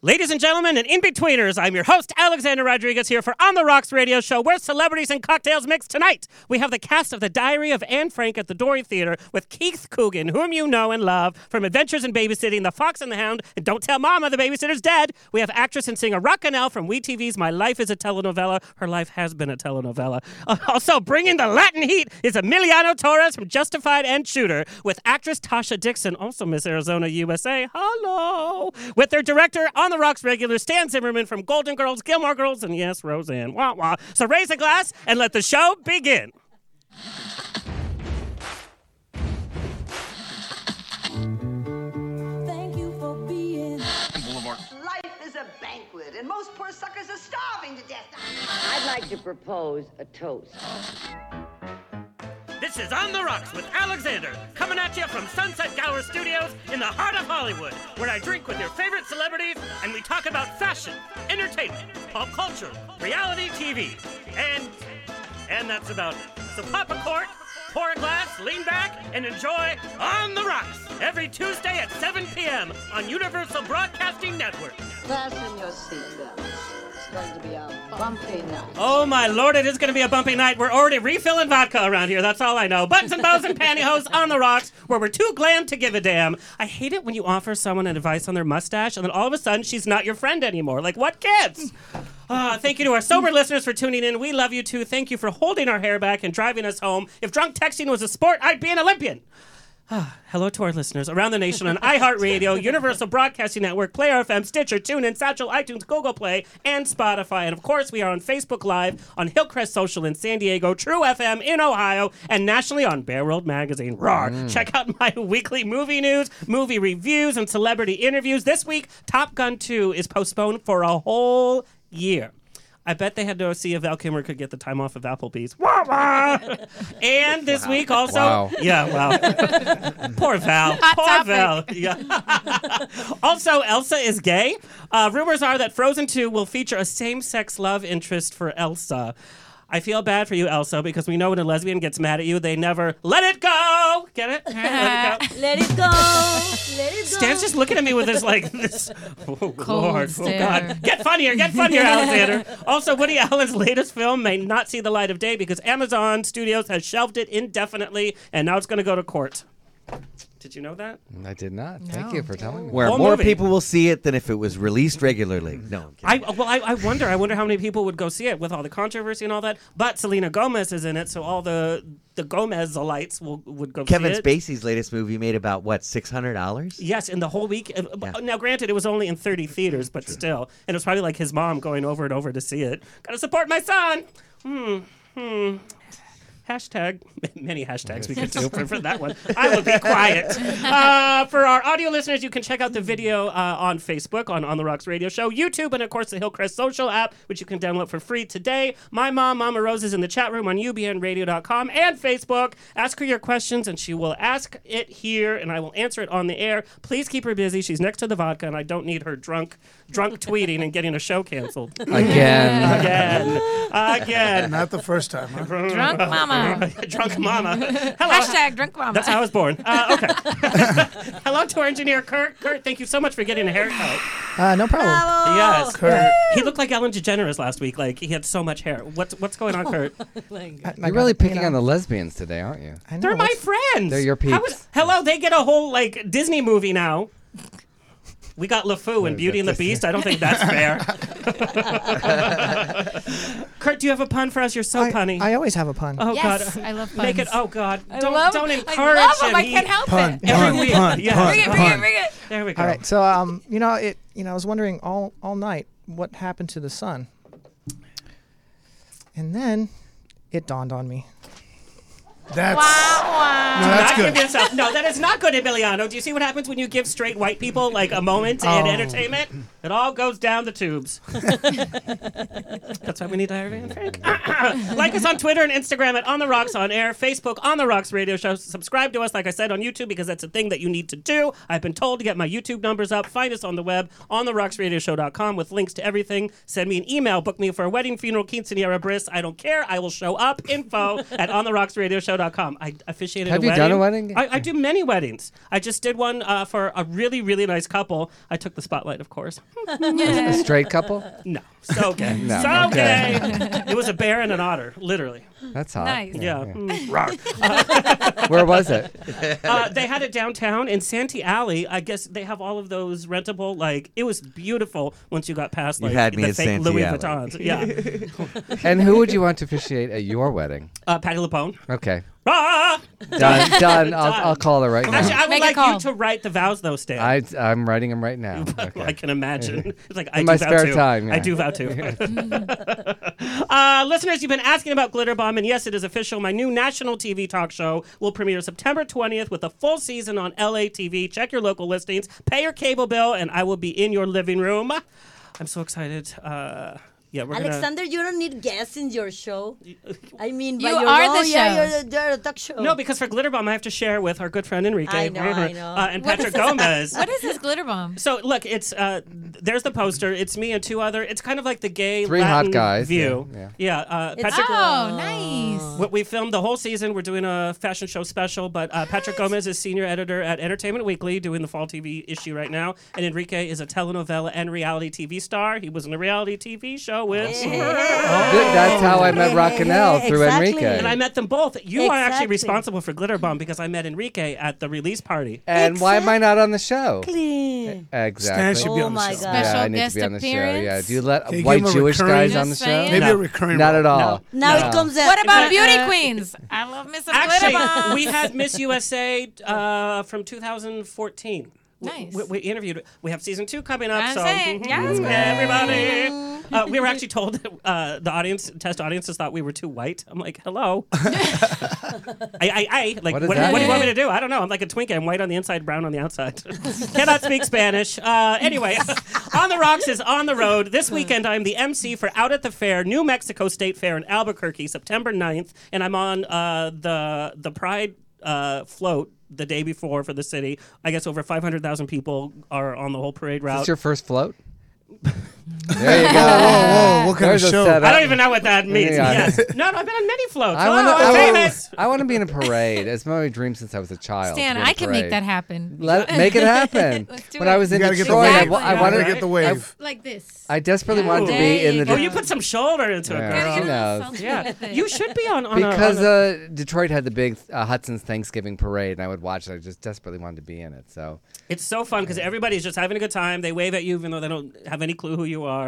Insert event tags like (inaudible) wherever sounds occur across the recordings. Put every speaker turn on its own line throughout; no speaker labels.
Ladies and gentlemen, and in betweeners, I'm your host, Alexander Rodriguez, here for On the Rocks radio show, where celebrities and cocktails mix tonight. We have the cast of The Diary of Anne Frank at the Dory Theater with Keith Coogan, whom you know and love from Adventures in Babysitting, The Fox and the Hound, and Don't Tell Mama the Babysitter's Dead. We have actress and singer Racanel from WeTV's My Life is a Telenovela. Her life has been a telenovela. Uh, Also, bringing the Latin heat is Emiliano Torres from Justified and Shooter with actress Tasha Dixon, also Miss Arizona USA. Hello! With their director on the rocks regular Stan Zimmerman from Golden Girls, Gilmore Girls, and yes, Roseanne. Wah wah. So raise a glass and let the show begin.
Thank you for being.
Life is a banquet, and most poor suckers are starving to death.
I'd like to propose a toast.
This is On the Rocks with Alexander, coming at you from Sunset Gower Studios in the heart of Hollywood, where I drink with your favorite celebrities and we talk about fashion, entertainment, pop culture, reality TV, and and that's about it. So pop a cork, pour a glass, lean back, and enjoy On the Rocks every Tuesday at 7 p.m. on Universal Broadcasting Network.
Fasten your seatbelts. It's going to be a bumpy night.
Oh my lord, it is going to be a bumpy night. We're already refilling vodka around here. That's all I know. Butts and bows and pantyhose on the rocks, where we're too glam to give a damn. I hate it when you offer someone advice on their mustache, and then all of a sudden she's not your friend anymore. Like what gives? Ah, thank you to our sober listeners for tuning in. We love you too. Thank you for holding our hair back and driving us home. If drunk texting was a sport, I'd be an Olympian. Hello to our listeners around the
(laughs)
nation on iHeartRadio, Universal Broadcasting Network, Player FM, Stitcher, TuneIn, Satchel, iTunes, Google Play, and Spotify. And of course, we are on Facebook Live, on Hillcrest Social in San Diego, True FM in Ohio, and nationally on Bear World Magazine. Roar!
Mm.
Check out my (laughs) weekly movie news, movie reviews, and celebrity interviews. This week, Top Gun 2 is postponed for a whole year. I bet they had to see if Val Kilmer could get the time off of Applebee's. (laughs) Wah, wah. and this week also,
Wow.
yeah, wow. Poor Val. Poor Val. Yeah. (laughs) also, Elsa is gay. Uh, rumors are that Frozen 2 will feature a same sex love interest for Elsa. I feel bad for you, Elsa, because we know when a lesbian gets mad at you, they never let it go. Get it? let
(laughs)
it go.
Let it go. Let it go.
Stan's just looking at me with this like this. Oh, Lord, oh
stare.
God, get funnier, get funnier, Alexander. Also, Woody Allen's latest film may not see the light of day because Amazon Studios has shelved it indefinitely, and now it's going to go to court. Did you know that?
I did not. Thank you for telling me.
where
Whole
more
movie.
people will see it than if it was released regularly. No, I'm
I
kidding.
well, I, I wonder. I wonder how many people would go see it with all the controversy and all that. But Selena Gomez is in it, so all the the Gomezalites will would go.
Kevin
see it.
Spacey's latest movie made about what six hundred dollars.
Yes, in the whole week. uh, b-
Yeah.
Now, granted, it was only in 30 theaters, but still, and it was probably like his mom going over and over to see it. Gotta support my son. Hmm. Hmm. Hashtag, (laughs) many hashtags we could do for, for that one. I will be quiet. Uh, for our audio listeners, you can check out the video uh, on Facebook, on On the Rocks Radio Show, YouTube, and of course the Hillcrest Social app, which you can download for free today. My mom, Mama Rose, is in the chat room on ubnradio.com and Facebook. Ask her your questions, and she will ask it here, and I will answer it on the air. Please keep her busy. She's next to the vodka, and I don't need her drunk, drunk tweeting and getting a show canceled
Again.
again, again. (laughs)
Not the first time. Huh?
Drunk mama.
drunk mama. Hello.
Hashtag drunk mama.
That's how I was born. Uh, okay. (laughs) Hello to our engineer, Kurt. Kurt, thank you so much for getting a haircut.
Uh, no problem.
Bravo.
yes,
Kurt.
Kurt. He looked like Ellen DeGeneres last week. Like he had so much hair. What's what's going
Oh,
on, Kurt?
You're really picking on the lesbians today, aren't you?
I know,
They're my
what's-
friends.
They're your
How
peeps.
hello, they get a whole like Disney movie now. We got LeFou and Beauty and the Beast. I don't think that's fair.
(laughs)
(laughs) Kurt, do you have a pun for us? You're so punny.
I, I always have a pun.
oh
Yes,
God.
I love puns.
Make it. Oh God.
I
don't
love,
don't encourage
I love
him.
them. I
He-
can't help
pun,
it.
Every
pun,
week.
pun,
Yes.
pun,
Bring it, bring it,
pun.
bring it.
There we go.
All right, so um, you know it. You know, I was wondering all all night what happened to the sun, and then it dawned on me.
Wow, wow.
(laughs) Not give yourself- No, that is not good, Emiliano. Do you see what happens when you give straight white people like a moment in entertainment? It all goes down the tubes. That's why we need Diary Van Frank. (laughs) like us on Twitter and Instagram at On the Rocks on Air, Facebook On the Rocks Radio Show. Subscribe to us, like I said, on YouTube because that's a thing that you need to do. I've been told to get my YouTube numbers up. Find us on the web on therocksradioshow.com with links to everything. Send me an
(laughs)
email. Book me for a wedding, funeral, quinceanera, bris. I don't care. I will show up. Info at on the show.com. I officiated
Have
a
you
wedding.
done a wedding?
I, I do many weddings. I just did one uh, for a really, really nice couple. I took the spotlight, of course.
A straight couple?
No.
(laughs)
So gay.
No,
so
okay.
gay. (laughs) it was a bear and an otter, literally.
That's hot.
Nice.
Yeah. Mm.
Where was it?
Uh, they had it downtown in Santee Alley. I guess they have all of those rentable. Like it was beautiful once you got past
You
like
had me
the
at
fake
Santee
Louis
Alley.
Vuittons.
(laughs)
Yeah,
And who would you want to officiate at your wedding?
uh, Patty LuPone.
Okay.
Ah!
Done. Done. I'll, I'll call her right
Actually,
now.
I would
Make a
like you
call.
to write the vows though, Stan.
I, I'm writing them right (laughs) now.
(laughs)
Okay.
I can
(laughs)
imagine. It's like I
In
do
my
vow
spare
to.
time,
I
yeah.
do vow to.
(laughs)
(laughs) uh, listeners, you've been asking about Glitter Bomb, and yes, it is official. My new national TV talk show will premiere September 20th with a full season on LA TV. Check your local listings, pay your cable bill, and I will be in your living room. (sighs) I'm so excited. Uh, yeah, we're gonna.
Alexander, you don't need guests in your show. I mean, by
You
your
are the
own- Oh, Yeah,
show.
you're the, you're the talk show.
No, because for Glitter Bomb, I have to share with our good friend Enrique
I know, I know.
Uh, and
What is
Patrick
(laughs)
this-
Gomez.
What is this glitter bomb?
So look, it's uh, th- there's the poster. It's me and two other. It's kind of like the gay
Three hot
Latin
guys,
view.
yeah,
uh,
It's-
Patrick.
Oh, nice.
what we filmed the whole season. We're doing a fashion show special, but uh, Patrick Gomez is senior editor at Entertainment Weekly, doing the fall TV issue right now. And Enrique is a telenovela and reality TV star. He was in a reality TV show with.
Th- That's how I met Rockinelle through
Exactly.
Enrique.
And I met them both. You are actually
Exactly.
responsible for Glitter Bomb because I met Enrique at the release party.
And why am I not on the show?
Exactly.
Exactly.
should
Oh
be
on the my show. God.
Yeah, I
Special
need to
guest
be on the show. Yeah,
appearance?
do you let
Can you
white
give him a
Jewish
recurring-
guys on the
Just
show?
saying. Maybe
No.
a
recurring. Not at all.
Now
No.
it comes
Oh.
out.
What
Uh,
about beauty queens? I love Miss Glitter
Actually,
Bomb.
we had Miss USA uh, from 2014. We-
Nice.
We, we interviewed. We have season two coming up.
I'm
so mm-hmm.
saying, yes, Mm-hmm.
everybody. Uh, we were actually told that uh, the audience test audiences thought we were too white. I'm like, hello. (laughs) I, I, I like.
What
What,
does
what,
that
do you want me to
mean?
do? I don't know. I'm like a Twinkie. I'm white on the inside, brown on the outside. (laughs) Cannot speak Spanish. Uh, anyway, (laughs) on the rocks is on the road this weekend. I'm the MC for Out at the Fair, New Mexico State Fair in Albuquerque, September 9th, and I'm on uh, the the Pride uh, float. The day before for the city, I guess over 500,000 people are on the whole parade route.
It's your first float? there you go.
Uh,
what kind of
There's a
show?
I
setup.
don't even know what that means.
Yeah.
Yes. No, no, I've been on many floats.
I
Oh,
want to.
I'm
I
(laughs)
wanna-
famous.
I want to be in a parade. It's my dream since I was a child.
Stan,
to be in a
I can make
parade.
that happen.
Let make it happen.
Let's do
when
it.
I was
You
in
gotta
Detroit,
get the
I,
wave.
wa- I
Exactly.
You
wanted.
gotta get the wave.
like this.
I desperately wanted to be
There
in the.
you
Oh,
go.
you put some shoulder into
Yeah.
it,
She
girl.
knows.
Yeah. You should be on, on
because
a, on a-
uh, Detroit had the big uh, Hudson's Thanksgiving parade, and I would watch it. I just desperately wanted to be in it. So
It's so fun because everybody's just having a good time. They wave at you even though they don't have any clue who you are.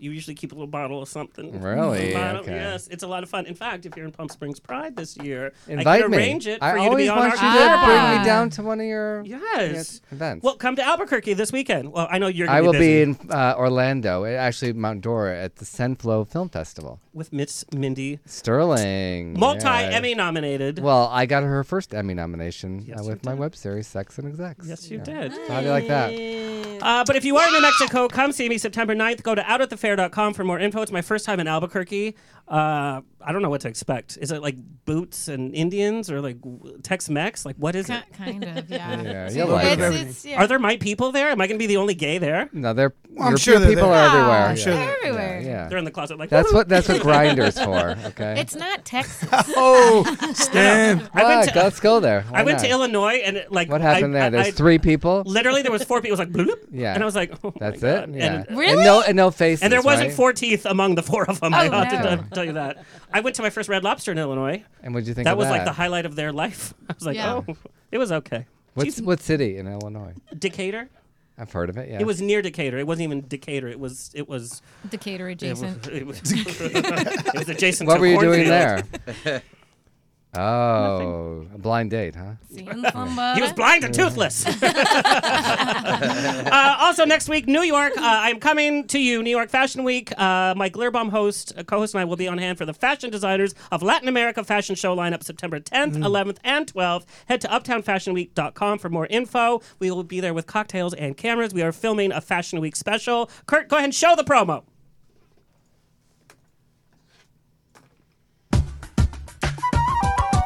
You usually keep a little bottle of something.
(laughs) Really?
A bottle-
Okay.
Yes, it's a lot of fun. In fact, if you're in Palm Springs Pride this year, I
invite
can
me.
arrange it for
I
you to
always
be on
want
our
you to
show.
bring
Ah.
me down to one of your
(laughs) Yes.
events.
Well, come to Albuquerque this weekend. Well, I know you're. Gonna
I will
busy.
be in uh, Orlando, uh, actually Mount Dora, at the Senflow Film Festival.
with Miss Mindy,
Sterling,
multi
yeah.
Emmy nominated.
Well, I got her her first Emmy nomination
Yes,
uh,
you
with my
did.
web series Sex and Execs.
yes, you
Yeah.
did.
So how do you like that?
Uh, but if you are in New Mexico, come see me September 9th. Go to outatthefair.com for more info. It's my first time in Albuquerque. Uh, I don't know what to expect. Is it like boots and Indians or like w- Tex-Mex? Like what is it?
Kind of, yeah.
Yeah,
So
you'll like
it's-
it.
it's- yeah.
Are there my people there? Am I going to be the only gay there?
No, they're
I'm
European
sure they're
people
there.
are
Oh,
everywhere.
I'm
yeah.
sure
Yeah,
they're everywhere.
Yeah,
They're in the closet like
that's
(laughs)
what that's what grinders for. Okay. (laughs)
It's not Texas. (laughs)
Oh, Stan.
I went
Fuck,
to,
let's go there. Why
I went to
not?
Illinois and it, like
What happened
I-
there? There's
I- I-
three people.
Literally, there was four people. It was like bloop,
(laughs) Yeah.
and I was like, oh my
That's
God.
it. Yeah.
And,
Really?
And no, and no faces.
and there wasn't
right?
four teeth among the four of them. I
Oh,
ought to
no.
t- tell you that. I went to my first Red Lobster in Illinois.
And what'd you think
that
of
was
that?
like the highlight of their life. (laughs) I was like,
Yeah.
oh, it was okay.
What's
She's-
what city in Illinois?
Decatur?
I've heard of it. Yeah.
It was near Decatur. It wasn't even Decatur. It was. It was.
Decatur
It was, (laughs)
adjacent.
it was, it was adjacent.
What
to
were you doing
Cornfield.
there? Oh, a blind date, huh?
He was blind and toothless. (laughs) uh, also, next week, New York. Uh, I'm coming to you, New York Fashion Week. Uh, my Glitterbomb host, uh, co-host, and I will be on hand for the fashion designers of Latin America Fashion Show lineup September 10th, 11th, and 12th. Head to UptownFashionWeek.com for more info. We will be there with cocktails and cameras. We are filming a Fashion Week special. Kurt, go ahead and show the promo.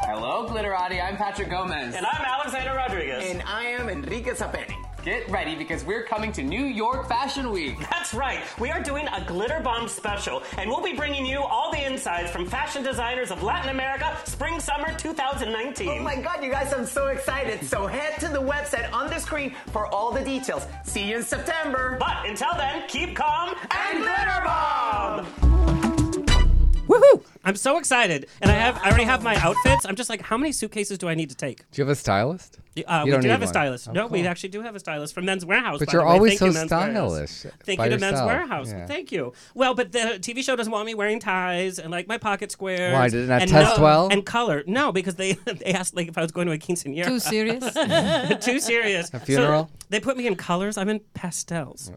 Hello, Glitterati. I'm Patrick Gomez.
I'm Alexander Rodriguez.
I am Enrique Sapeni. Get ready because we're coming to New York Fashion Week.
That's right. We are doing a Glitter Bomb special, and we'll be bringing you all the insides from fashion designers of Latin America, spring summer 2019.
Oh my god, you guys, I'm so excited. So head to the website on the screen for all the details. See you in September.
But until then, keep calm
and glitter bomb!
Woohoo! I'm so excited, and I have I already have my outfits. I'm just like, how many suitcases do I need to take?
Do you have a stylist?
Uh,
You
we
don't
do
need
have a
one.
stylist.
Oh,
no, we
cool.
actually do have a stylist from Men's Warehouse.
But
by
you're
the way.
always
Thank
so
you, Men's Warehouse.
stylish
Thank
by
you to Men's
yourself.
Warehouse.
Yeah.
Thank you. Well, but the TV show doesn't want me wearing ties and like my pocket squares.
Why, did it not
and
test
no-
well?
And color? No, because they (laughs) they asked like if I was going to a quinceanera.
Too serious?
(laughs) Too serious.
A funeral?
So they put me in colors. I'm in pastels.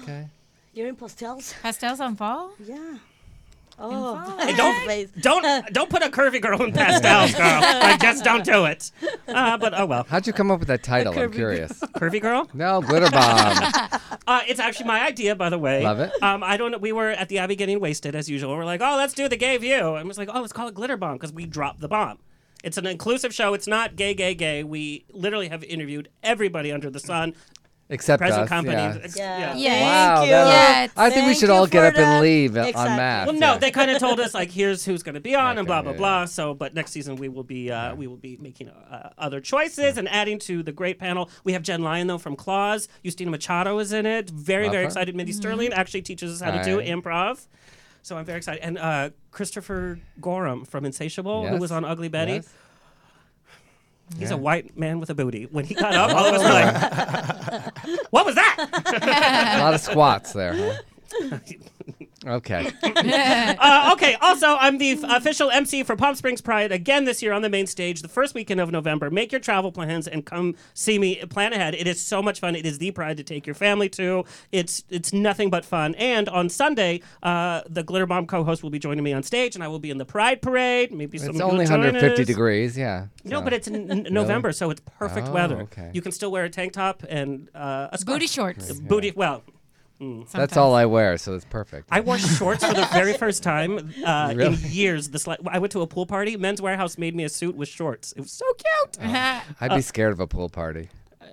Okay.
You're in pastels?
Pastels
(laughs)
on fall? (laughs)
Yeah. Oh, (laughs)
Hey, don't don't don't put a curvy girl in pastels, girl. Like, just don't do it. Uh, but oh well.
How'd you come up
(laughs)
with that title? I'm curious.
Curvy girl?
No, glitter bomb.
Uh, it's actually my idea, by the way.
Love it.
Um, I don't. know. We were at the Abbey getting wasted as usual. We're like, oh, let's do the gay view. And was like, oh, let's call it glitter bomb because we dropped the bomb. It's an inclusive show. It's not gay, gay, gay. We literally have interviewed everybody under the sun.
Except
present
us,
company.
yeah.
ex-
Yeah.
Yeah.
Wow,
Thank you.
Oh, that was-
Yeah,
I think we
thank
should
you
all get
for
up and
that.
leave uh,
Exactly.
on mass.
Well, no, they kind of told us like, here's who's going to be on, and blah blah
yeah,
blah. So, but next season we will be uh, we will be making uh, other choices and adding to the great panel. We have Jen Lyon though from Claws. Justina Machado is in it. Very
Love
very
her.
excited. Mindy Sterling actually teaches us how to do
Right.
improv. So I'm very excited. And uh, Christopher Gorham from Insatiable, who
Yes.
was on Ugly Betty.
Yes.
He's a white man with a booty. When he
(laughs)
got up, all of us were like, "What was that?"
a lot of squats there.
(laughs)
huh? Okay.
Uh, okay. Also, I'm the f- official MC for Palm Springs Pride again this year on the main stage, the first weekend of November. Make your travel plans and come see me. Plan ahead. It is so much fun. It is the pride to take your family to. It's it's nothing but fun. And on Sunday, uh, the Glitter Bomb co-host will be joining me on stage, and I will be in the Pride Parade. Maybe some.
It's
you'll
only
join
150
us.
degrees, yeah.
No,
so.
but it's
(laughs)
in n- November, so it's perfect
Oh,
weather.
okay.
You can still wear a tank top and uh, a scarf.
Booty (laughs) shorts.
Booty. Well,
That's all I wear, so it's perfect.
I
(laughs)
wore shorts for the very first time uh,
Really?
in years. This like, I went to a pool party. Men's Warehouse made me a suit with shorts. It was so cute.
I'd be scared of a pool party.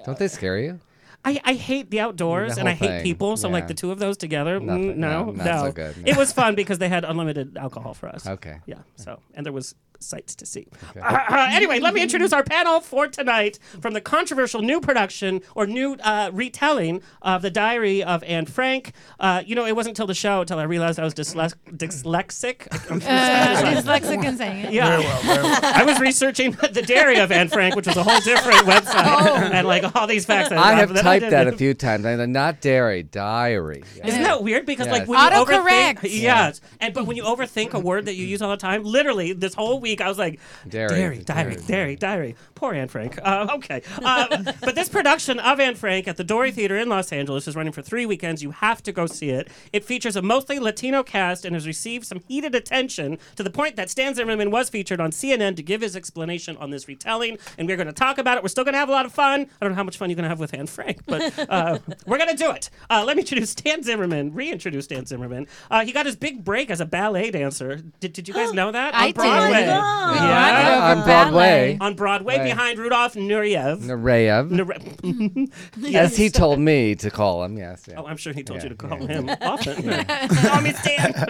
Don't they scare you?
I, I hate the outdoors
Mm, The
and I
whole
hate
thing,
people. So like
yeah.
the two of those together, mm,
Nothing,
no,
no,
no.
not so good, no.
It was fun because they had unlimited alcohol for us.
Okay.
Yeah. So and there was sights to see. Uh, anyway, let me introduce our panel for tonight from the controversial new production or new uh, retelling of the Diary of Anne Frank. Uh, you know, it wasn't until the show until I realized I was dyslex- dyslexic. I'm
Uh, dyslexic and saying it.
Yeah. (laughs) I was researching the dairy of Anne Frank, which was a whole different website, and like all these facts.
Uh,
I have
that
typed
didn't-
that a few times. I not dairy, diary. Yeah.
Isn't that weird? Because like
Yes.
when you overthink,
Autocorrect.
yes, and but when you overthink a word that you use all the time, literally this whole week I was like,
Dairy.
dairy, diary,
Dairy.
dairy, diary. Poor Anne Frank. Uh, okay,
(laughs)
uh, but this production of Anne Frank at the Dory Theater in Los Angeles is running for three weekends. You have to go see it. It features a mostly Latino cast and has received some heated attention to the point that Stan Zimmerman was featured on CNN to give his explanation on this retelling, and we're going to talk about it. We're still going to have a lot of fun. I don't know how much fun you're going to have with Anne Frank, but uh,
(laughs)
we're going to do it. Uh, let me introduce Stan Zimmerman. Reintroduce Stan Zimmerman. Uh, he got his big break as a ballet dancer. Did, did you guys know that
Oh,
on
I did.
Broadway?
God.
We
Yeah.
bonded over
Uh, On Broadway.
ballet.
On Broadway,
Right.
behind Rudolph Nureyev.
Nareyev,
Nure- (laughs)
as he told me to call him. Yes. yeah.
Oh, I'm sure he told
Yeah,
you to call him often. Call me
(laughs)
Stan.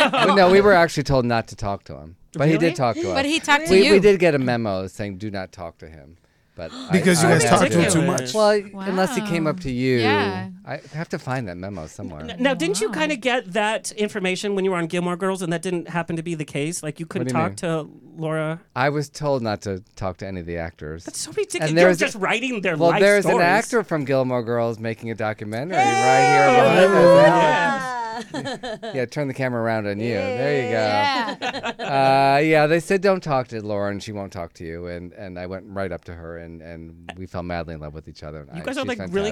Oh.
Well, no, we were actually told not to talk to him, but he
Really?
did talk to us.
But he talked to
we,
you.
we did get a memo saying do not talk to him.
(gasps)
But I-
Because you
I
guys
had
talked to him too
ridiculous.
much.
Well, unless he came
Wow.
up to you,
Yeah.
I have to find that memo somewhere.
now, didn't you kind of get that information when you were on Gilmore Girls, and that didn't happen to be the case? Like you couldn't
do you
talk
mean?
to Laura.
I was told not to talk to any of the actors.
That's so ridiculous.
And
You're
there's-
just writing their
well,
life
there's an
stories. (laughs)
actor from Gilmore Girls making a documentary (laughs) right here. Behind us. Yeah. Yeah, turn the camera around on you. There you go.
Yeah.
uh, yeah, they said don't talk to Lauren. She won't talk to you. And and I went right up to her, and, and we fell madly in love with each other. And
You
I-
guys are,
she's
like, really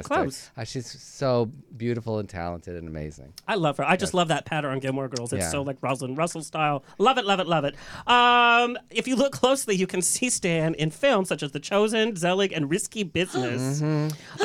close.
fantastic. Uh, she's so beautiful and talented and amazing.
I love her. I just love that pattern on Gilmore Girls. It's
Yeah.
so like Rosalind Russell style. Love it, love it, love it. Um, if you look closely, you can see Stan in films such as The Chosen, Zelig, and Risky
(gasps)
Business.
Mm-hmm.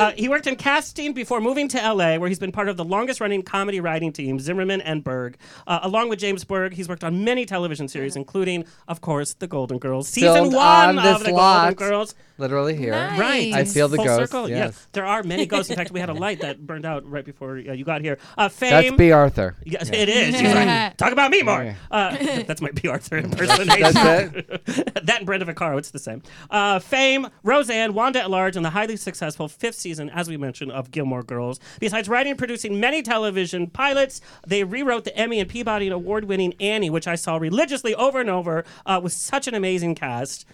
(gasps) uh, he worked in casting before moving to LA, where he's been part of the longest running comedy writing team, Zimmerman and Berg. Uh, along with James Berg, he's worked on many television series, including, of course, The Golden Girls. Season
Filmed
one
on this
of The
lot.
Golden Girls.
Literally here.
Right.
I feel the
Full
ghost.
circle. Yeah.
Yes.
There are many ghosts. In fact, we had a light that burned out right before uh, you got here. Uh, fame.
That's B. Arthur.
Yes,
Yeah.
it is. She's like, talk about me more.
Yeah.
Uh, (laughs) that's my B. Arthur impersonation. (laughs)
That's
that and Brenda Vaccaro, it's the same. Uh, fame, Roseanne, Wanda at Large, and the highly successful fifth season, as we mentioned, of Gilmore Girls. Besides writing and producing many television pilots, they rewrote the Emmy and Peabody and award-winning Annie, which I saw religiously over and over uh, with such an amazing cast.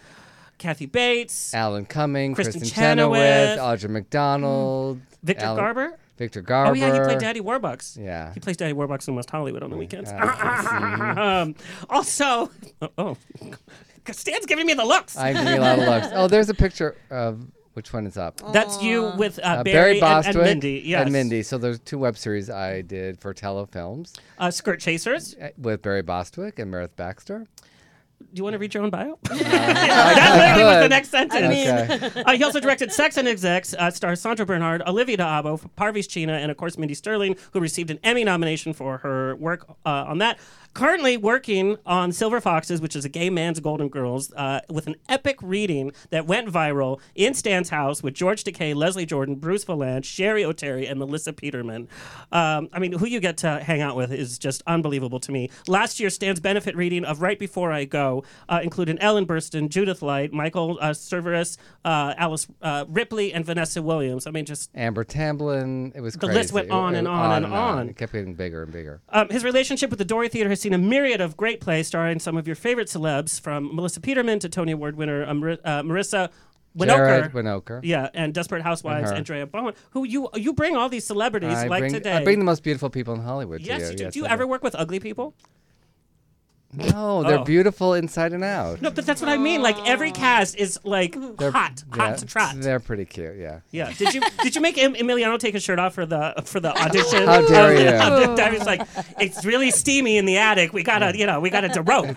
Kathy Bates,
Alan Cumming,
Kristen
Kristen,
Chenoweth, Mm.
Chenoweth, Audra McDonald,
Victor
Alan-
Garber?
Victor Garber.
Oh yeah, he played Daddy Warbucks.
Yeah.
he plays Daddy Warbucks in West Hollywood
Oh
on the weekends. (laughs)
Mhm.
um, also, oh, oh, (laughs) Stan's giving me the looks.
I give you a lot of looks. Oh, there's a picture of which one is up.
That's you with uh,
Uh,
Barry, and, and
Bostwick
Mindy. Yes,
and Mindy. So there's two web series I did for Telefilms
Uh, Skirt Chasers. Do
uh, with Barry Bostwick and Meredith Baxter.
you want to read your own bio? (laughs) that literally was the
could.
next sentence.
I mean- (laughs)
uh, he also directed Sex and Execs, uh, stars Sandra Bernhard, Olivia Abo, Parvis Chena, and of course Mindy Sterling, who received an Emmy nomination for her work uh, on that. Currently working on Silver Foxes, which is a gay man's Golden Girls, uh, with an epic reading that went viral in Stan's house with George Takei, Leslie Jordan, Bruce Valanche, Sherry O'Terry, and Melissa Peterman. Um, I mean, who you get to hang out with is just unbelievable to me. Last year, Stan's benefit reading of Right Before I Go uh, included Ellen Burstyn, Judith Light, Michael uh, Cerverus, uh, Alice uh, Ripley, and Vanessa Williams. I mean, just
Amber Tamblyn. It was
The
crazy.
list went
It-
on
it-
and on and on.
It kept getting bigger and bigger.
Um, his relationship with the Dory Theater has seen a myriad of great plays starring some of your favorite celebs, from Melissa Peterman to Tony Award winner um, Mar- uh, Marissa Winokur.
Jared Winokur.
Yeah, and Desperate Housewives,
her.
Andrea Bowen, who you you bring all these celebrities
I
like
bring,
today.
I bring the most beautiful people in Hollywood.
yes,
to
you do.
Yes,
do you
I
ever work with ugly people?
No, they're
Oh.
beautiful inside and out.
No, but that's what I mean. Like every cast is like
They're-
hot,
yeah,
hot to trot.
They're pretty cute. Yeah.
Yeah. Did you did you make em- Emiliano take his shirt off for the for the audition?
How dare
(laughs)
you. (laughs)
I was like, it's really steamy in the attic. We gotta you know we gotta derobe.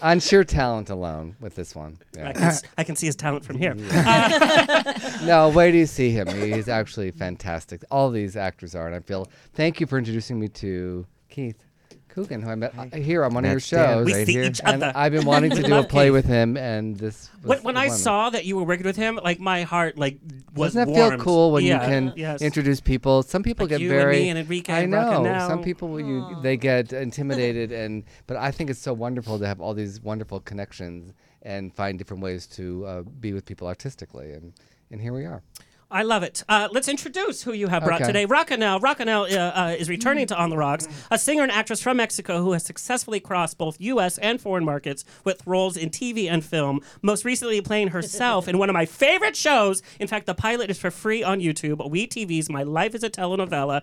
On sheer talent alone with this one. Yeah.
I, can, s- I can see his talent from here. Uh,
no, wait do you see him. He's actually fantastic. All these actors are, and I feel. Thank you for introducing me to Keith Coogan, who I met uh, here on one of your
That's Dan
shows.
We
right
see
here.
each
And
other.
I've been wanting
We
to do a
(laughs) love
play
Keith.
with him, and this.
When,
was
when
the
I
one.
saw that you were working with him, like my heart like was
Doesn't that
warmed.
feel cool when
Yeah,
you can
yes.
introduce people? Some people
Like
get
you and
very.
me and Enrique
I
and Rock
know
and now.
some people you they get intimidated, and but I think it's so wonderful to have all these wonderful connections and find different ways to uh, be with people artistically, and and here we are.
I love it. Uh, let's introduce who you have brought
Okay.
today. Racanel. Racanel uh, uh, is returning to On the Rocks, a singer and actress from Mexico who has successfully crossed both U.S. and foreign markets with roles in TV and film, most recently playing herself in one of my favorite shows. In fact, the pilot is for free on YouTube. We TV's My Life is a Telenovela.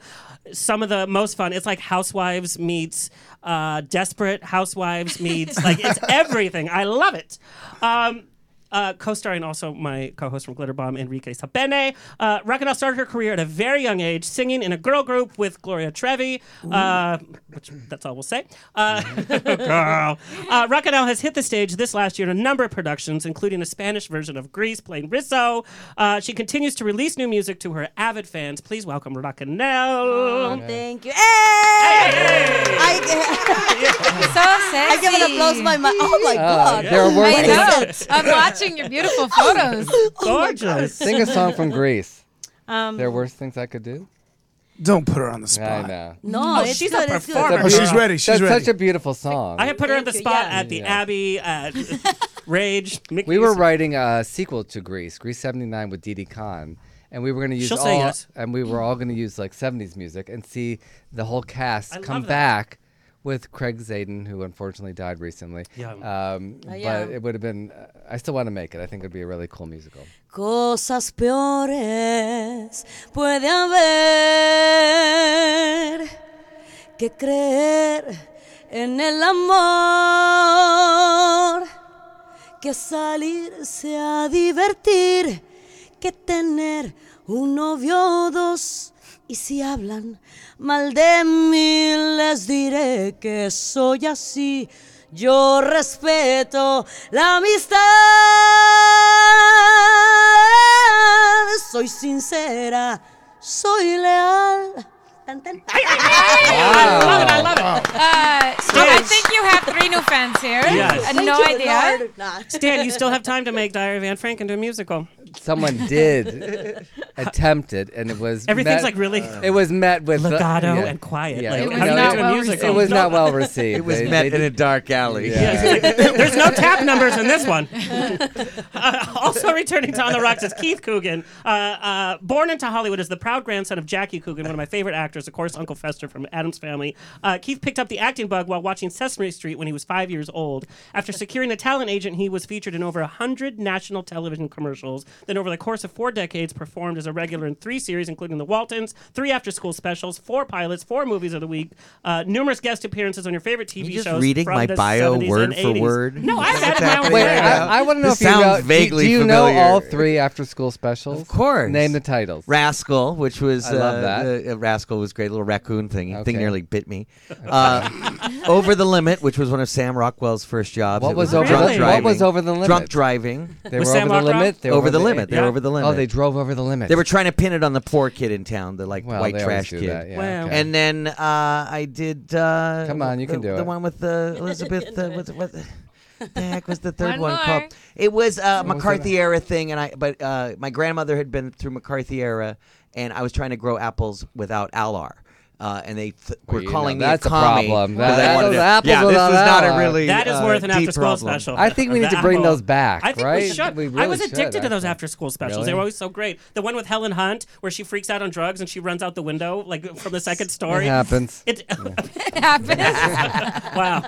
Some of the most fun. It's like Housewives meets uh, Desperate Housewives meets, like, it's everything. I love it. Um, uh, co-starring also my co-host from Glitterbomb, Enrique Sabene. Uh, Raquel started her career at a very young age, singing in a girl group with Gloria Trevi, uh, which that's all we'll say.
(laughs)
Uh, (laughs) girl. Uh, Raquel has hit the stage this last year in a number of productions, including a Spanish version of Grease, playing Rizzo. Uh, she continues to release new music to her avid fans. Please welcome
Oh
Raquel.
Thank you. Hey!
so sexy.
(laughs) I give an applause to my mom. Oh my
Uh,
god.
there are
I
words.
know. I'm watching your
(laughs)
beautiful photos.
Gorgeous.
Sing a song
(laughs)
from Greece.
Um,
there are worse things I could do.
Don't put her on
I
the spot.
know.
No,
Oh,
it's
she's
good,
a
it's good.
performer.
Oh, she's
Girl.
ready. She's
That's
ready.
such a beautiful song.
I had put her on the
Thank you,
spot
yeah.
at the
Yeah.
Abbey, at Rage.
we were writing a sequel to Grease, Grease '79, with Dee Dee Khan, and we were going to use
She'll
all,
say yes.
and we were all going to use like '70s music and see the whole cast
love
come
that.
back with Craig Zaden, who unfortunately died recently.
Yeah. Oh,
Um,
yeah.
But it would have been. Uh, I still want to make it. I think it would be a really cool musical.
Cosas peores puede haber que creer en el amor, que salirse a divertir, que tener un novio o dos. Y si hablan mal de mí, les diré que soy así. Yo respeto la amistad. Soy sincera, soy leal. Tan, tan, tan.
I love it. I love it.
Uh, I think you have three new fans here.
Yes.
Uh, no
Thank you, Lord,
idea.
or not.
Stan, you still have time to make Dire Van Frank into a musical.
Someone
(laughs)
did attempt it, and it was
Everything's
met-
like really
it was met with uh,
legato
yeah.
and quiet.
Yeah.
Like,
It
how
was
do you
not
do a
well
musical?
received. It was
No.
(laughs) not well received.
It was
They-
met
they
in a
did-
dark alley.
Yeah.
There's no tap numbers in this one. Uh, (laughs) also returning to On the Rocks is Keith Coogan. Uh, uh, born into Hollywood as the proud grandson of Jackie Coogan, one of my favorite actors, of course, Uncle Fester from Adam's Family. Uh, Keith picked up the acting bug while watching Sesame Street when he was five years old. After securing a talent agent, he was featured in over 100 national television commercials, then over the course of four decades performed as a regular in three series, including The Waltons, three after-school specials, four pilots, four movies of the week, uh, numerous guest appearances on your favorite TV
You just
shows
reading
from
my
the
bio
70s
word
and
for
80s.
word?
No, I
Is
said
that
my own
(laughs)
happening
Wait,
word.
right now?
I, I want to know
This
if you know.
sounds
do-
vaguely
do you know all
familiar.
three after-school specials?
Of course.
Name the titles.
Rascal, which was
I love
uh,
that.
uh, Rascal was great little raccoon thing.
Okay.
Thing nearly bit me. Uh, Over the limit, which was one of Sam Rockwell's first jobs.
What
It
was over
Really?
drunk
the,
driving.
What was over the limit?
Drunk driving.
They
Was
were
Sam
over the
Rockwell?
limit. (laughs) They were
Over the limit. They were
Yeah.
over the limit.
Oh, they drove over the limit.
They were trying to pin it on the poor kid in town, the like
Well,
white
they always
trash
do
kid.
that, yeah,
Wow.
okay.
And then uh, I did. Uh,
Come on, you
the,
can do
The
it.
one
(laughs)
with uh, Elizabeth. uh, what, what the the heck was the third
One
one,
more.
called? It was uh,
was
McCarthy era thing, and I. But uh, my grandmother had been through McCarthy era, and I was trying to grow apples without alar. Uh, and they th-
Well,
were
you know,
calling me
that's
a
a
commie
problem.
'cause
That-
I wanted
those
to-
apples
yeah, this
without
was not
alar.
a really
That is
uh,
worth an
deep
after school
problem.
special.
I think we need
The
to bring
apple.
those back,
I think
right?
we should.
We
I
really
was
should,
addicted to those
actually.
after school specials. They
Really?
were always so great. The one with Helen Hunt where she freaks out on drugs and she runs out the window like from the second
It
story.
(laughs) happens.
It, (laughs)
It happens.
wow.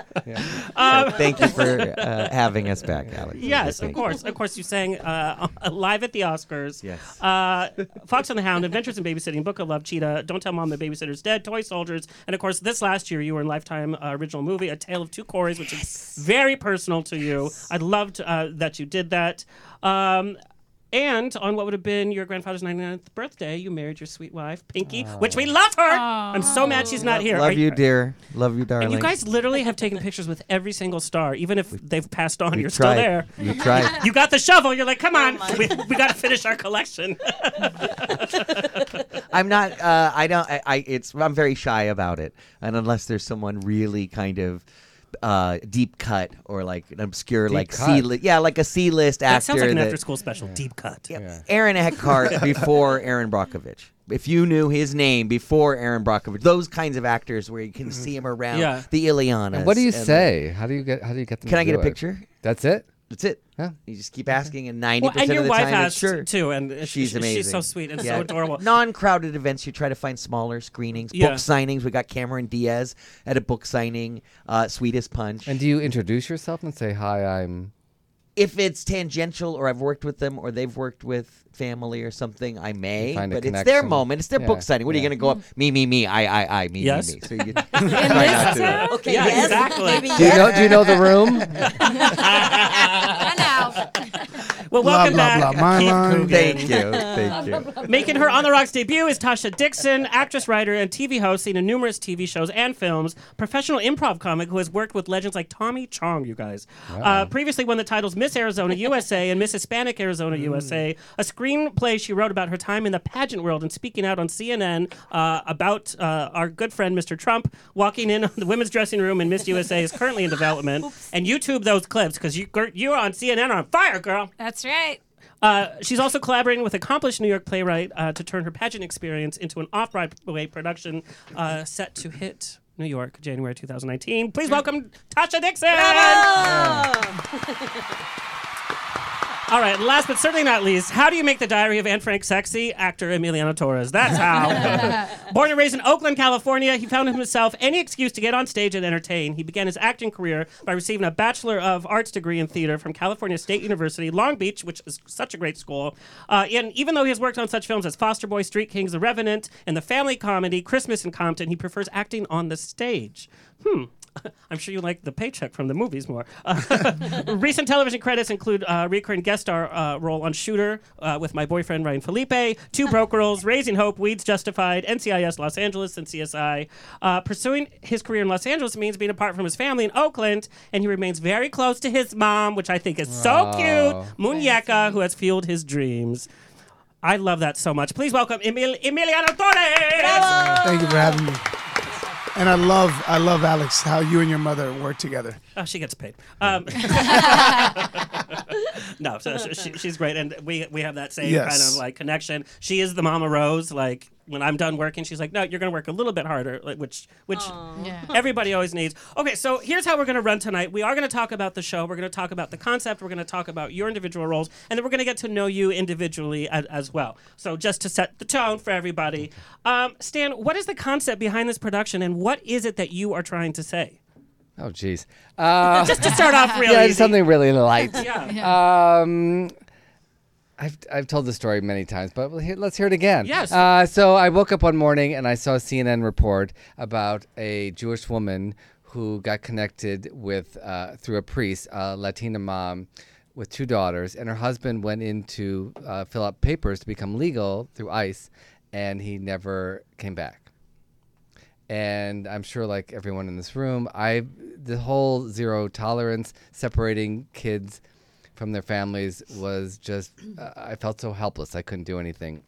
So thank
(laughs)
you for uh, having us back, Alex.
Um, Yes,
Thank
of
you.
course. Of course, you sang uh, (laughs) live at the Oscars.
Yes.
Uh, Fox and the Hound, Adventures in Babysitting, Book of Love, Cheetah, Don't Tell Mom the Babysitter's Dead, Toy Soldiers, and of course, this last year you were in Lifetime uh, original movie, A Tale of Two Corys, which is very personal to you. I loved uh, that you did that. Um, and on what would have been your grandfather's 99th birthday, you married your sweet wife, Pinky, which we love her. I'm so mad she's not here. Are
Love you, dear. Love you, darling.
And you guys literally have taken pictures with every single star, even if they've passed on,
We
you're
tried.
still there.
You
(laughs)
tried.
You got the shovel. You're like,
Oh
come on, we, we got to finish our
(laughs)
collection.
I'm not. Uh, I don't. I, I. It's. I'm very shy about it. And unless there's someone really kind of uh, deep cut or like an obscure, like
cut.
C. Li- yeah, like a C list actor.
that sounds like an
that-
after-school special, deep cut.
Yeah.
(laughs)
Aaron Eckhart before Aaron Brockovich. If you knew his name before Aaron Brockovich, those kinds of actors where you can see him around
Yeah.
the Ileana.
Mm-hmm. And what do you say? How do you get? How do you get them?
Can
to
I get
do
a
it?
picture?
That's it.
That's it.
Yeah.
You just keep asking, and ninety
Well,
percent
and your
of the
wife
time, it's
asked
sure.
too, and
She's
she-
amazing.
She's so sweet and
Yeah.
so adorable.
Non-crowded events, you try to find smaller screenings,
Yeah.
book signings. We got Cameron Diaz at a book signing, uh, Sweetest Punch.
And do you introduce yourself and say hi?
(laughs)
I'm.
if it's tangential, or I've worked with them, or they've worked with family or something, I may.
You find a
But it's their
connection.
moment. It's their
Yeah,
book signing. What are
yeah.
you going to go up? Me, me, me. I, I, I. Me,
Yes.
me,
(laughs)
me. So you can try not to.
Okay,
Yeah,
yes,
exactly.
maybe
Do you
yes.
know? Do you know the
(laughs)
room?
I know.
Well,
Blah,
welcome
blah,
back,
blah, my
Keith
line.
Coogan.
Thank
(laughs)
you. Thank you.
Making her on the rocks debut is Tasha Dixon, actress, writer, and TV host, seen in numerous TV shows and films. Professional improv comic who has worked with legends like Tommy Chong. You guys uh, previously won the titles Miss Arizona USA and Miss Hispanic Arizona USA. A screenplay she wrote about her time in the pageant world and speaking out on CNN uh, about uh, our good friend Mr. Trump walking in on the women's dressing room in Miss USA is currently in development. and YouTube those clips because you you're on CNN are on fire, girl.
That's right.
Uh, she's also collaborating with accomplished New York playwright uh, to turn her pageant experience into an off Broadway production uh, set to hit New York January 2019. Please welcome Tasha Dixon. All right, last but certainly not least, how do you make the diary of Anne Frank sexy? Actor Emiliano Torres. That's how. Born and raised in Oakland, California, he found himself any excuse to get on stage and entertain. He began his acting career by receiving a Bachelor of Arts degree in theater from California State University, Long Beach, which is such a great school. Uh, and even though he has worked on such films as Foster Boy, Street Kings, The Revenant, and the family comedy Christmas in Compton, he prefers acting on the stage. Hmm. (laughs) I'm sure you like the paycheck from the movies more. (laughs) recent television credits include uh, recurring guest star uh, role on Shooter uh, with my boyfriend Ryan Felipe, Two Broke Girls, Raising Hope, Weeds Justified, NCIS Los Angeles, and CSI. Uh, pursuing his career in Los Angeles means being apart from his family in Oakland, and he remains very close to his mom, which I think is so
Wow.
cute, Muñeca, who has fueled his dreams. I love that so much. Please welcome Emil- Emiliano Torres.
Thank you for having me. And I love, I love Alex how you and your mother work together.
Oh, she gets paid. Um, no, so she, she- she's great, and we we have that same kind
Yes.
of like connection. She is the Mama Rose. Like when I'm done working, she's like, "No, you're gonna work a little bit harder," like, which which everybody always needs. Okay, so here's how we're gonna run tonight. We are gonna talk about the show. We're gonna talk about the concept. We're gonna talk about your individual roles, and then we're gonna get to know you individually as, as well. So just to set the tone for everybody, um, Stan, what is the concept behind this production, and what is it that you are trying to say?
Oh, jeez. Uh,
Just to start off real
yeah,
easy.
something really light.
Yeah.
Um, I've, I've told the story many times, but we'll hear- let's hear it again.
Yes.
Uh, so I woke up one morning and I saw a CNN report about a Jewish woman who got connected with, uh, through a priest, a Latina mom with two daughters, and her husband went in to uh, fill out papers to become legal through ICE, and he never came back and I'm sure like everyone in this room, I the whole zero tolerance separating kids from their families was just uh, I felt so helpless. I couldn't do anything.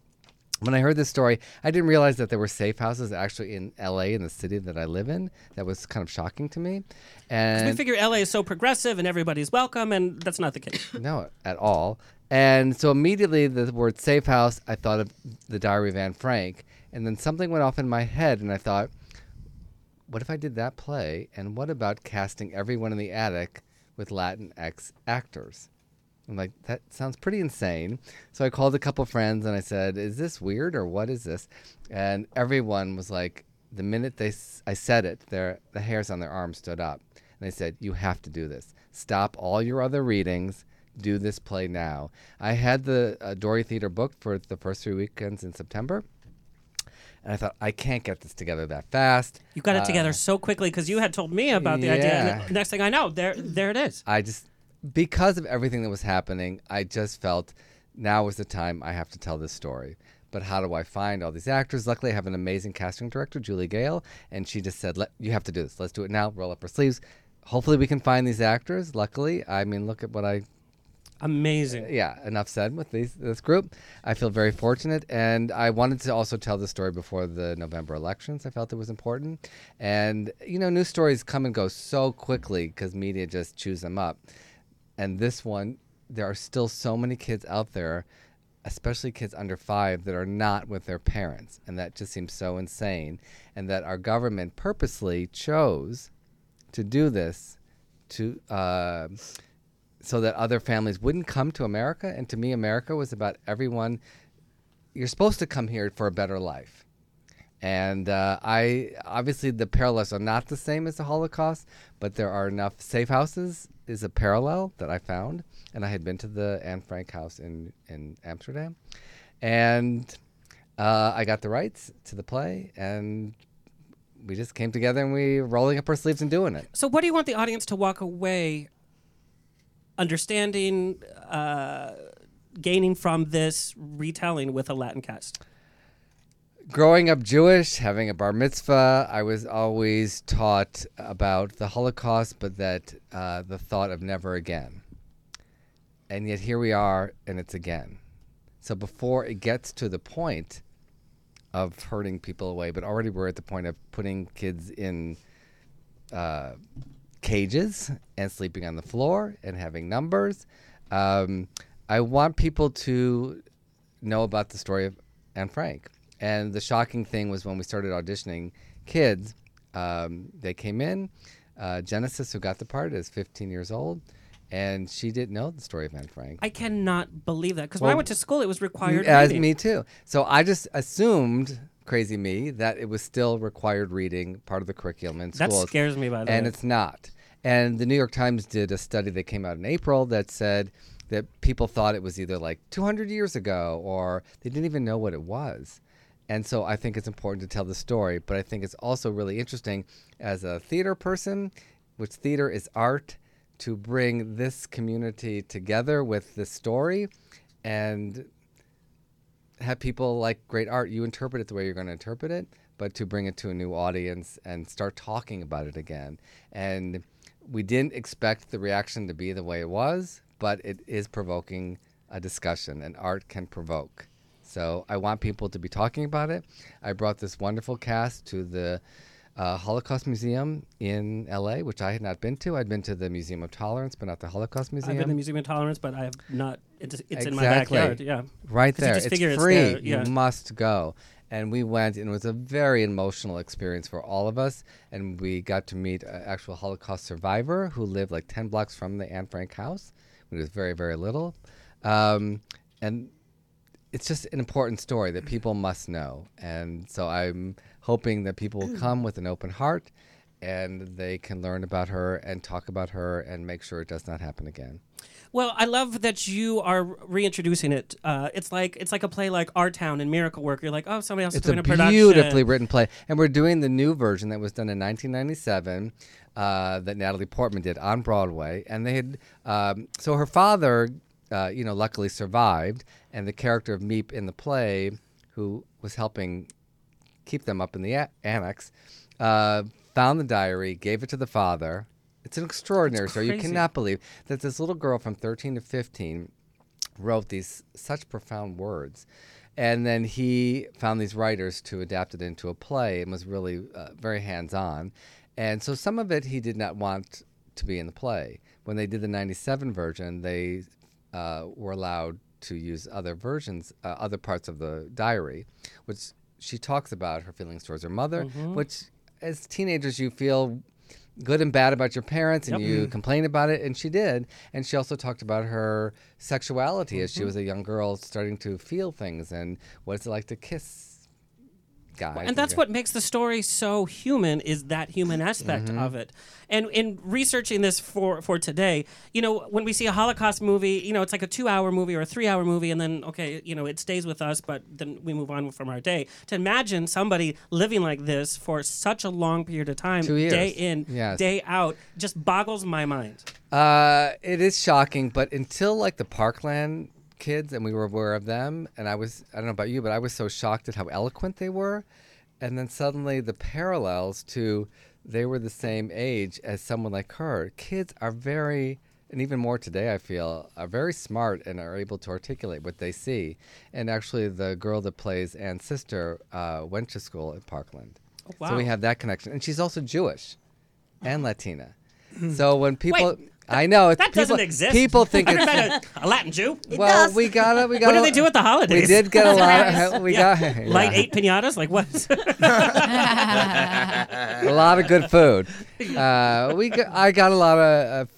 When I heard this story, I didn't realize that there were safe houses actually in LA in the city that I live in. That was kind of shocking to me. And
we figure LA is so progressive and everybody's welcome, and that's not the case.
no, at all. And so immediately the word safe house, I thought of the Diary of Anne Frank, and then something went off in my head, and I thought, what if I did that play? And what about casting everyone in the attic with Latinx actors? I'm like, that sounds pretty insane. So I called a couple friends and I said, is this weird or what is this? And everyone was like, the minute they s- I said it, their the hairs on their arms stood up. And they said, you have to do this. Stop all your other readings. Do this play now. I had the uh, Dory Theater booked for the first three weekends in September. And I thought, I can't get this together that fast.
You got it
Uh,
together so quickly because you had told me about the idea.
yeah.
And the next thing I know, there there it is.
I just because of everything that was happening, I just felt now is the time I have to tell this story. But how do I find all these actors? Luckily, I have an amazing casting director, Julie Gale, and she just said, Let, "You have to do this. Let's do it now. Roll up our sleeves. Hopefully, we can find these actors." Luckily, I mean, look at what I
Amazing.
yeah, enough said with these, this group. I feel very fortunate, and I wanted to also tell the story before the November elections. I felt it was important, and you know, news stories come and go so quickly because media just chews them up. And this one, there are still so many kids out there, especially kids under five, that are not with their parents, and that just seems so insane. And that our government purposely chose to do this to uh, so that other families wouldn't come to America. And to me, America was about everyone. You're supposed to come here for a better life. And uh, I obviously the parallels are not the same as the Holocaust, but there are enough safe houses is a parallel that I found, and I had been to the Anne Frank house in in Amsterdam, and uh, I got the rights to the play, and we just came together and we were rolling up our sleeves and doing it.
So, what do you want the audience to walk away understanding, uh, gaining from this retelling with a Latin cast?
growing up Jewish, having a bar mitzvah, I was always taught about the Holocaust, but that uh, the thought of never again. And yet here we are, and it's again. So before it gets to the point of hurting people away, but already we're at the point of putting kids in uh, cages and sleeping on the floor and having numbers. Um, I want people to know about the story of Anne Frank. And the shocking thing was when we started auditioning kids, um, they came in. Uh, Genesis, who got the part, is 15 years old, and she didn't know the story of Anne Frank.
I cannot believe that because when I
Well,
went to school, it was required.
As
reading.
me too. So I just assumed, crazy me, that it was still required reading part of the curriculum in
That
schools.
scares me, by the
And
way.
it's not. And the New York Times did a study that came out in April that said that people thought it was either like 200 years ago or they didn't even know what it was. And so I think it's important to tell the story, but I think it's also really interesting as a theater person, which theater is art, to bring this community together with this story and have people like great art. You interpret it the way you're going to interpret it, but to bring it to a new audience and start talking about it again. And we didn't expect the reaction to be the way it was, but it is provoking a discussion, and art can provoke. So I want people to be talking about it. I brought this wonderful cast to the uh, Holocaust Museum in LA, which I had not been to. I'd been to the Museum of Tolerance, but not the Holocaust Museum.
I've been to Museum of Tolerance, but I have not. It's, it's in my
Exactly.
backyard. Yeah,
Right
'Cause you
there.
just
It's
figure
free.
there, yeah.
You must go. And we went, and it was a very emotional experience for all of us. And we got to meet an actual Holocaust survivor who lived like 10 blocks from the Anne Frank house when he was very, very little. Um, and it's just an important story that
(clears throat)
people must know. And so I'm hoping that people will come with an open heart and they can learn about her and talk about her and make sure it does not happen again.
Well, I love that you are reintroducing it. Uh, it's like it's like a play like Our Town and Miracle Work. You're like, oh, somebody else is
It's
doing
a
a production.
beautifully written play, and we're doing the new version that was done in 1997 uh, that Natalie Portman did on Broadway, and they had um, so her father, uh, you know, luckily survived, and the character of Meep in the play, who was helping keep them up in the a- annex, uh, found the diary, gave it to the father. It's an extraordinary story. You
crazy.
cannot believe that this little girl from 13 to 15 wrote these such profound words. And then he found these writers to adapt it into a play and was really uh, very hands on. And so some of it he did not want to be in the play. When they did the 97 version, they uh, were allowed to use other versions, uh, other parts of the diary, which she talks about her feelings towards her mother,
Mhm.
which as teenagers you feel good and bad about your parents and
Yep.
you
Mm.
complain about it and she did and she also talked about her sexuality as
Mm-hmm.
she was a young girl starting to feel things and what it's like to kiss guys
and that's
go-
what makes the story so human is that human aspect
Mhm.
of it and in researching this for for today you know when we see a holocaust movie you know it's like a two hour movie or a three hour movie and then okay you know it stays with us but then we move on from our day to imagine somebody living like this for such a long period of time
Two years.
day in
Yes.
day out just boggles my mind
Uh, it is shocking, but until like the Parkland kids, and we were aware of them, and I was, I don't know about you, but I was so shocked at how eloquent they were. And then suddenly the parallels to they were the same age as someone like her. Kids are very, and even more today, I feel, are very smart and are able to articulate what they see. And actually, the girl that plays Anne's sister uh, went to school at Parkland.
Oh,
So we
wow.
have that connection. And she's also Jewish and Latina. so when people, I know it's,
Hmm. that doesn't
people-
exist
People
(laughs)
think
I've never
it's.
met a, a latin
(laughs)
jew
Well, we gotta, we gotta.
what do they do at the holidays?
We did get a lot. Of, we got (laughs) yeah.
light eight pinatas. Like what? (laughs)
a lot of
(laughs)
good food. Uh, we, got, I got a lot of uh,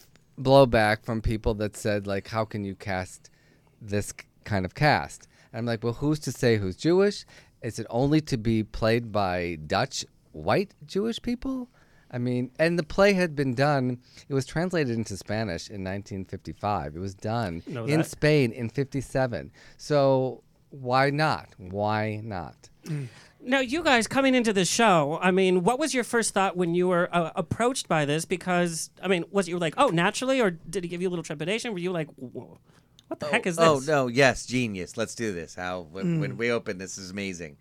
blowback from people that said like, "How can you cast this k- kind of cast?" And I'm like, "Well, who's to say who's Jewish? Is it only to be played by Dutch white Jewish people?" I mean, and the play had been done. It was translated into Spanish in 1955. It was done
Know
in
that.
Spain in 57. So why not? Why not?
Now, you guys coming into this show, I mean, what was your first thought when you were uh, approached by this? Because, I mean, was you like, oh, naturally, or did it give you a little trepidation? Were you like, whoa, what the heck is this?
Oh no! Yes, genius. Let's do this. How when,
Mm.
when we open this is amazing,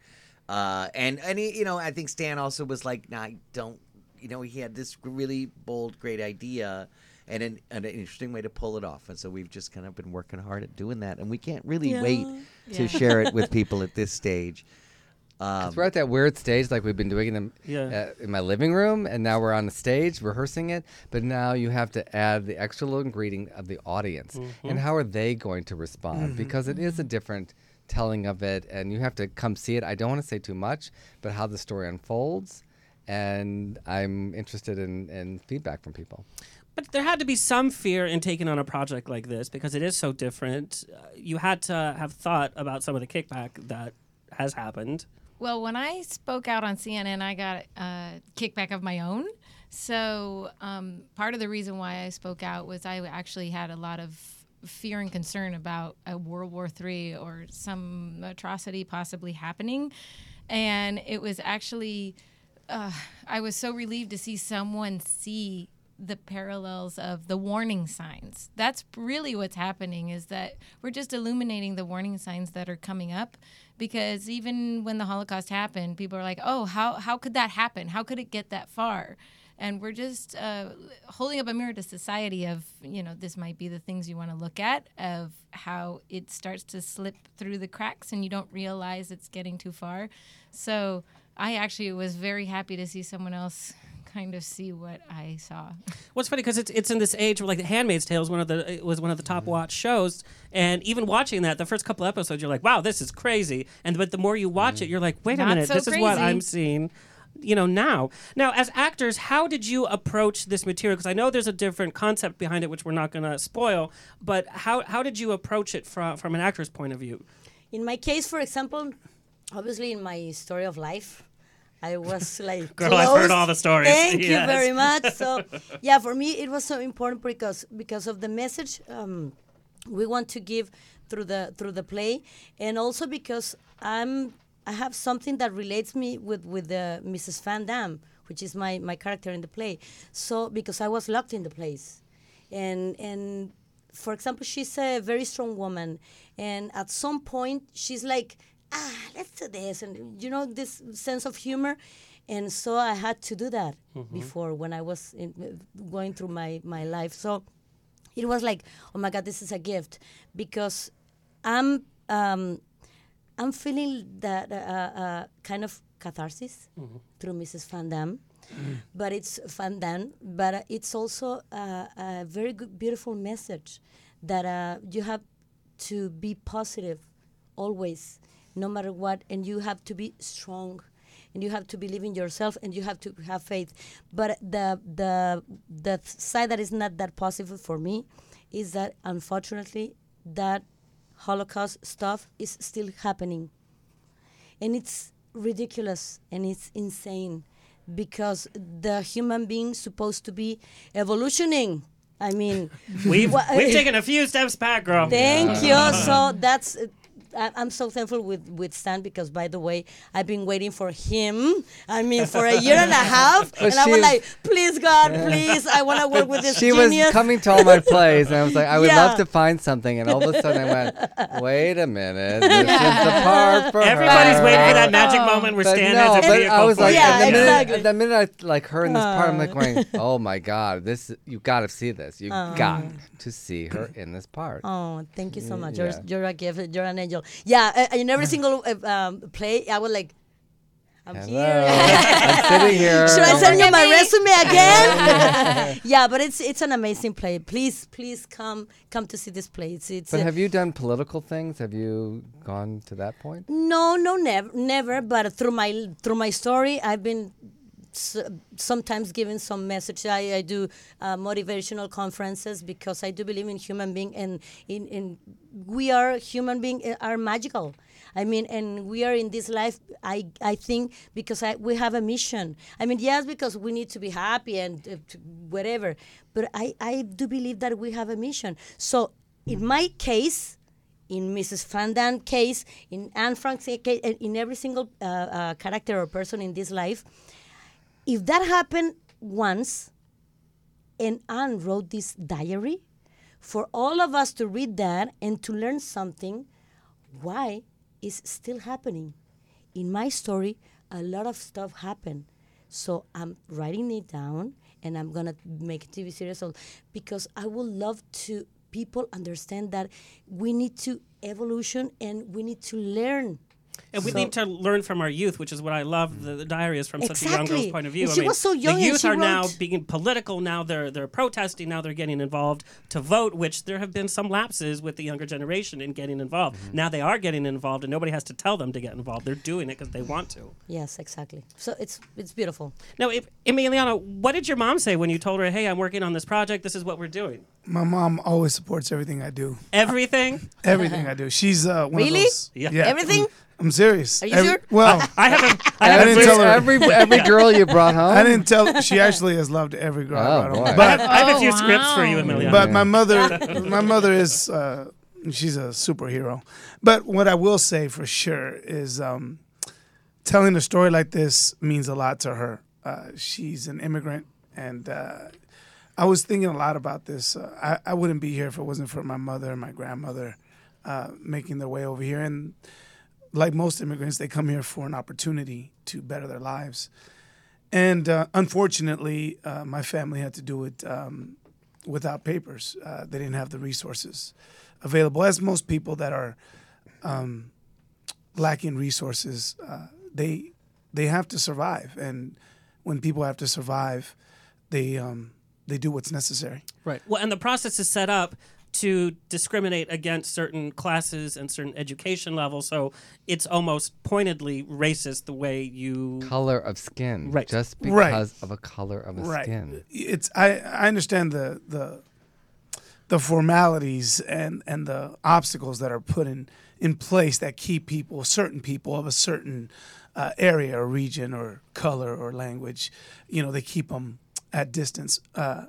uh, and and he, you know I think Stan also was like, nah, I don't. You know, he had this really bold, great idea, and an, an interesting way to pull it off. And so we've just kind of been working hard at doing that, and we can't really
Yeah.
wait to
Yeah.
share
(laughs)
it with people at this stage. Um,
'Cause we're at that weird stage, like we've been doing them
Yeah.
uh, in my living room, and now we're on the stage rehearsing it. But now you have to add the extra little ingredient of the audience,
Mhm.
and how are they going to respond?
Mhm.
Because it is a different telling of it, and you have to come see it. I don't want to say too much, but how the story unfolds, and I'm interested in, in feedback from people.
But there had to be some fear in taking on a project like this because it is so different. Uh, you had to have thought about some of the kickback that has happened.
Well, when I spoke out on CNN, I got a kickback of my own. So um, part of the reason why I spoke out was I actually had a lot of fear and concern about a World War III or some atrocity possibly happening, and it was actually uh, I was so relieved to see someone see the parallels of the warning signs. That's really what's happening is that we're just illuminating the warning signs that are coming up because even when the Holocaust happened, people are like, "Oh, how how could that happen? How could it get that far?" And we're just uh, holding up a mirror to society of, you know, this might be the things you want to look at of how it starts to slip through the cracks and you don't realize it's getting too far. So I actually was very happy to see someone else kind of see what I saw.
What's funny because it's it's in this age where like The Handmaid's Tale is one of the it was one of the
Mm-hmm.
top watched shows, and even watching that, the first couple episodes, you're like, wow, this is crazy. And but the more you watch
Mm.
it, you're like, wait a
Not
minute,
so
this is what
crazy.
I'm seeing. You know now. Now, as actors, how did you approach this material? Because I know there's a different concept behind it, which we're not going to spoil. But how how did you approach it from from an actor's point of view?
In my case, for example, obviously in my story of life, I
(laughs)
was like,
Girl, I've heard
closed.
all the stories.
Thank you
Yes.
very much.
(laughs)
So, yeah, for me, it was so important because because of the message um, we want to give through the through the play, and also because I'm I have something that relates me with with uh, Mrs. Van Damme, which is my my character in the play. So because I was locked in the place, and and for example, she's a very strong woman, and at some point she's like, ah, let's do this, and you know this sense of humor, and so I had to do that
Mhm.
before when I was in, going through my my life. So it was like, oh my God, this is a gift because I'm um, I'm feeling that uh, uh, kind of catharsis
Mhm.
through Mrs. Van Damme. But it's Van Damme, but it's also uh, a very good, beautiful message that uh, you have to be positive always, no matter what, and you have to be strong, and you have to believe in yourself, and you have to have faith. But the the the side that is not that positive for me is that unfortunately that Holocaust stuff is still happening. And it's ridiculous and it's insane because the human being supposed to be evolutioning. I
(laughs)
mean,
We've
wha-
uh,
we've taken a few steps back, girl.
(laughs) Thank you. So that's. uh, I- I'm so thankful with, with Stan because, by the way, I've been waiting for him. I mean, for a
(laughs)
year and a half,
Well,
and I was
she's-
like, "Please, God, please, I want to work with this
(laughs) she
genius."
was coming to all my plays, and I was like, I would
Yeah.
love to find something. And all of a sudden, I went, wait a minute, this is the part for
Everybody's
her.
waiting for that magic moment where
But
Stan
no,
has a
but
vehicle
I was
for
like,
it. Yeah,
and the, minute,
exactly.
the minute I like her in this part,
Uh.
I'm like
Aw.
(laughs)
going, oh my god, this you got to see this. You
Aw.
got to see her in this part.
Uh. Oh, thank you so
Mm,
much. You're,
yeah.
you're a gift. You're an angel. Yeah, uh, in
(laughs)
every single uh, um, play, I was like, I'm
Hello.
here. (laughs)
I'm sitting here. Oh
Should I
Don't
send you
forget
my
me. (laughs)
resume again? yeah, but it's it's an amazing play. Please, please come come to see this play. It's it's.
But
uh,
have you done political things? Have you gone to that point?
no, no, never, never. But through my through my story, I've been s- sometimes giving some message. I, I do uh, motivational conferences because I do believe in human being and in, in we are human being uh, are magical. I mean, and we are in this life. I I think because I, we have a mission. I mean, yes, because we need to be happy and uh, to whatever. But I I do believe that we have a mission. So in my case in Mrs. Van Damme case, in Anne Frank's case, and in every single uh, uh, character or person in this life, if that happened once, and Anne wrote this diary for all of us to read that and to learn something, why is still happening? In my story, a lot of stuff happened, so I'm writing it down and I'm gonna make a TV series of because I would love to people understand that we need to evolution and we need to learn.
And we
So-
need to learn from our youth, which is what I love. The, the diary is from such a young girl's
Exactly.
point of view.
And
I
she
mean,
was so young
The
and
youth
she
are now
wrote-
being political. Now they're they're protesting. Now they're getting involved to vote. Which there have been some lapses with the younger generation in getting involved.
Mm-hmm.
Now they are getting involved, and nobody has to tell them to get involved. They're doing it because they want to.
Yes, exactly. So it's it's beautiful.
Now, if, Emiliano, what did your mom say when you told her, "Hey, I'm working on this project. This is what we're doing."
My mom always supports everything I do.
Everything.
Everything I do. She's uh, one
Really?
of those.
Yeah.
Everything. I'm serious.
Are you sure?
Well,
(laughs) I, haven't.
I haven't
didn't tell her.
Every-
(laughs)
every girl you brought home?
I didn't
(laughs)
tell. She actually has loved every girl
Oh,
I brought
boy.
home. But
I have- I have a few Oh, scripts for you, wow. Emiliano.
But
(laughs)
my mother, my mother is, uh, she's a superhero. But what I will say for sure is, um, telling a story like this means a lot to her. Uh, she's an immigrant, and uh, I was thinking a lot about this. Uh, I, I wouldn't be here if it wasn't for my mother and my grandmother uh, making their way over here. And like most immigrants, they come here for an opportunity to better their lives. And uh, unfortunately, uh, my family had to do it um, without papers. Uh, they didn't have the resources available, as most people that are um, lacking resources, uh, they they have to survive, and when people have to survive, they um, they do what's necessary.
Right. Well, and the process is set up to discriminate against certain classes and certain education levels. So it's almost pointedly racist the way you.
color of skin,
Right.
Just because
Right.
of a color of a
right.
skin.
It's I I understand the the the formalities and and the obstacles that are put in in place that keep people certain people of a certain uh, area or region or color or language, you know, they keep them at distance. Uh,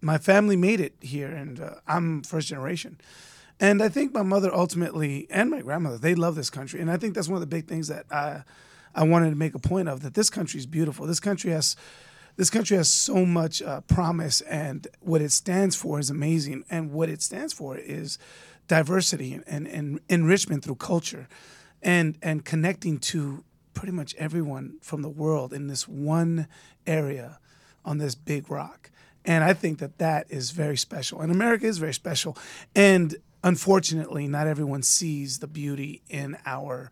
my family made it here, and uh, I'm first generation. And I think my mother ultimately and my grandmother, they love this country. And I think that's one of the big things that I I wanted to make a point of that this country is beautiful. This country has this country has so much uh, promise, and what it stands for is amazing. And what it stands for is diversity and, and enrichment through culture, and and connecting to pretty much everyone from the world in this one area on this big rock. And I think that that is very special. And America is very special. And unfortunately, not everyone sees the beauty in our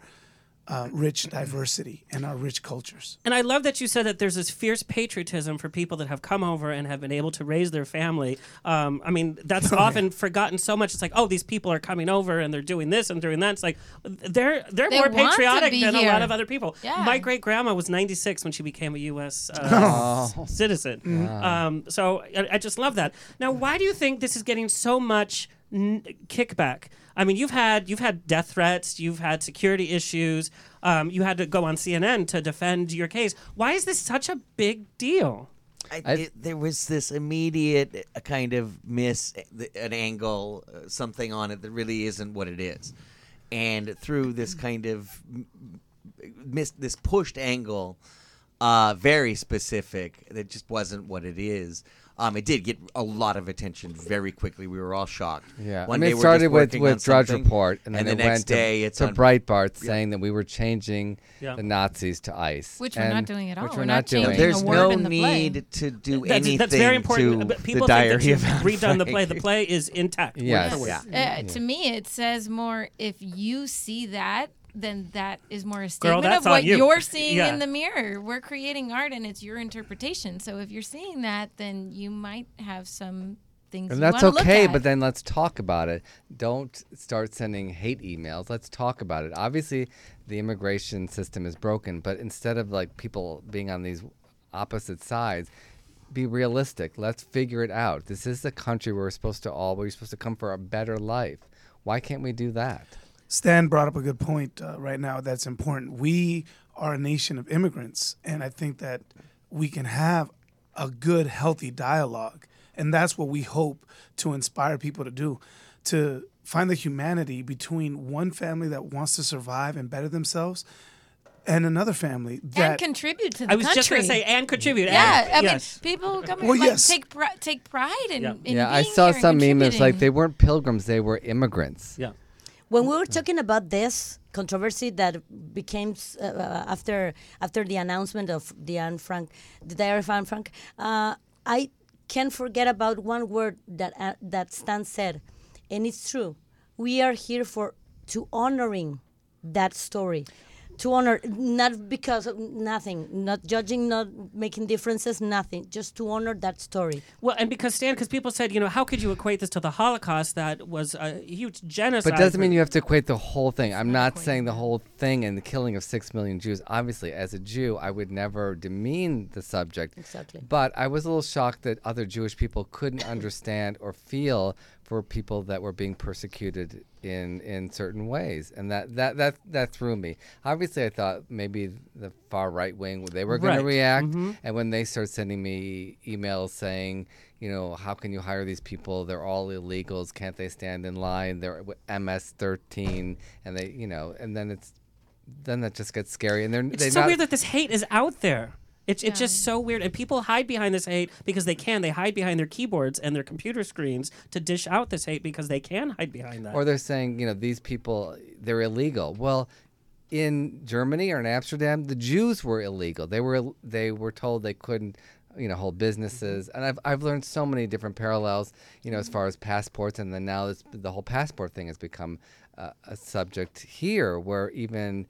uh, rich diversity and our rich cultures.
And I love that you said that there's this fierce patriotism for people that have come over and have been able to raise their family. Um, I mean, that's often forgotten so much. It's like, oh, these people are coming over and they're doing this and doing that. It's like they're they're
They
more
want to
patriotic
be
than
here.
a lot of other people.
Yeah.
My great grandma was 96 when she became a U.S.
(laughs)
Uh,
Oh.
citizen.
Mm.
Yeah.
Um, so I, I just love that. Now, why do you think this is getting so much n- kickback? I mean, you've had you've had death threats, you've had security issues, um, you had to go on CNN to defend your case. Why is this such a big deal?
I, it- there was this immediate uh, kind of miss, th- an angle, uh, something on it that really isn't what it is, and through
Mm-hmm.
this kind of m- m- miss, this pushed angle, uh, very specific that just wasn't what it is. Um, it did get a lot of attention very quickly. We were all shocked.
Yeah,
One
I mean,
day
it
we're
started
just
with
working on
with Drudge
something,
Report, and then
the
it
next
went to,
day it's
to
on
Breitbart
Yeah.
saying that we were changing
Yeah.
the Nazis to Ice,
Which we're not
and-
doing at all.
Which we're,
We're
not,
not
doing.
changing
There's
a word
no
in the play.
need to do
That's,
anything
that's very
to
important. Uh, But People
the
think
diary
that you've
of Anne
redone the
Frank.
play. The play is intact. word
Yes.
for word.
Yeah.
Uh, To me, it says more if you see that, then that is more a
Girl,
statement
that's
of
on
what
you.
are seeing
Yeah.
in the mirror. We're creating art and it's your interpretation. So if you're seeing that, then you might have some things
And
you
that's
wanna look
okay,
at.
but then let's talk about it. Don't start sending hate emails. Let's talk about it. Obviously, the immigration system is broken, but instead of like people being on these opposite sides, be realistic. Let's figure it out. This is the country where we're supposed to all, we're supposed to come for a better life. Why can't we do that?
Stan brought up a good point uh, right now that's important. We are a nation of immigrants, and I think that we can have a good, healthy dialogue. And that's what we hope to inspire people to do to find the humanity between one family that wants to survive and better themselves and another family
and
that
contribute to the
I was
country.
just going to say and contribute.
Yeah,
and,
I mean,
yes.
people come
Well,
and like,
yes.
take pri- take pride in.
Yeah.
in
yeah, I
being
saw
here and
some meme that's like
contributing.
they weren't pilgrims, they were immigrants.
Yeah.
When we were talking about this controversy that became uh, uh, after after the announcement of the Anne Frank, the Diary of Anne Frank, uh, I can't forget about one word that uh, that Stan said, and it's true. We are here for to honoring that story, to honor not because of nothing, not judging, not making differences, nothing, just to honor that story.
Well, and because Stan, because people said, you know, how could you equate this to the Holocaust? That was a huge genocide.
But doesn't
for-
mean you have to equate the whole thing. I'm not saying the whole thing and the killing of six million Jews. Obviously, as a Jew, I would never demean the subject.
Exactly.
But I was a little shocked that other Jewish people couldn't understand or feel for people that were being persecuted in in certain ways, and that that that that threw me. Obviously, I thought maybe the far right wing they were going
Right.
to react,
Mm-hmm.
and when they started sending me emails saying, you know, how can you hire these people? They're all illegals. Can't they stand in line? They're MS thirteen, and they, you know, and then it's then that just gets scary, and they're
It's
they're
so
not-
weird that this hate is out there. It's, it's just so weird. And people hide behind this hate because they can. They hide behind their keyboards and their computer screens to dish out this hate because they can hide behind that.
Or they're saying, you know, these people, they're illegal. Well, in Germany or in Amsterdam, the Jews were illegal. They were they were told they couldn't, you know, hold businesses.
Mm-hmm.
And I've I've learned so many different parallels, you know, as far as passports, and then now this, the whole passport thing has become uh, a subject here, where even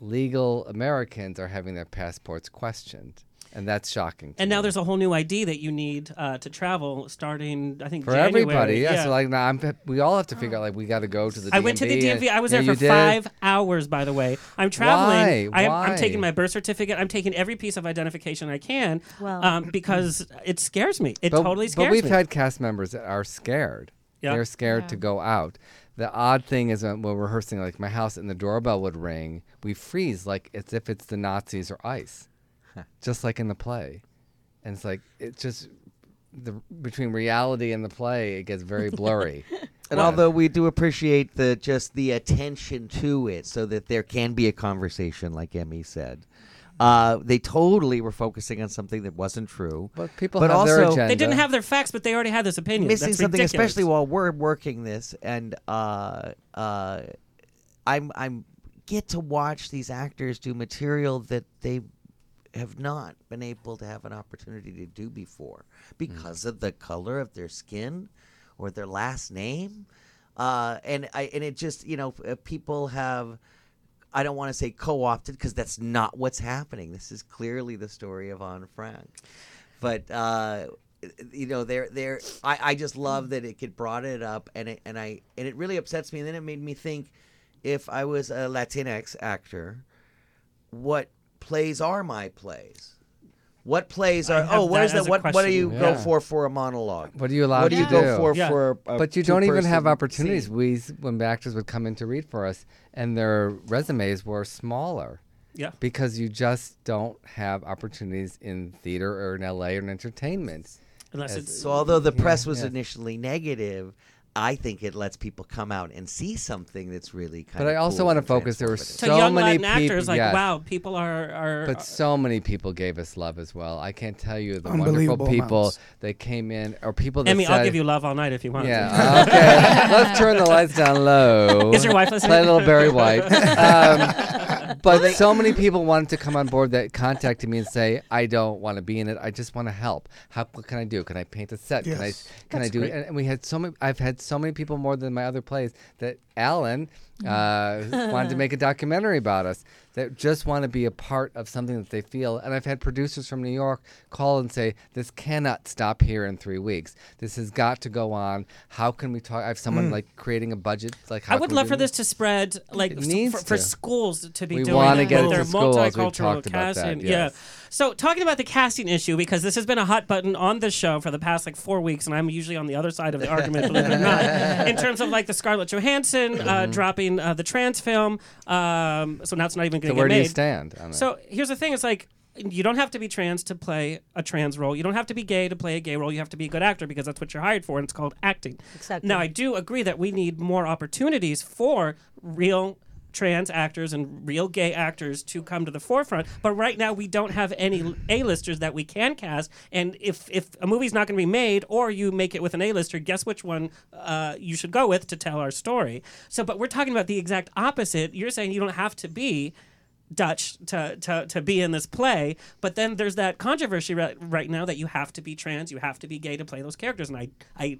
legal Americans are having their passports questioned, and that's shocking.
And now there's a whole new ID that you need uh, to travel starting, I think,
for
January.
everybody. Yeah, so like now I'm, we all have to figure out like we got to go to the.
I went to the
DMV and-
DMV. I was
Yeah,
there
you
for
did.
five hours, by the way. I'm traveling.
Why?
I am, I'm
Why?
taking my birth certificate. I'm taking every piece of identification I can
Wow.
um, because it scares me. It
but,
totally scares
But we've
me.
had cast members that are scared.
Yeah.
They're scared to go out. The odd thing is when we're rehearsing, like my house, and the doorbell would ring. We freeze like as if it's the Nazis or ICE, just like in the play. And it's like it's just the between reality and the play, it gets very blurry.
And although we do appreciate the just the attention to it, so that there can be a conversation, like Emmy said, uh, they totally were focusing on something that wasn't true.
But people
but
have
also
their agenda.
They didn't have their facts, but they already had this opinion.
missing
That's
something,
ridiculous.
especially while we're working this, and uh, uh, I'm I'm get to watch these actors do material that they have not been able to have an opportunity to do before because
Mm.
of the color of their skin or their last name, uh, and I and it just you know f- uh, people have. I don't want to say co-opted because that's not what's happening. This is clearly the story of Anne Frank, but uh, you know, they're they're. I, I just love that it could brought it up, and it, and I and it really upsets me. And then it made me think, if I was a Latinx actor, what plays are my plays? What plays
I
are?
have
Oh,
that
what is
as
that?
a
What what do you
question.
go
Yeah.
for for a monologue?
What are you allowed
What
to
do you go for
Yeah.
for? A
but you don't even have
two-person
opportunities.
scene?
We when actors would come in to read for us, and their resumes were smaller.
Yeah.
Because you just don't have opportunities in theater or in LA or in entertainment. As-
so. Although the
Yeah,
press was
yeah.
initially negative, I think it lets people come out and see something that's really kind
But
of.
I also
cool
want to
and
focus. There were
transformative.
so
to young
many
Latin
people.
actors, like
yes.
wow, people are are.
But so many people gave us love as well. I can't tell you the wonderful
Unbelievable
people
amounts.
that came in, or people that
Emmy, I'll
said-
give you love all night if you want.
Yeah,
(laughs)
okay. Let's turn the lights down low.
Is your wife listening?
Play a little Barry White. Um, but so many people wanted to come on board that contacted me and say, "I don't want to be in it. I just want to help. How what can I do? Can I paint a set? Can I
Yes.
can I
That's
do?"
great.
And, and we had so many. I've had so many people more than my other plays that Alan
Mm.
uh, wanted to make a documentary about us that just want to be a part of something that they feel. And I've had producers from New York call and say, "This cannot stop here in three weeks. This has got to go on. How can we talk?" I have someone
Mm.
like creating a budget. Like, how
I would
can we
love
do
for
this?
this to spread, like
It
s-
needs
for, for
to.
schools to be
We
doing
wanna
that
get it
with
to
their
schools. We've
multicultural
talked about that,
casting.
yes.
Yeah. So talking about the casting issue, because this has been a hot button on this show for the past like four weeks, and I'm usually on the other side of the argument, believe it or
(laughs)
not, in terms of like the Scarlett Johansson uh,
Mhm.
dropping uh, the trans film. Um, so now it's not even
So
going to
where
get
do you
made.
stand on that?
So here's the thing: it's like you don't have to be trans to play a trans role. You don't have to be gay to play a gay role. You have to be a good actor because that's what you're hired for, and it's called acting.
Exactly.
Now I do agree that we need more opportunities for real trans actors and real gay actors to come to the forefront but right now we don't have any a-listers that we can cast and if if a movie's not going to be made or you make it with an a-lister guess which one uh, you should go with to tell our story so but we're talking about the exact opposite you're saying you don't have to be Dutch to, to, to be in this play. But then there's that controversy right, right now that you have to be trans, you have to be gay to play those characters. And I, I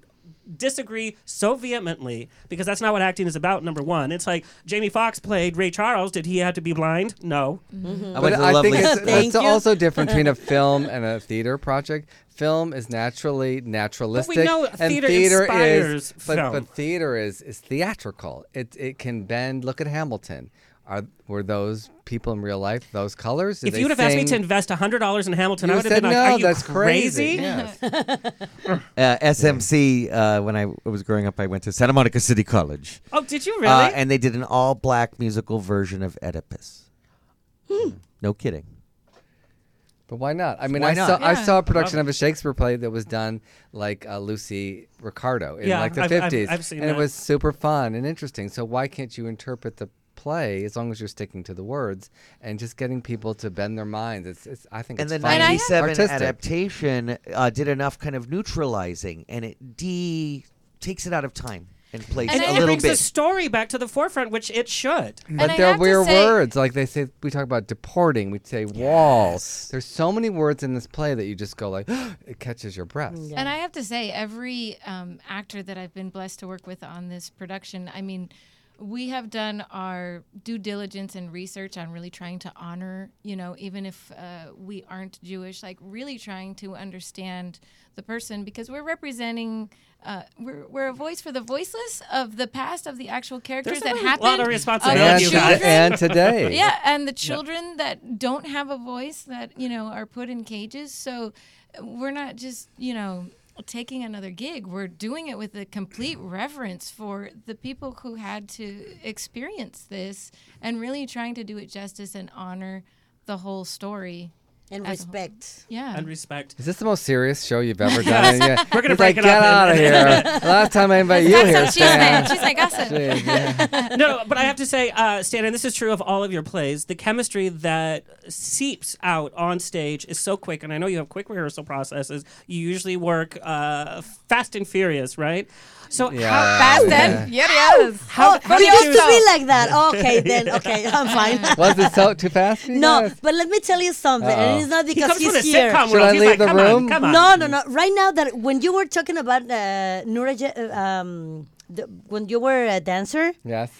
disagree so vehemently because that's not what acting is about, number one. It's like Jamie Foxx played Ray Charles. Did he have to be blind? No.
I but I think it's, it's also different
(laughs)
between a film and a theater project. Film is naturally naturalistic,
know
and
theater
is,
inspires
but,
film.
but theater is is theatrical. It it can bend. Look at Hamilton. Are were those people in real life those colors? Did
if
they
you would have asked me
sing-
to invest $100 in Hamilton,
You
I would have
said
been like,
no,
are you
that's
crazy?
crazy. Yes.
uh, SMC. Uh, when I was growing up, I went to Santa Monica City College.
Oh, did you
Uh,
really?
and they did an all-black musical version of Oedipus. No kidding.
But why not? I mean,
Why
I
not?
saw I
Yeah.
saw a production
Love
of a Shakespeare play that was done like uh, Lucy Ricardo in
Yeah,
like the
I've- I've-
fifties,
I've seen
and it
that.
was super fun and interesting. So why can't you interpret the play as long as you're sticking to the words and just getting people to bend their minds? It's, it's I think
And the
it's fun.
97
Artistic.
adaptation uh, did enough kind of neutralizing, and it de takes it out of time and plays
and
a
it
little
brings
bit.
the story back to the forefront, which it should.
But there are weird words. Like they say, we talk about deporting. We say wall. There's so many words in this play that you just go like, (gasps) it catches your breath.
And I have to say, every um, actor that I've been blessed to work with on this production, I mean, we have done our due diligence and research on really trying to honor, you know, even if uh, we aren't Jewish, like really trying to understand the person because we're representing, uh, we're, we're a voice for the voiceless of the past, of the actual characters
There's a
that
lot
happened.
of
the
responsibility,
children-
you guys. And
(laughs)
today.
yeah, and the
Yep.
children that don't have a voice that, you know, are put in cages. So uh, we're not just, you know, taking another gig. We're doing it with a complete reverence for the people who had to experience this and really trying to do it justice and honor the whole story
and
as a whole.
respect.
Yeah.
and respect.
Is this the most serious show you've
(laughs)
ever done? Yeah.
We're gonna
He's
break
like,
it
Get
up
out of
and-
here. Last time I invited you here, Stan.
She's like gossip.
Jeez, yeah.
no, no, but I have to say, uh, Stan, and this is true of all of your plays, the chemistry that seeps out on stage is so quick. And I know you have quick rehearsal processes. You usually work uh, fast and furious, right? So how
Yeah.
Fast
yeah.
and furious.
How,
Oh,
how
you
did
used to
you-
be like that.
(laughs)
Okay, then. Okay, I'm fine.
Was it so too fast? for you
No,
guys?
but let me tell you something,
Uh-oh.
and it's not
He
because
comes
he's
from a
here.
sitcom
Should
world.
I
He's
leave
like,
the
come on,
room?
come on.
No, no, no. Right now, that when you were talking about uh, Nura, Je- uh, um, the, when you were a dancer,
Yes.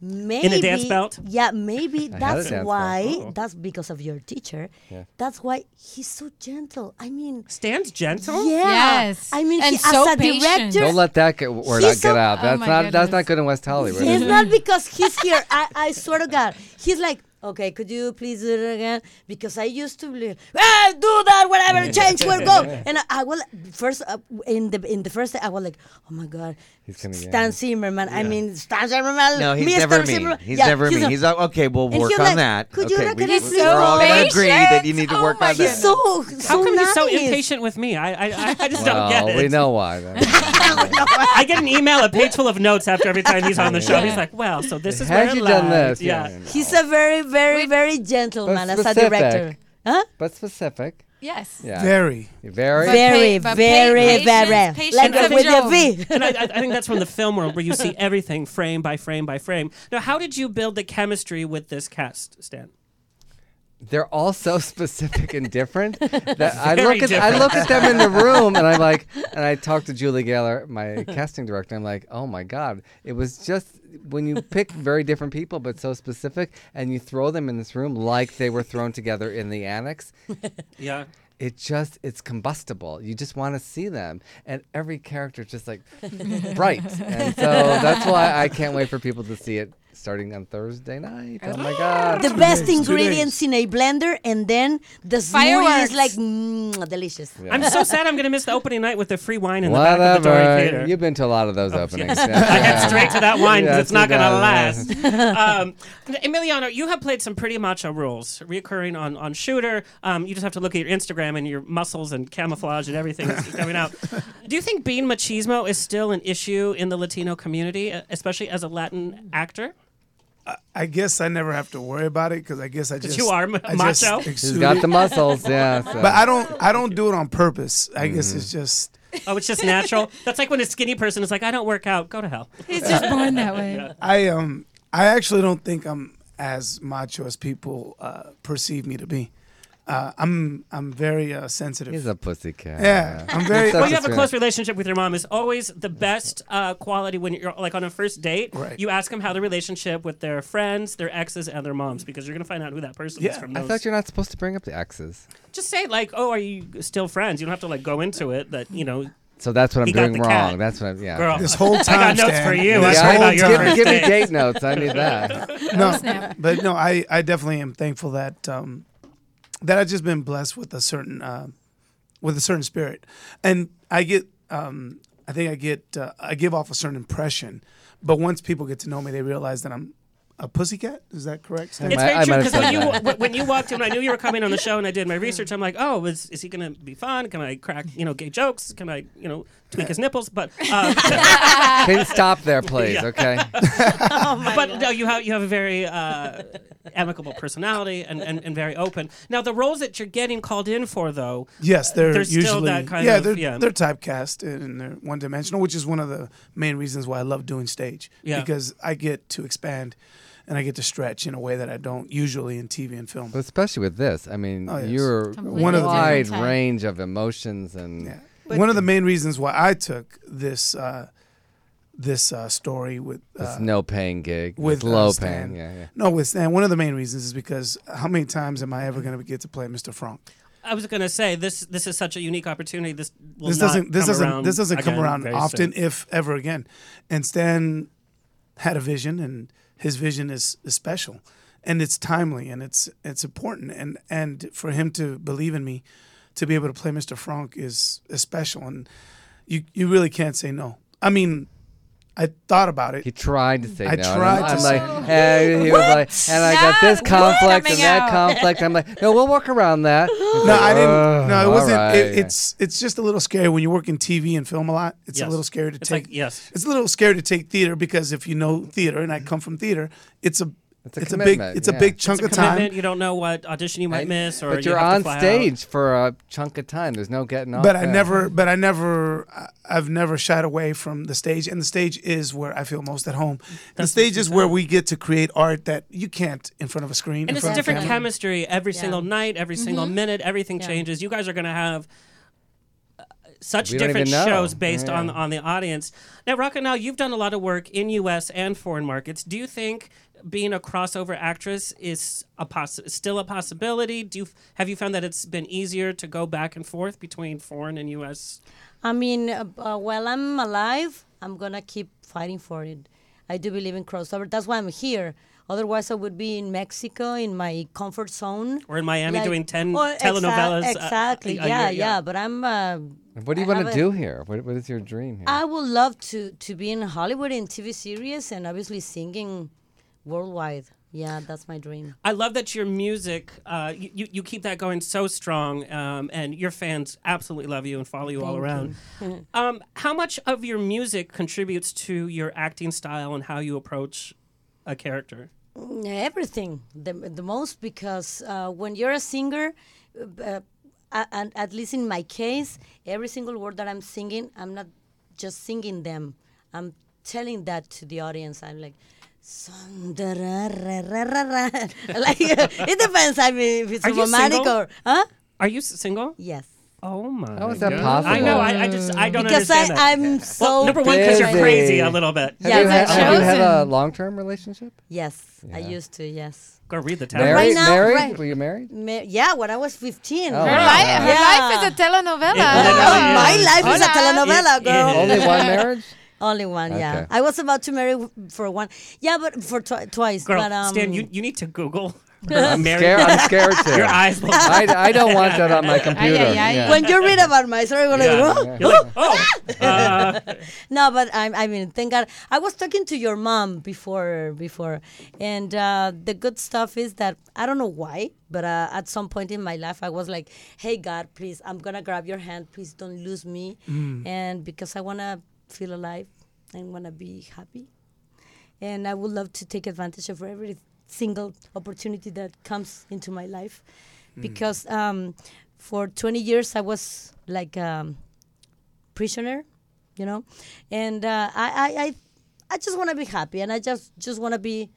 maybe
a dance belt?
Yeah, maybe
had a
that's
dance belt.
why.
Oh.
That's because of your teacher.
Yeah.
That's why he's so gentle. I mean,
Stan's gentle?
yeah.
Yes,
I mean,
and
he,
so
as a
patient.
director,
Don't let that get word
He's
out,
so-
get out.
Oh
That's
my
not that's
goodness.
not good in West Hollywood. is
It's
it? (laughs)
not because he's here. I, I swear to God. He's like, okay, could you please do it again? Because I used to believe, ah, do that, whatever, change, where
(laughs)
go. And I, I was first uh, in the in the first day, I was like, oh my God,
He's gonna get
Stan
it.
Zimmerman. I mean, Stan Zimmerman.
No, he's
Mr.
never mean.
Zimmerman.
He's
Yeah,
never mean.
a-
He's like, okay, we'll
And
work
he's
on
like,
that.
"Could you
okay,
recognize
we,
He's
we're all
so
gonna agree that
patient.
you need to
Oh
work
my
on
He's
that.
so so
How come
nice.
he's so impatient with me? I, I, I just don't
well,
get it.
we know why. then.
I get an email, a page full of notes after every time he's on the show. He's like, well, so this is where
Had
it
you
lies."
done this?
Yeah.
He's a very, very, very gentle
But
man as a
specific.
director. Huh?
But specific.
Yes.
Yeah.
Very.
Very.
But
Very,
pa- but
very,
patience-
very.
patience
Like
of
with your
Job.
V.
and I, I I think that's from the film world where you see everything frame by frame by frame. Now, how did you build the chemistry with this cast, Stan?
they're all so (laughs) specific
(laughs)
and different that I
Very
look at I
different.
look at them in the room and I'm
(laughs)
like and I talk to Julie Geller, my casting director. I'm like, oh my god, it was just when you pick very different people but so specific and you throw them in this room like they were thrown together in the annex.
Yeah.
It just it's combustible. You just want to see them, and every character
(laughs)
is just like bright, and so that's why I can't wait for people to see it starting on Thursday night. Oh
Ah,
my god!
the best
days, two
ingredients in a blender, and then the smoothie
Fireworks.
is like mm, delicious.
I'm so sad I'm going to miss the opening night with the free wine in the back of the Dory
Whatever.
Theater. (laughs)
You've been to a lot of those openings.
I head straight to that wine because
Yeah,
it's not
too
going to last.
bad,
um, Emiliano, you have played some pretty macho roles, reoccurring on, on Shooter. Um, you just have to look at your Instagram and your muscles and camouflage and everything is (laughs) coming out. Do you think being machismo is still an issue in the Latino community, uh, especially as a Latin actor?
I guess I never have to worry about it because I guess I just
you are ma-
I just
macho. He's
(laughs) He's
exude
got
(laughs)
it.
the muscles, yeah. so.
But I don't. I don't do it on purpose. I guess it's
Mm-hmm.
just.
Oh, it's just (laughs) natural. That's like when a skinny person is like, I don't work out, go to hell.
He's just born
(laughs)
that way.
I um. I actually don't think I'm as macho as people uh, perceive me to be. Uh, I'm. I'm very uh, sensitive.
He's a pussycat.
yeah. I'm very.
Well,
Well, you have a
That's
close
right.
relationship with your mom is always the best uh, quality when you're like on a first date.
Right.
You ask them how the relationship with their friends, their exes, and their moms because you're gonna find out who that person is
Yeah.
from.
I
Those.
thought you're not supposed to bring up the exes.
Just say like, "Oh, are you still friends?" You don't have to like go into it. That you know,
So that's what I'm
He got
doing
the
wrong.
cat.
That's what I'm, yeah.
girl.
This whole
I got
time,
notes
Stan.
for you.
This
I
Yeah,
heard
whole
about your
give, me-
first
give me
date.
date notes. I need
(laughs)
that.
no,
snap.
but no, I, I definitely am thankful that um, that I've just been blessed with a certain uh, with a certain spirit, and I get um, I think I get uh, I give off a certain impression, but once people get to know me, they realize that I'm a pussycat. Is that correct? Stan?
It's
I-
very
I
true
might
because
have
when
said
you
that.
w- when you walked in, I knew you were coming on the show, and I did my research. I'm like, oh, is, is he gonna be fun? Can I crack you know gay jokes? Can I you know tweak his nipples? But (laughs) um,
Can you stop there, please?
(laughs)
Okay.
but no, you have you have a very uh, amicable personality and, and, and very open. Now the roles that you're getting called in for though,
Yes, they're
There's still
usually
that kind
yeah,
of-
they're,
yeah.
they're typecast and they're one dimensional, which is one of the main reasons why I love doing stage
Yeah.
because I get to expand and I get to stretch in a way that I don't usually in TV and film.
But especially with this, I mean,
Oh, yes.
you're
Completely
one of the wide
different type.
range of emotions and
One of the main reasons why I took this uh, this uh, story with
This
uh,
no paying gig. With
with uh,
low
Stan.
paying. Yeah, yeah.
No, with Stan. One of the main reasons is because how many times am I ever going to get to play Mr. Frank?
I was gonna say this. This is such a unique opportunity. This will
this
not
doesn't
come
this doesn't
around
this doesn't come
again
around
very
often,
soon.
if ever again. And Stan had a vision, and his vision is, is special, and it's timely, and it's it's important, and and for him to believe in me, to be able to play Mr. Frank is is special, and you you really can't say no. I mean, I thought about it.
He tried to say
I
no.
tried
and
to
I'm,
say
I'm
no.
like, and he was like, and I got this
Stop
conflict and
coming
that
out.
conflict. I'm like, no, we'll work around that. He's
(gasps) No,
like,
I
"Ugh,
didn't. No, it
all
wasn't.
right."
it, it's it's just a little scary when you work in TV and film a lot. It's
Yes.
a little scary to
It's like-
take.
yes.
it's a little scary to take theater because if you know theater, and I come from theater, it's a it's
a
a, big
commitment,
it's
yeah.
a big chunk
It's a
of time.
commitment. You don't know what audition you might miss, or
but
you
you're
have to
on
fly out.
stage for a chunk of time. There's no getting off.
But I
that.
never, but I never, I- I've never shied away from the stage, and the stage is where I feel most at home. the stage is where we get to create art that you can't in front of a screen. in
And it's
front
a
of
different
camera.
chemistry every single night, every single
Mhm.
minute. Everything
Yeah.
changes. You guys are going to have uh, such
We don't
different
even know.
shows based on
Yeah.
on the audience. Now, Rocco, now you've done a lot of work in U.S. and foreign markets. Do you think being a crossover actress is a poss- still a possibility? Do you have you found that it's been easier to go back and forth between foreign and U.S.
I mean, uh, uh, while I'm alive, I'm gonna keep fighting for it. I do believe in crossover. That's why I'm here. Otherwise, I would be in Mexico in my comfort zone.
or in Miami
Like-
doing ten
Or exa-
telenovelas? uh,
Exactly.
a- a
yeah,
year?
yeah, But I'm. Uh,
What do you
I Uh,
want
have
to
a-
do here? What, what is your dream here?
I would love to to be in Hollywood in TV series and obviously singing worldwide. Yeah, that's my dream.
I love that your music, uh, you, you- you keep that going so strong, um, and your fans absolutely love you and follow you all
Thank
around.
(laughs) you.
um, how much of your music contributes to your acting style and how you approach a character?
Mm, Everything, the, the most, because uh, when you're a singer, uh, a- and at least in my case, every single word that I'm singing, I'm not just singing them. I'm telling that to the audience. I'm like, "Sundararararara." (laughs) like it depends. I mean, if it's
Are you
romantic
single?
or huh?
Are you s- single?
Yes.
Oh my!
How is that
God.
possible?
I know. I, I just I don't
Because
understand
I-
that.
I'm
well,
so
number one because you're
Busy.
crazy a little bit.
Have you, had, have you had a
chosen.
long term relationship?
Yes, I
Yeah.
used to. Yes.
Go read the
But
tabloids.
Married?
Right now,
married?
right.
Were you married?
Ma- yeah, when I was 15.
Oh, Her wow. li- her
life is a telenovela.
Yeah,
It
uh, my
really
life
is.
is a
Hola.
telenovela,
Yeah.
girl.
Only
(laughs)
one marriage?
Only one, yeah.
Okay.
I was about to marry w- for one. Yeah, but for twi- twice.
Girl,
but, um,
Stan, you, you need to
(laughs)
Google.
I'm
married-
scared. I'm scared
(laughs)
too.
Your eyes. will-
I, I don't want that
(laughs)
on my computer. Yeah.
When you read about my story, you're
Yeah.
like, oh,
You're like, oh.
(laughs)
uh,
no, but I, I mean, thank God. I was talking to your mom before, before, and uh, the good stuff is that I don't know why, but uh, at some point in my life, I was like, "Hey God, please, I'm gonna grab your hand. Please don't lose me,"
Mm.
and because I wanna feel alive, I wanna be happy, and I would love to take advantage of every single opportunity that comes into my life,
Mm.
because um, for 20 years I was like. Um, prisoner, you know, and uh, I, I, I, I just want to be happy, and I just just want to be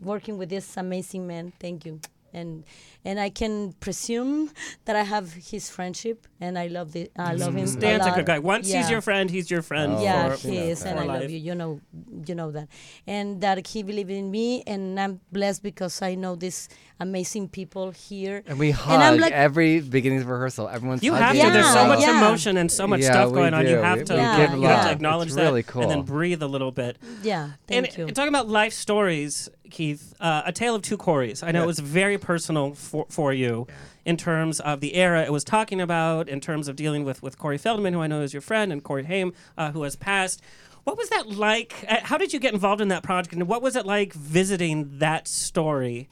working with this amazing man. Thank you, and and I can presume that I have his friendship, and I love the I love him.
Stan's Mm. a
lot.
good guy. Once he's
Yeah.
your friend, he's your friend.
yeah,
for,
he is,
for
and I
life.
love you. You know, you know that, and that he believed in me, and I'm blessed because I know these amazing people here.
And we hug
And I'm like,
every beginning of rehearsal. Everyone's
You have
hugging.
to. There's so
each
much
other.
emotion and so much
Yeah,
stuff
we
going on. You
do.
have
We-
to,
we
you
give
have
love.
to acknowledge
It's
that
really
and then
cool.
breathe a little bit.
yeah,
And,
thank you.
and talking about life stories, Keith, uh, A Tale of Two Corys. I know it was very personal for, for you in terms of the era it was talking about, in terms of dealing with, with Corey Feldman, who I know is your friend, and Corey Haim, uh, who has passed. What was that like? Uh, How did you get involved in that project? And what was it like visiting that story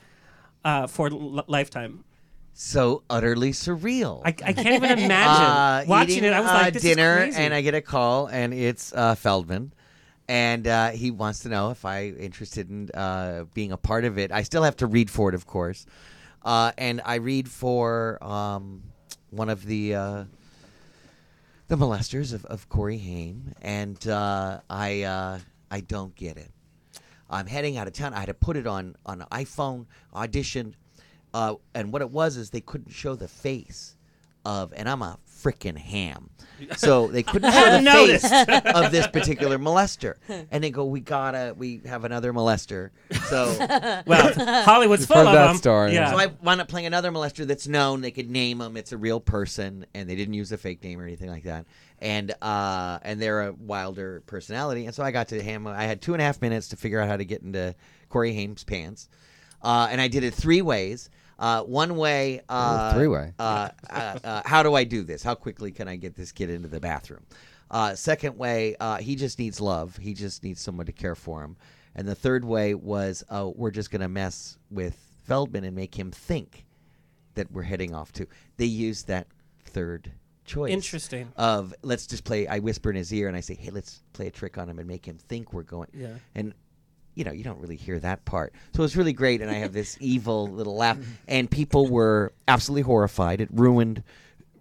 uh, for L- Lifetime?
So utterly surreal.
I, I can't
(laughs)
even imagine
Uh,
watching
eating,
it. I was like,
uh,
this is
dinner,
crazy.
and I get a call, and it's uh, Feldman, and uh, he wants to know if I interested in uh, being a part of it. I still have to read for it, of course, uh, and I read for um, one of the. Uh, the molesters of, of Corey Haim, and uh, I uh, I don't get it. I'm heading out of town. I had to put it on on iPhone audition, uh, and what it was is they couldn't show the face of, and I'm a freaking ham. So
(laughs)
they couldn't
I
show the
noticed.
face of this particular molester, and they go, "We gotta, we have another molester." So
(laughs) Well, Hollywood's full Heard of that 'em. story. Yeah.
So I wound up playing another molester that's known. They could name him. It's a real person, and they didn't use a fake name or anything like that. And uh, and they're a wilder personality. And so I got to him. I had two and a half minutes to figure out how to get into Corey Haim's pants, uh, and I did it three ways. Uh, one way, uh,
three-way.
Uh, uh, uh, how do I do this? How quickly can I get this kid into the bathroom? Uh, second way, uh, he just needs love. He just needs someone to care for him. And the third way was, uh, we're just going to mess with Feldman and make him think that we're heading off to. They used that third choice.
Interesting.
Of let's just play. I whisper in his ear and I say, hey, let's play a trick on him and make him think we're going.
Yeah.
And you know, you don't really hear that part. So it's really great. And I
(laughs)
have this evil little laugh. And people were absolutely horrified. It ruined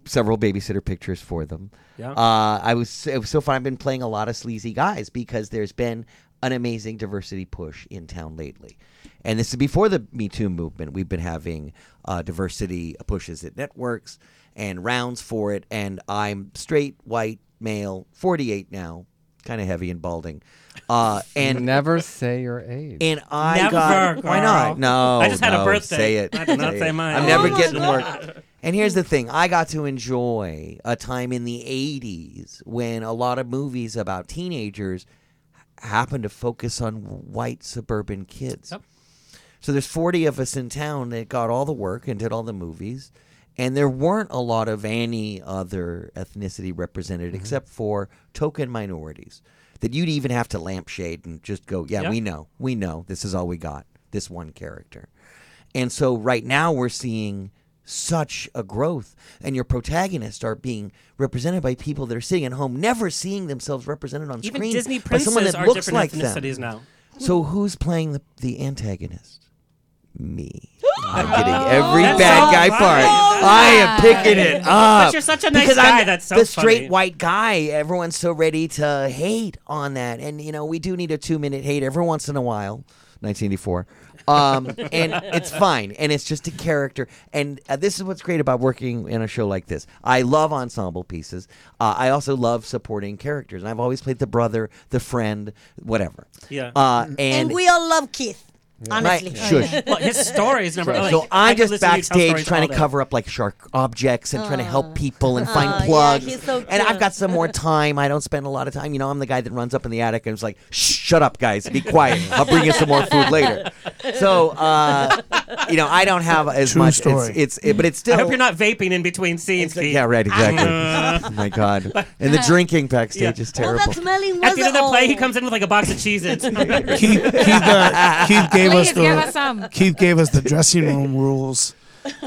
several babysitter pictures for them.
Yeah.
Uh, I was, it was so fun. I've been playing a lot of sleazy guys because there's been an amazing diversity push in town lately. And this is before the Me Too movement. We've been having uh, diversity pushes at networks and rounds for it. And I'm straight, white, male, 48 now, kind of heavy and balding.
(laughs)
Uh, and
never say your age.
and I
Never,
got why
girl.
not? No,
I just had a
no,
birthday.
Say it.
I did not say
it.
mine.
I'm
Oh
never
my
getting
God.
work. And here's the thing: I got to enjoy a time in the '80s when a lot of movies about teenagers happened to focus on white suburban kids. So there's 40 of us in town that got all the work and did all the movies, and there weren't a lot of any other ethnicity represented
Mm-hmm.
except for token minorities that you'd even have to lampshade and just go, yeah,
Yeah.
we know, we know, this is all we got, this one character. And so right now we're seeing such a growth, and your protagonists are being represented by people that are sitting at home, never seeing themselves represented on
Even
screen.
Disney
by someone
princes
that
are
looks
different
like them.
ethnicities now.
So who's playing the, the antagonist?
(gasps)
Me. I'm getting every
That's
bad
so
guy
funny.
part. I am picking it
But
up.
you're such a nice
because
guy,
I'm
that's so
the straight
funny.
white guy. Everyone's so ready to hate on that, and you know we do need a two minute hate every once in a while. 1984. Um, and it's fine, and it's just a character. And uh, this is what's great about working in a show like this. I love ensemble pieces. Uh, I also love supporting characters, and I've always played the brother, the friend, whatever.
Yeah.
Uh,
and,
and,
we all love Keith.
Right,
Honestly,
(laughs) shush.
(laughs) Well, his story is number- like,
so
I
I'm
could
just
listen to you tell
backstage
stories
trying
all
to
day.
cover up like shark objects and trying to help people and
Aw,
find
yeah,
plugs.
he's so
And I've
cute.
got some more time. I don't spend a lot of time. You know, I'm the guy that runs up in the attic and is like, Shh, "Shut up, guys, be quiet. I'll bring you some
(laughs)
more food later." So, uh, you know, I don't have as
True
much.
story.
It's, it's it, but it's still.
I hope you're not vaping in between scenes. Keith.
yeah, right, exactly.
Uh, (laughs)
oh my God,
(laughs)
and the drinking backstage
Yeah.
is terrible.
smelling
At the end of the
Oh.
play, he comes in with like a box of
(laughs)
Cheez-Its. (laughs)
Keith, uh, Keith gave us
Please give us
the
some.
Keith gave us the dressing room rules.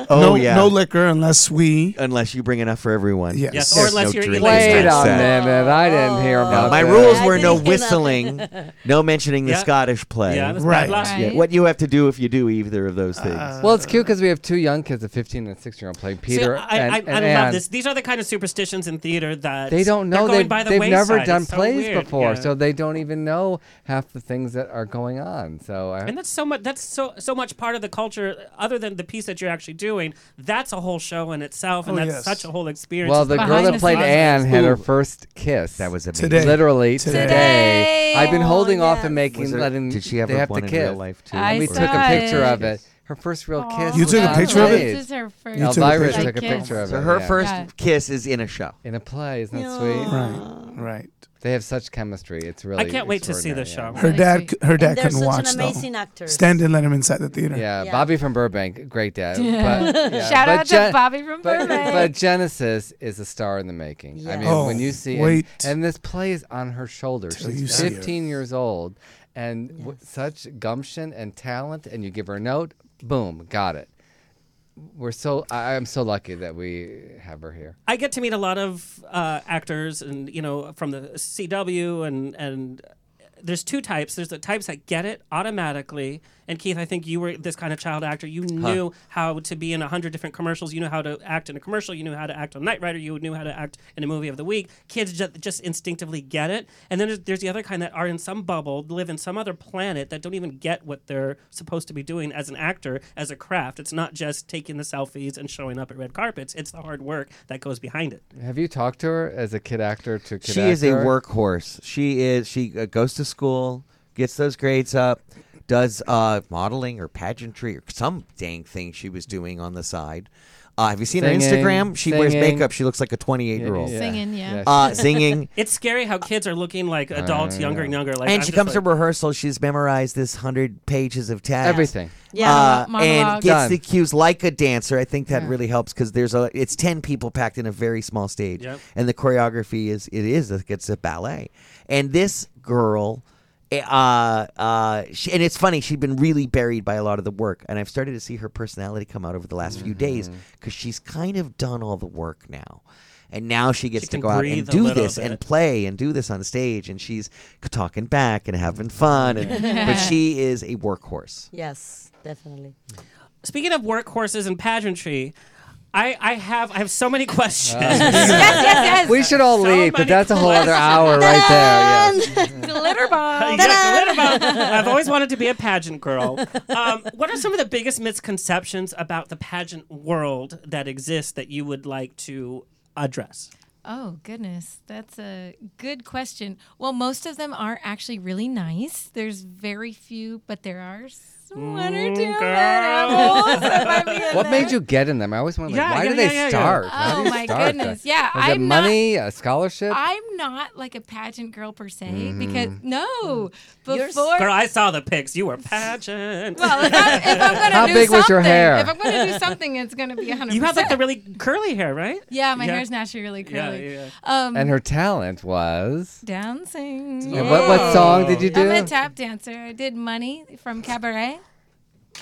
Oh,
no,
yeah.
no liquor unless we
unless you bring enough for everyone.
Yes,
There's no drinking
Wait a
consent.
minute, I didn't hear
No,
about
my
that.
rules were no whistling, no mentioning the
Yeah.
Scottish play.
Yeah, that's Right. bad luck.
Yeah, What you have to do if you do either of those things.
Well, it's cute because we have two young kids, a 15 and 16 year old, playing Peter
See, I,
and,
I,
and
I love
Anne.
this. These are the kind of superstitions in theater that
They don't
they're
know
going
they've,
by the
they've never
wayside.
done
It's so
plays
weird.
before,
Yeah.
so they don't even know half the things that are going on. So uh, I,
and that's so much. That's so so much part of the culture. Other than the piece that you're actually doing, that's a whole show in itself, and
Oh,
that's
yes.
such a whole experience.
well,
It's
the girl
behind
that played
scenes.
Anne had her
Ooh.
first kiss. That
was
amazing. Today.
Literally
Today.
today.
Today.
I've been holding
Oh,
off and
Was
making
there-
letting.
did she have
they
her
have
one
to
in
kiss.
real life, too?
And
I
we took a
saw
picture
it.
of it. Her first real kiss.
You
was
took a
on
picture of it?
stage.
This is her first- You took a
Elvira
picture?
took a
kiss.
picture of it.
So her
yeah.
first kiss is in a show.
In a play, isn't that sweet?
Right, right.
They have such chemistry. It's really.
can't wait to see the
extraordinary, yeah.
Her dad, c- her dad
they're
couldn't
such an
watch though.
amazing actors.
Stand and let him inside the theater.
Yeah, Bobby from Burbank,
(laughs)
great dad.
Yeah.
But, yeah.
Shout
but
out to Bobby from
but-
Burbank.
But Genesis is a star in the making. I mean,
Yes. Oh,
when you see, and-
wait.
And, this play is on her shoulders.
Till
She's
you see it.
15 years old, and w- such gumption and talent. And you give her a note, boom, got it. We're so I, I'm so lucky that we have her here.
I get to meet a lot of uh, actors, and you know, from the CW, and and there's two types. There's the types that get it automatically And Keith, I think you were this kind of child actor. You knew how to be in a hundred different commercials. You knew how to act in a commercial. You knew how to act on Knight Rider. You knew how to act in a movie of the week. Kids just, just instinctively get it. And then there's, there's the other kind that are in some bubble, live in some other planet that don't even get what they're supposed to be doing as an actor, as a craft. It's not just taking the selfies and showing up at red carpets. It's the hard work that goes behind it.
Have you talked to her as a kid actor to kid
she is a
actor?
workhorse. She is. She uh, goes to school, gets those grades up, does uh, modeling or pageantry or some dang thing she was doing on the side. Uh, have you seen her
Singing,
Instagram? She wears
singing.
makeup. She looks like a 28 year old.
Yeah. Singing, yeah. Yeah,
Uh,
she-
singing.
It's scary how kids are looking like adults, younger and younger. Like,
and
I'm
she
just
comes
like-
to rehearsal. She's memorized this hundred pages of text.
Everything.
Yeah,
Uh,
monologue.
and gets
Done.
the cues like a dancer. I think that
Yeah.
really helps because there's a. It's ten people packed in a very small stage,
Yep.
and the choreography is it is it's a ballet. And this girl, eh, uh, uh, she, and it's funny. She'd been really buried by a lot of the work, and I've started to see her personality come out over the last few days
Mm-hmm.
because she's kind of done all the work now. And now she gets to
can
go out and
breathe a
do
little
this
bit.
and play and do this on stage and she's talking back and having fun and,
(laughs)
but she is a workhorse
Yes, definitely.
Speaking of workhorses and pageantry, I, I have I have so many (laughs) questions.
We should all leave, but that's a whole other hour right there. Yeah.
glitter bomb.
Yeah, glitter bomb. I've always wanted to be a pageant girl. Um, what are some of the biggest misconceptions about the pageant world that exists that you would like to address?
Oh, goodness. That's a good question. Well, most of them are actually really nice. There's very few, but there are s- one or
Mm.
two bad apples that might
(laughs)
be in
What
there.
made you get in them? I always wonder, like,
Yeah,
why
yeah,
do they
yeah, yeah, yeah.
start? How do
Oh,
you
my
start?
goodness. Yeah,
Was it
I'm not-
money, a scholarship?
I'm not like a pageant girl per se because
Mm.
no,
You're-
before (laughs)
Girl, I saw the pics. You were pageant.
Well, if I'm, if I'm gonna
How
do
big was your
something-
hair?
If I'm gonna do something, it's gonna be 100.
you have like the really curly hair, right?
Yeah, my hair's naturally really
Yeah,
curly.
yeah,
Um,
and her talent was.
dancing.
And what, what song did you do?
I'm a tap dancer. I did money from cabaret.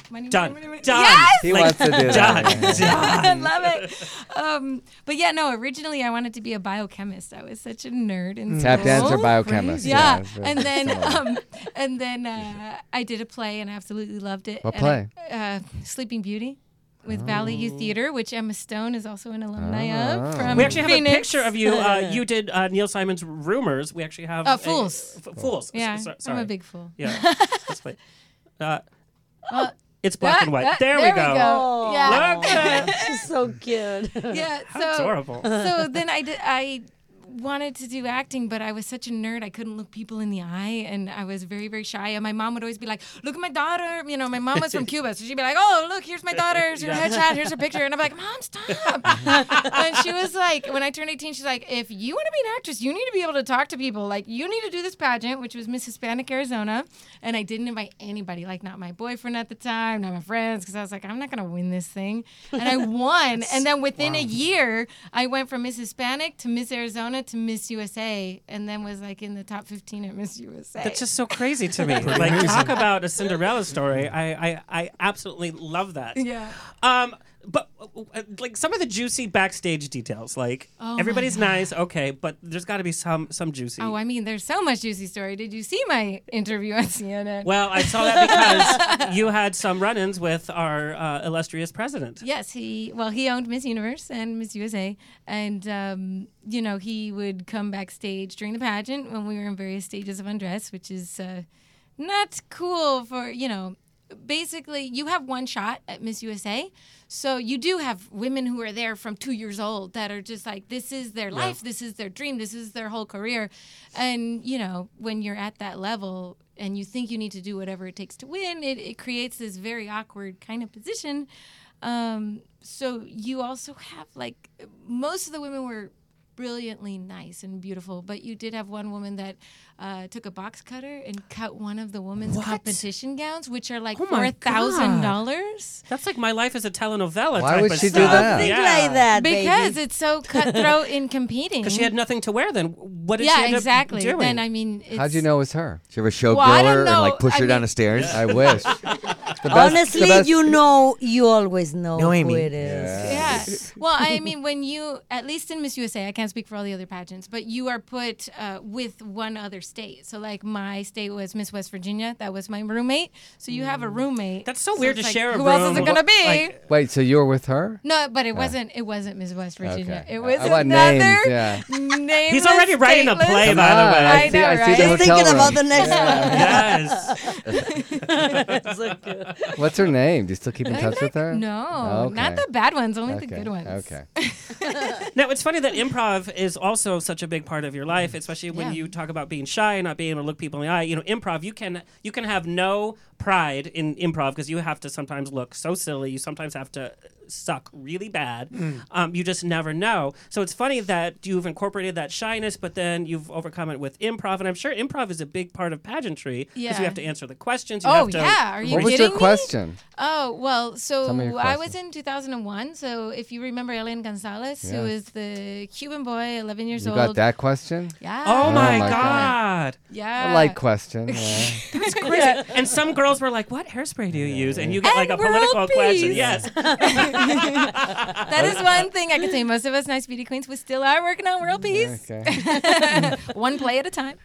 Money,
Done.
money, money, money.
Done.
Yes!
He wants to do that.
Done.
I
Done.
love it. Um, but yeah, no. Originally, I wanted to be a biochemist. I was such a nerd in
Mm. Tap
school.
dancer, biochemist. Yeah,
Yeah,
it's very
and then
similar.
um, and then uh, I did a play and I absolutely loved it.
What
And I- uh, Sleeping Beauty. With Valley
Oh.
Youth Theater, which Emma Stone is also an alumni
Ah.
of. From
we actually have
Phoenix.
a picture of you.
(laughs)
Uh, you did uh, Neil Simon's Rumors. We actually have.
Uh,
a-
Fools.
f- fools.
Yeah,
S- so-
I'm a
sorry.
big fool. (laughs)
Yeah. Let's play. Uh,
Well,
it's black
that-
and white.
that-
there, we go.
Yeah.
Look at it.
Oh, She's so
(laughs)
cute.
yeah,
How
(laughs) so
adorable.
So then I did, I wanted to do acting, but I was such a nerd. I couldn't look people in the eye, and I was very very shy. And my mom would always be like, "Look at my daughter." You know, my mom was from Cuba, so she'd be like, "Oh, look, here's my daughter. Here's her
Yeah.
headshot. Here's her picture." And I'm like, "Mom, stop!" (laughs) and she was like, when I turned 18, she's like, "If you want to be an actress, you need to be able to talk to people. Like, you need to do this pageant, which was Miss Hispanic Arizona." And I didn't invite anybody, like not my boyfriend at the time, not my friends, because I was like, "I'm not gonna win this thing." And I won. and then within a
Wow.
year, I went from Miss Hispanic to Miss Arizona to Miss USA, and then was like in the top 15 at Miss USA.
That's just so crazy to me.
Pretty
like
amazing.
talk about a Cinderella story. I I, I absolutely love that.
(laughs) Yeah.
Um. But uh, like some of the juicy backstage details, like
Oh my
everybody's
God.
nice, okay, but there's got to be some some juicy.
Oh, I mean, there's so much juicy story. Did you see my interview on CNN?
Well, I saw that
(laughs)
because you had some run-ins with our uh, illustrious president.
Yes, he well he owned Miss Universe and Miss USA, and um, you know he would come backstage during the pageant when we were in various stages of undress, which is uh, not cool for you know. Basically, you have one shot at Miss USA, so you do have women who are there from two years old that are just like this is their
Yeah.
life, this is their dream, this is their whole career, and you know when you're at that level and you think you need to do whatever it takes to win, it, it creates this very awkward kind of position. Um, so you also have like most of the women were brilliantly nice and beautiful, but you did have one woman that uh, took a box cutter and cut one of the women's competition gowns, which are like
Oh my
four thousand dollars.
That's like my life as a telenovela.
Why
type
would
of
she do
stuff.
that? Something
Yeah.
because it's so cutthroat in competing.
Because she had nothing to wear then. What did
Mm-hmm. yeah,
she end up
exactly.
doing?
Then I mean, it's,
How'd you know it was her?
She ever showgirl
Well, I don't
her and
know.
like push
I
her down
mean- (laughs)
the stairs?
I wish. The best- the
Honestly,
best-
you know, you always know
No, Amy.
who it is.
Yeah. Well,
(laughs)
I mean, when you, at least in Miss USA, I can't speak for all the other pageants, but you are put uh, with one other state. So, like, my state was Miss West Virginia. That was my roommate. So, you have a roommate. That's
Mm. so weird to share a
Who else
room.
is it going to
What-
be?
like-
Wait, so you were with her?
no, but it
Ah.
wasn't. It wasn't Miss West Virginia.
Okay.
It
I-
was
I want
another
names, yeah.
nameless,
He's already writing a
stateless-
play, by the way.
I see- I see the
He's thinking
hotel
about the
room.
next
Yes.
one. It's (laughs) so
(laughs) What's her name? Do you still keep in
I'm
touch
not-
with her?
no, not the bad ones, only the
Okay,
good ones.
Okay.
now it's
(laughs)
funny that improv is also such a big part of your life, especially when
Yeah.
you talk about being shy and not being able to look people in the eye. You know, improv you can you can have no pride in improv because you have to sometimes look so silly. You sometimes have to suck really bad.
Mm.
Um, you just never know. So it's funny that you've incorporated that shyness, but then you've overcome it with improv. And I'm sure improv is a big part of pageantry because
Yeah.
you have to answer the questions. You
Oh,
have to
yeah. Are you
what was
kidding
your
me?
question?
Oh well, so
Tell me your
I was in 2001. So if you remember Elian Gonzalez,
Yeah.
who is the Cuban boy, 11 years
You
old.
got that question?
Yeah.
Oh my God.
Yeah.
A
(laughs)
light question. yeah.
That's crazy. And some girls were like, "What hairspray do you use?" And you get like a
And world
political question.
peace.
Yes.
that is one thing I can say. Most of us nice beauty queens, we still are working on world peace, (laughs) one play at a time.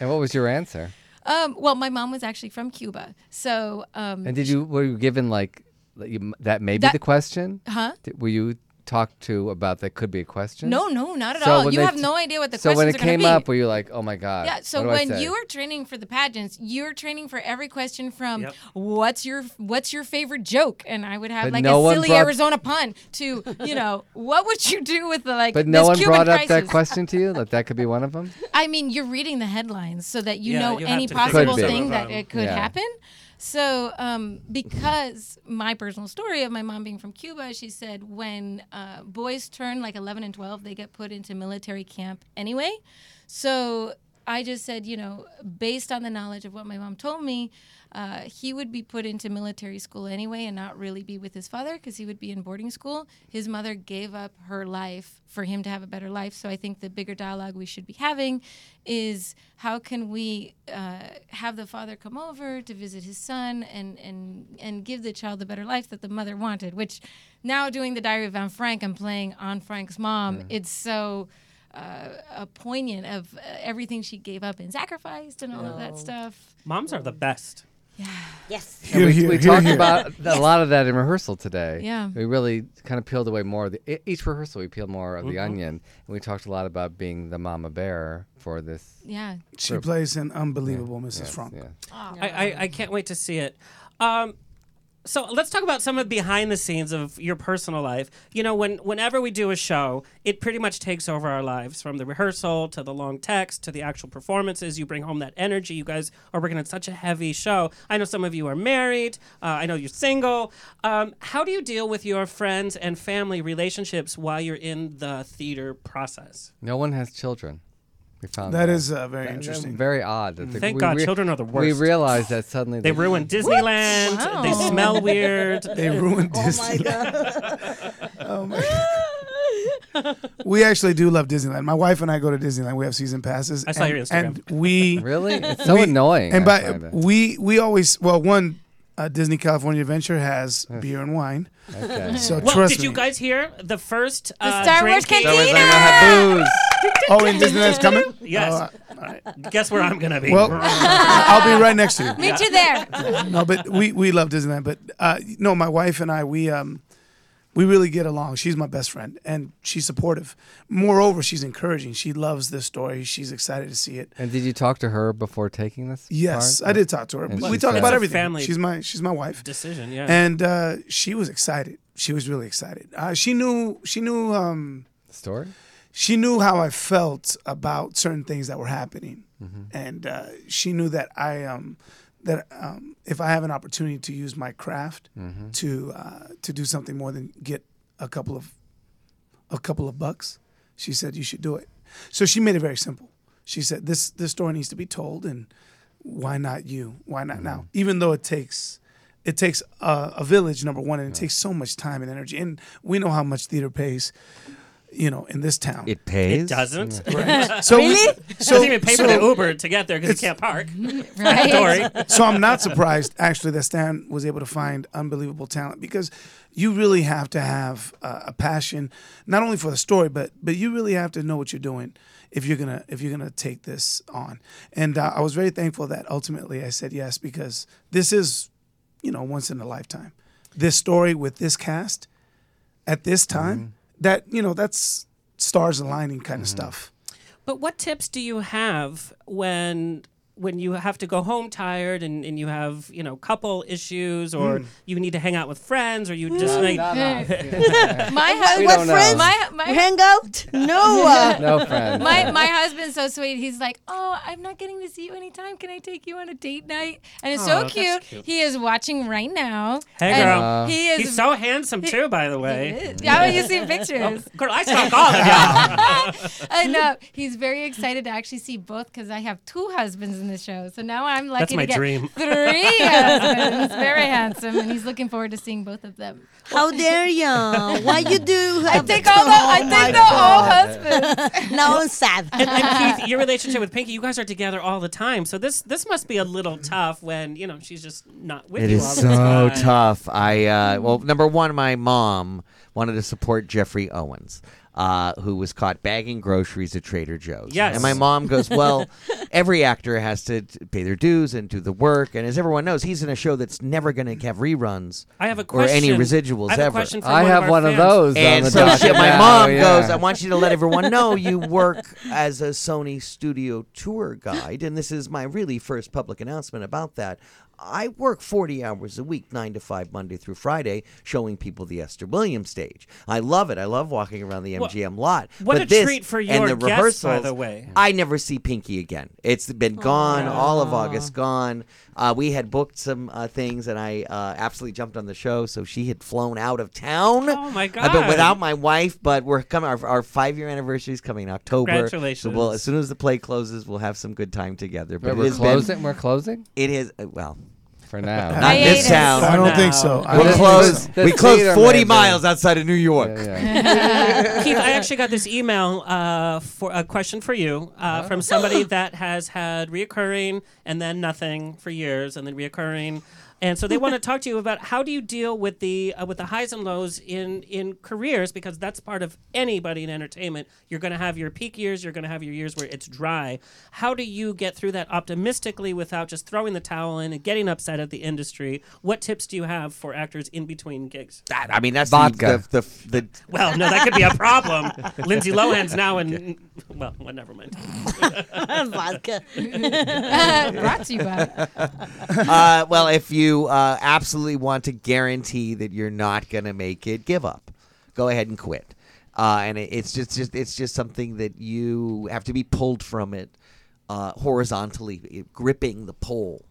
And what was your answer?
Um, well, my mom was actually from Cuba, so um,
And did you were you given like that you- that may be
That- Uh-huh.
the question?
Huh?
Did- were you talked to about that could be a question?
No, no, not at
So
all.
when
You
they
have
t-
no idea what the
so when
questions
it
are gonna
came
be.
up, were you like, oh my god?
Yeah. So
what do I
when
say?
you are training for the pageants, you're training for every question from
Yep.
what's your what's your favorite joke, and I would have
But
like
no
a
one
silly
brought-
Arizona pun to you know what would you do with the like.
but no
this
one
Cuban
brought up
crisis?
that question to you. That that could be one of
(laughs)
them.
I mean, you're reading the headlines so that you
Yeah,
know
you have
any
to figure
possible
Could be.
thing that
Yeah.
it could
Yeah.
happen. So, um, because my personal story of my mom being from Cuba, she said when uh, boys turn like 11 and 12, they get put into military camp anyway. So I just said, you know, based on the knowledge of what my mom told me, uh, he would be put into military school anyway and not really be with his father because he would be in boarding school. His mother gave up her life for him to have a better life. So I think the bigger dialogue we should be having is how can we uh, have the father come over to visit his son and, and, and give the child the better life that the mother wanted, which now doing the Diary of Anne Frank, I'm playing on Frank's mom. It's so uh, a poignant of uh, everything she gave up and sacrificed and all of that stuff.
Moms are the best.
Yes.
(laughs) And we, we talked about a
Yes.
lot of that in rehearsal today.
Yeah.
We really kind of peeled away more of the, e- each rehearsal. We peeled more of the
Mhm.
onion, and we talked a lot about being the mama bear for this.
Yeah.
She
group.
plays an unbelievable Mrs. Frank.
I, I, I can't wait to see it. Um, so let's talk about some of behind the scenes of your personal life. You know, when whenever we do a show, it pretty much takes over our lives from the rehearsal to the long text to the actual performances. You bring home that energy. You guys are working on such a heavy show. I know some of you are married. Uh, I know you're single. Um, how do you deal with your friends and family relationships while you're in the theater process?
No one has children. We found
That
that
is, uh, very interesting. Mm.
Very odd. that the-
Thank
we
God, children are the
We
worst.
realized that suddenly
They
that- (laughs)
ruined Disneyland. They
Wow.
smell weird.
(laughs) They ruined Oh my Disneyland.
oh
(laughs) my We actually do love Disneyland. My wife and I go to Disneyland. We have season passes.
I saw
and,
your Instagram.
And (laughs) we
Really? It's so annoying,
And
I
by
find it.
we we always well one uh, Disney California Adventure has beer and wine.
Okay.
So
well,
trust
did you
me.
guys hear the first
the
uh,
Star Wars
drink game-
Cantina!
oh, and Disneyland's coming.
Yes.
Oh,
Guess where I'm gonna be.
Well, (laughs) I'll be right next to you.
Meet you there.
no, but we we love Disneyland. But uh, no, my wife and I we um we really get along. She's my best friend, and she's supportive. Moreover, she's encouraging. She loves this story. She's excited to see it.
And did you talk to her before taking this?
Yes,
part?
I did talk to her.
And
we
she
talk
said-
about everything. she's my she's my wife.
Decision, yeah.
And uh, she was excited. She was really excited. Uh, she knew she knew um,
story.
She knew how I felt about certain things that were happening, and uh, she knew that I um, that um, if I have an opportunity to use my craft
Mhm.
to uh, to do something more than get a couple of a couple of bucks, she said you should do it. So she made it very simple. She said this this story needs to be told, and why not you? Why not now? Even though it takes it takes a, a village number one, and it takes so much time and energy, and we know how much theater pays.
you know, in this town. It
pays.
It doesn't.
Right. So we- (laughs)
Really?
so-
Doesn't even pay for
so-
the Uber to get there 'cause it
it's-
can't (laughs) park. Right. Story.
So I'm not surprised actually that Stan was able to find unbelievable talent because you really have to have uh, a passion not only for the story but but you really have to know what you're doing if you're gonna if you're gonna take this on. And uh, I was very thankful that ultimately I said yes because this is you know once in a lifetime. This story with this cast at this time that you know that's stars aligning kind of stuff.
But what tips do you have when when you have to go home tired and, and you have you know couple issues or
Mm.
you need to hang out with friends or you just
Mm.
like
No,
no. My hus-
what,
We
what
don't know.
friends?
My- my-
hang out? No, uh,
(laughs) No friends.
My my husband's so sweet. He's like, "Oh, I'm not getting to see you anytime. Can I take you on a date night?" And it's
Aw,
so
Oh, that's
cute.
cute.
He is watching right now.
Hey
And
girl,
he is.
he's so handsome too, by the way.
is. Yeah, you see pictures.
Oh, girl, I saw all (laughs) of y'all.
I know. He's very excited to actually see both because I have two husbands in the show. So now I'm
That's
lucky
my
to get
dream.
three husbands. Very handsome, and he's looking forward to seeing both of them.
How dare you? Why you do?
I
have-
think all the I
Oh my
think the all
God.
husbands.
now I'm sad.
and, and Keith, your relationship with Pinky, you guys are together all the time. So this this must be a little tough when you know she's just not with
It
you
is
all the
so
time.
tough. I uh, well, number one, my mom wanted to support Jeffrey Owens, uh, who was caught bagging groceries at Trader Joe's.
Yes.
and my
(laughs)
mom goes, "Well, every actor has to t- pay their dues and do the work." And as everyone knows, he's in a show that's never going to have reruns.
I have a
Or any
question.
residuals
I have a
ever.
question from I one of have our
one of fans. those on
And
the
so
docket
she- my
now,
mom
Oh, yeah.
goes, "I want you to let everyone know you work as a Sony studio tour guide, and this is my really first public announcement about that. I work 40 hours a week, 9 to 5, Monday through Friday, showing people the Esther Williams stage. I love it. I love walking around the
Well,
MGM lot.
what
but
a
this
treat for
and
your
the
guests, by
rehearsals,
the way.
I never see Pinky again. It's
Oh,
been gone, all of August gone. Uh, we had booked some uh, things, and I uh, absolutely jumped on the show, so she had flown out of town.
Oh my
I've been
God.
without my wife, but we're coming. Our, our five year anniversary is coming in October. So we'll,
Congratulations.
as soon as the play closes, we'll have some good time together.
Wait,
But it
we're
has been-
closing- we're closing?
It is uh, well.
For now.
not in
Hiatus.
this town.
I don't think so. I
We're
don't
closed.
think so.
We
The
closed
theater
forty
may be-
miles outside of New York. (laughs)
Keith, I actually got this email uh, for a question for you uh, from somebody that has had reoccurring and then nothing for years and then reoccurring, and so they want to talk to you about how do you deal with the uh, with the highs and lows in in careers because that's part of anybody in entertainment. You're going to have your peak years. You're going to have your years where it's dry. How do you get through that optimistically without just throwing the towel in and getting upset at the industry? What tips do you have for actors in between gigs?
That- I mean, that's the-
Vodka.
the the, the
Well, no, that could be a
(laughs)
problem. Lindsay Lohan's now in. Well, well never mind.
(laughs) Vodka.
Brought to you by.
uh, well, if you uh, absolutely want to guarantee that you're not going to make it, give up. Go ahead and quit. Uh, and it, it's just, just it's just something that you have to be pulled from it uh, horizontally, it- gripping the pole.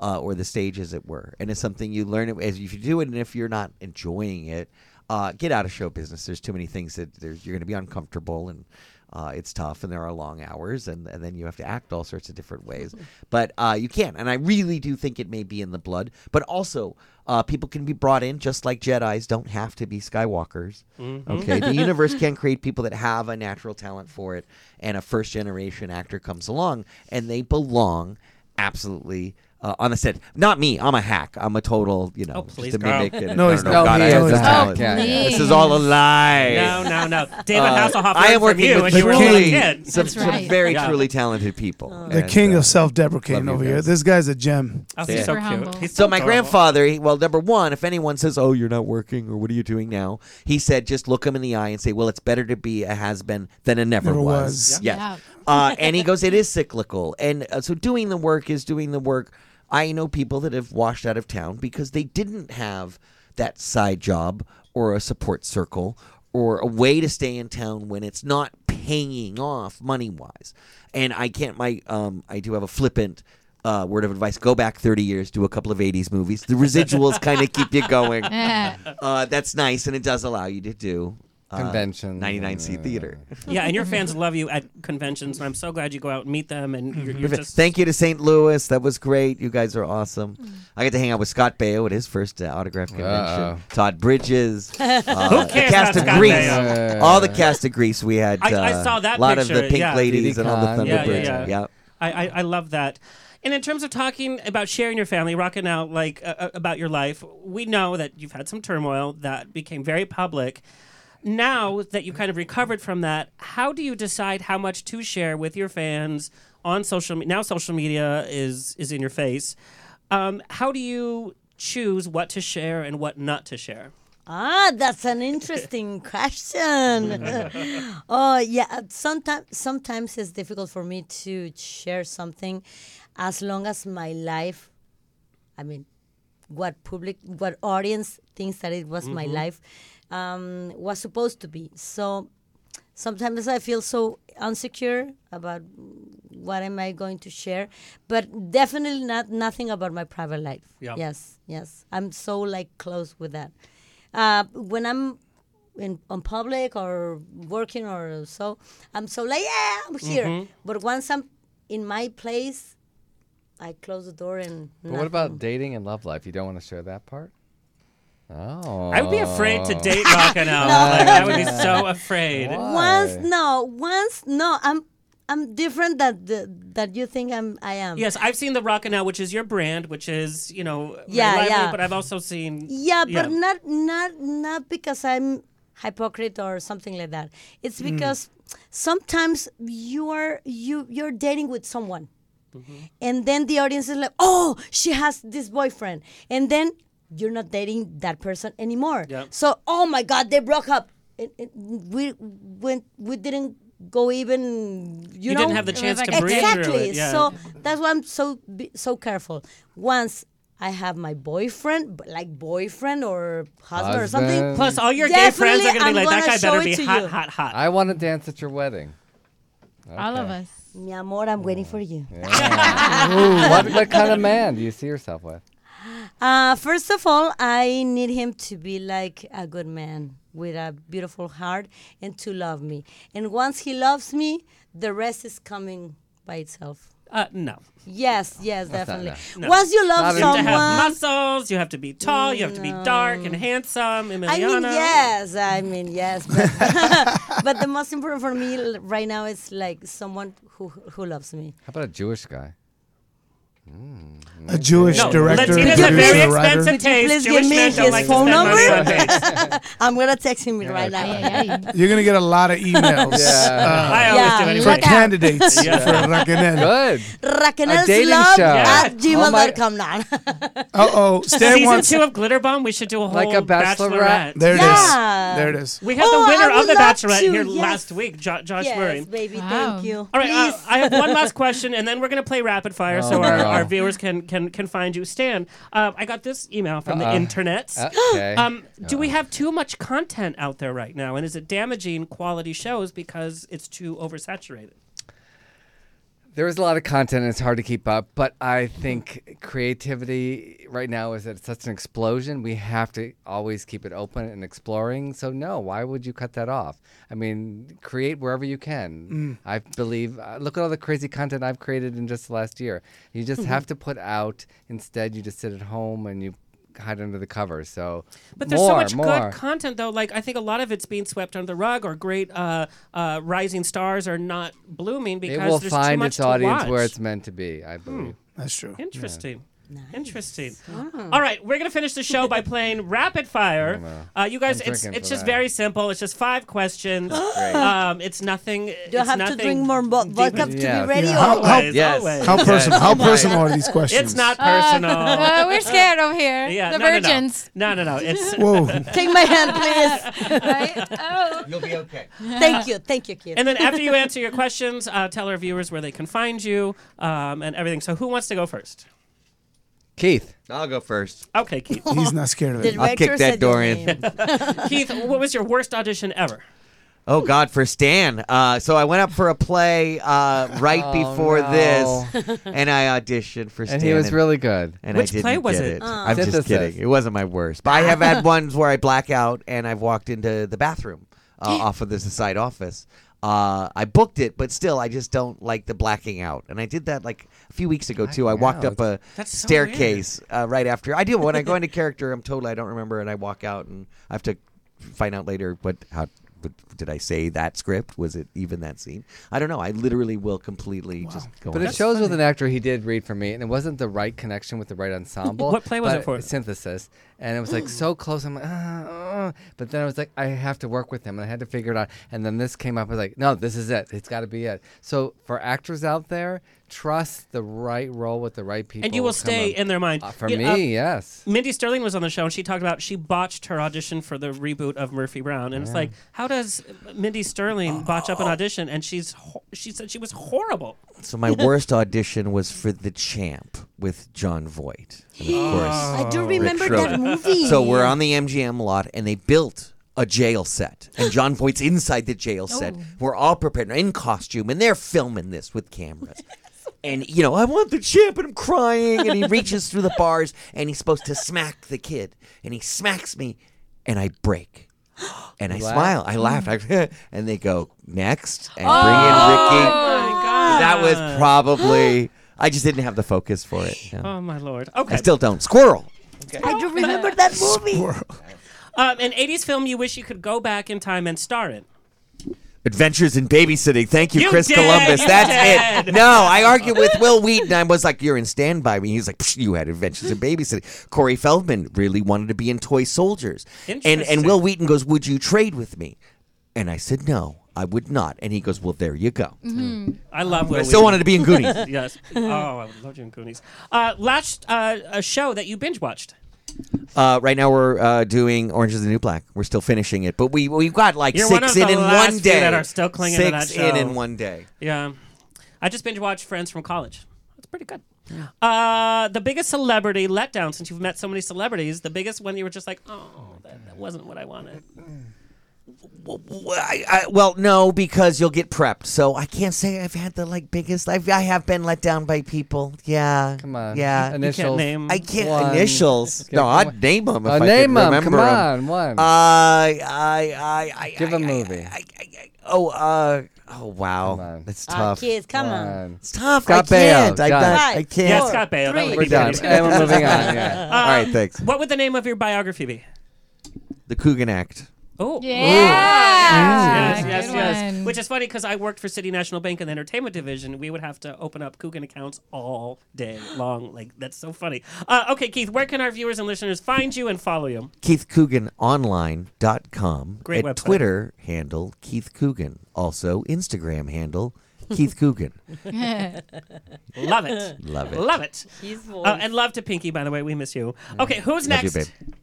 Uh, or the stage, as it were, and it's something you learn it as if you do it, and if you're not enjoying it, uh, get out of show business. There's too many things that there's, you're going to be uncomfortable, and uh, it's tough, and there are long hours, and, and then you have to act all sorts of
(laughs)
different ways. But uh, you can, and I really do think it may be in the blood. But also, uh, people can be brought in just like Jedi's don't have to be Skywalkers.
Mhm.
Mm-hmm. (laughs)
Okay, the universe can create people that have a natural talent for it, and a first generation actor comes along, and they belong absolutely. Uh, on the set, not me. I'm a hack. I'm a total, you know,
Oh, please,
just a
girl.
mimic. and-
No, he's not.
God,
No,
I
he
have
is
this
not.
talent.
Yeah, yeah.
This is all a lie.
No, no, no. David Hasselhoff
Uh, I
learned
am
from
working
you
with
when
the
you were a little
king.
kid.
Some,
That's
some
right.
very
Yeah.
truly talented people.
The
And,
king
uh,
of self-deprecating
love you
over here.
guys.
This guy's a gem.
Oh, he's so cute. He's
So my
adorable.
grandfather, he- well, number one, if anyone says, "Oh, you're not working," or "What are you doing now?" he said, just look him in the eye and say, "Well, it's better to be a has been than a never,
Never
was."
was.
Yes. Uh, and he goes, "It is cyclical," and uh, so doing the work is doing the work. I know people that have washed out of town because they didn't have that side job or a support circle or a way to stay in town when it's not paying off money wise. And I can't. My um, I do have a flippant uh, word of advice: go back 30 years, do a couple of 80s movies. The residuals kind of keep you going.
Yeah.
uh, that's nice, and it does allow you to do
Convention.
99 seat theater.
Yeah, and your fans love you at conventions, and I'm so glad you go out and meet them.
Mm-hmm.
And you're, you're just
Thank you to St. Louis. That was great. You guys are awesome.
Mm.
I got to hang out with Scott Baio at his first uh, autograph convention.
Uh-oh.
Todd Bridges.
(laughs)
uh,
Who cares
The cast
about
of
Scott
Grease.
Baio?
All the cast of Grease we had.
I, I
uh,
saw that.
A lot
picture.
of the Pink
yeah.
Ladies and all the
Yeah,
Thunderbirds.
Yeah, yeah.
Yep.
I, I, I love that. And in terms of talking about sharing your family, rocking out like uh, uh, about your life, we know that you've had some turmoil that became very public. Now that you kind of recovered from that, how do you decide how much to share with your fans on social? me- Now social media is is in your face. Um, how do you choose what to share and what not to share?
Ah, that's an interesting
(laughs)
question. oh, yeah. Sometimes, sometimes it's difficult for me to share something, as long as my life. I mean, what public, what audience thinks that it was my
Mhm.
life, um, was supposed to be. So sometimes I feel so insecure about what am I going to share, but definitely not nothing about my private life.
Yeah.
Yes, yes, I'm so like close with that. Uh, when I'm in on public or working or so, I'm so like yeah, I'm here.
Mhm.
But once I'm in my place, I close the door and.
But what about dating and love life? You don't want to share that part? Oh.
I would be afraid to date Rockin' out. Like, I would be so afraid.
Once no, once no. I'm I'm different that the, that you think I'm. I am.
Yes, I've seen the Rockin' Out, which is your brand, which is you know very
Yeah,
lively,
yeah.
But I've also seen
Yeah, but not not not because I'm hypocrite or something like that. It's
Mm.
because sometimes you are you you're dating with someone,
Mm-hmm.
and then the audience is like, "Oh, she has this boyfriend," and then you're not dating that person anymore.
Yep.
So, oh my God, they broke up. It, it, we went we didn't go even you,
You
know
didn't have the It was chance like to a breathe through
exactly
it, yeah.
so that's why i'm so be- so careful once I have my boyfriend, b- like boyfriend or husband, or something.
Plus, all your gay friends are gonna
definitely
be
I'm
like, that guy
gonna
better
show
be
it to
hot,
you."
hot, hot.
I want to dance at your
(laughs)
wedding.
All of
Okay.
us. Mi amor, I'm waiting for you.
Yeah. what, what kind of man do you see yourself with?
Uh, first of all, I need him to be like a good man with a beautiful heart and to love me. And once he loves me, the rest is coming by itself.
Uh, no.
Yes, yes,
That's not
definitely.
enough. No.
Once you love
You have to have
someone,
muscles. You have to be tall. You have to be dark and handsome. Emiliano.
I mean, yes, I mean, yes.
(laughs)
But, (laughs) but the most important for me l- right now is like someone who who loves me.
How about a Jewish guy?
A Jewish
No,
director,
Latinos
producer,
have very
writer.
expensive
Could you
taste.
please
Jewish
give me
men
his
don't like to
phone
spend
number?
money on
(laughs)
I'm gonna text him right now.
You're gonna get a lot of emails. uh,
Yeah.
I always Yeah, do anyway.
for
look out.
candidates
Yeah.
for Rakanel.
Good.
Raquel's
dating
love
show.
at
Yeah. Oh my-
(laughs)
gmail.com now.
Uh oh, Stan
Season
wants.
two of Glitter Bomb. We should do a whole
Like a
bachelorette.
bachelorette? There it is.
Yeah.
There it is.
We had
Oh,
the winner
I
of the
would love
Bachelorette
to,
here
yes.
last week, jo- Josh
yes,
Murray.
baby, thank you.
All right, uh,
Please.
I have one last question, and then we're gonna play rapid fire,
Oh,
so our,
no.
our viewers can can can find you. Stan, uh, I got this email from the
Uh-uh.
internet.
Okay.
(laughs) Um, do we have too much content out there right now, and is it damaging quality shows because it's too oversaturated?
There is a lot of content and it's hard to keep up, but I think creativity right now is at such an explosion. We have to always keep it open and exploring. So, no, why would you cut that off? I mean, create wherever you
Mm.
can. I believe, uh, look at all the crazy content I've created in just the last year. You just
Mhm.
have to put out. Instead, you just sit at home and you hide under the covers. So,
But there's
more,
so much
more.
good content, though. Like I think a lot of it's being swept under the rug, or great uh, uh, rising stars are not blooming because
it will
there's too
find
much
its audience
to watch.
where it's meant to be, I
Hmm.
believe.
That's true.
Interesting. Interesting. All right, we're gonna finish the show by
(laughs)
playing rapid fire. Uh, you guys,
I'm
it's
drinking
it's
for
just
that.
very simple. It's just five questions.
(gasps) Great.
um, it's nothing.
Do I
it's
have
nothing
to drink more vo- vodka to
Yeah.
be ready? Oh,
Yeah, how-
or-
how-
Always,
Yes.
always.
How personal- how personal are these
Oh It's
questions?
not
Uh,
personal.
(laughs) uh, we're scared over here.
(laughs) Yeah,
the
no, no, no.
virgins.
No, no, no.
(laughs)
It's
Whoa.
Take
(laughs)
my hand, please.
You'll be okay.
Thank you, thank you, kid.
And then after you answer your questions, uh, tell our viewers where they can find you um, and everything. So who wants to go first?
Keith.
I'll go first.
Okay,
(laughs)
Keith.
(laughs) He's not scared of it.
I'll kick that door in.
Keith, what was your worst audition ever?
Oh God, for Stan. Uh, so I went up for a play uh, right
Oh,
before
no.
this, and I auditioned for Stan.
And he was really good.
And
Which
I didn't
play was
get
it?
it?
Oh.
I'm
Synthesis. (laughs)
just kidding. It wasn't my worst, but I have had ones where I black out and I've walked into the bathroom.
(gasps)
uh, off of the side office. Uh, I booked it, but still, I just don't like the blacking out. And I did that like a few weeks ago too. I walked
out.
up a
That's so
staircase uh, right after. I do when I go
(laughs)
into character. I'm totally I don't remember, and I walk out, and I have to find out later what how. But did I say that script? Was it even that scene? I don't know. I literally will completely just go.
But
on.
it shows with an actor he did read for me, and it wasn't the right connection with the right
(laughs)
ensemble.
What play was it
but
for?
Synthesis, and it was like so close. I'm like, ah, ah. but then I was like, I have to work with him, and I had to figure it out. And then this came up. I was like, no, this is it. It's got to be it. So for actors out there, trust the right role with the right people,
and you will
Oh, come
stay
up.
in their mind.
Uh, for
You-
me,
uh,
yes.
Mindy Sterling was on the show and she talked about she botched her audition for the reboot of Murphy Brown, and it's
Yeah.
like, how does Mindy Sterling botch
Oh.
up an audition? And she's ho- she said she was horrible.
So my worst audition was for The Champ with John Voight. And of course,
I do
Rick
remember that
Schroeder.
movie.
So we're on the MGM lot, and they built a jail set, and John Voight's inside the jail set. We're all prepared in costume, and they're filming this with cameras. And you know, I want the champ, and I'm crying. And he reaches through the bars, and he's supposed to smack the kid, and he smacks me, and I break, and I
You laugh?
smile, I laugh, I, (laughs) and they go next, and
Oh
bring in Ricky.
my God.
That
(laughs)
was probably. I just didn't have the focus for it. yeah.
Oh my lord. Okay.
I still don't. Squirrel.
I do remember that movie.
Um, an '80s film you wish you could go back in time and star in.
Adventures in Babysitting. Thank you,
You
Chris
did,
Columbus.
you
That's
did.
it. No, I argued with Will Wheaton. I was like, "You're in Stand By Me." He's like, "Psh, "You had Adventures in Babysitting." Corey Feldman really wanted to be in Toy Soldiers, and and
Interesting.
Will Wheaton goes, "Would you trade with me?" And I said, "No, I would not." And he goes, "Well, there you go."
Mm-hmm. I love.
But I
Will
still
Wheaton.
wanted to be in Goonies.
yes. Oh, I would love you in Goonies. Uh, last uh, a show that you binge watched.
Uh, right now we're uh, doing Orange is the New Black. We're still finishing it, but we we've got like
You're one
six
of
in
the
in
last
one
few
day.
that are still clinging to
six
that
in
show.
in one day.
Yeah. I just binge watched Friends from College. That's pretty good. Uh, the biggest celebrity letdown since you've met so many celebrities. The biggest one you were just like, oh, that, that wasn't what I wanted.
Well, I, I, well, no, because you'll get prepped. So I can't say I've had the like biggest. I've, I have been let down by people. Yeah,
Come on.
Yeah,
Initials. name
I can't
one.
initials.
Okay,
No,
come
I'd
on.
name them. If
Uh,
I could
name 'em.
remember
Come
'em.
on, one.
Uh, I, I, I, I.
Give a movie.
Oh, uh, oh, wow, that's
Ah,
tough.
kids, come on.
(laughs)
It's tough.
Scott
I can't.
Baio,
I,
done.
I, I
Right.
can't.
Yeah, Scott Baio. That would
We're
be (laughs)
done.
pretty-
and we're
(laughs)
moving on. Yeah.
Um,
All right, thanks.
What would the name of your biography be?
The Coogan Act.
Oh,
Yeah.
Yes, yes,
Good
yes.
one.
Which is funny because I worked for City National Bank in the entertainment division. We would have to open up Coogan accounts all day long. Like that's so funny. Uh, okay, Keith, where can our viewers and listeners find you and follow you?
KeithCooganOnline.com.
Great
at
website.
Twitter handle Keith Coogan. Also
(laughs)
Instagram handle Keith Coogan.
Love it.
(laughs)
Love it.
Love it.
His voice.
Uh, and love to Pinky, by the way. We miss you. Okay, who's
Love you,
next?
babe.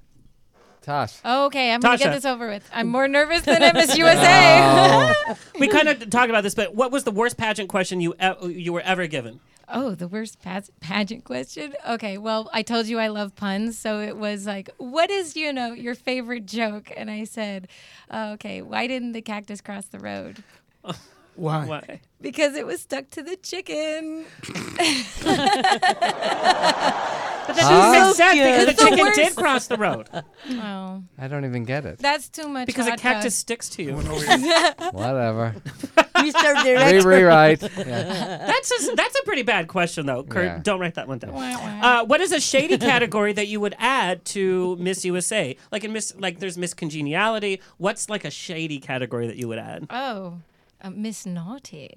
Tosh.
Oh,
Okay, I'm gonna
Tasha.
get this over with. I'm more nervous than at Miss
(laughs)
USA.
we kind of talked about this, but what was the worst pageant question you e- you were ever given?
oh, the worst pas- pageant question. Oh. Okay, well, I told you I love puns, so it was like, "What is you know your favorite joke?" And I said, oh, "Okay, why didn't the cactus cross the road?"
Why?
What?
Because it was stuck to the chicken.
But that doesn't make
So
sense
cute.
because the
Oh, It's the
chicken
worst.
did cross the
(laughs)
road
Oh,
I don't even get it.
that's too much.
because a
hot dog.
cactus sticks to you.
Whatever.
(laughs)
Mr.
Re-
Director.
rewrite. Yeah.
That's a, that's a pretty bad question though. Kurt,
Yeah.
don't write that one down.
Wah, wah.
Uh, what is a shady category that you would add to Miss USA? Like in Miss, like there's Miss Congeniality. What's like a shady category that you would add?
oh, uh, Miss Naughty.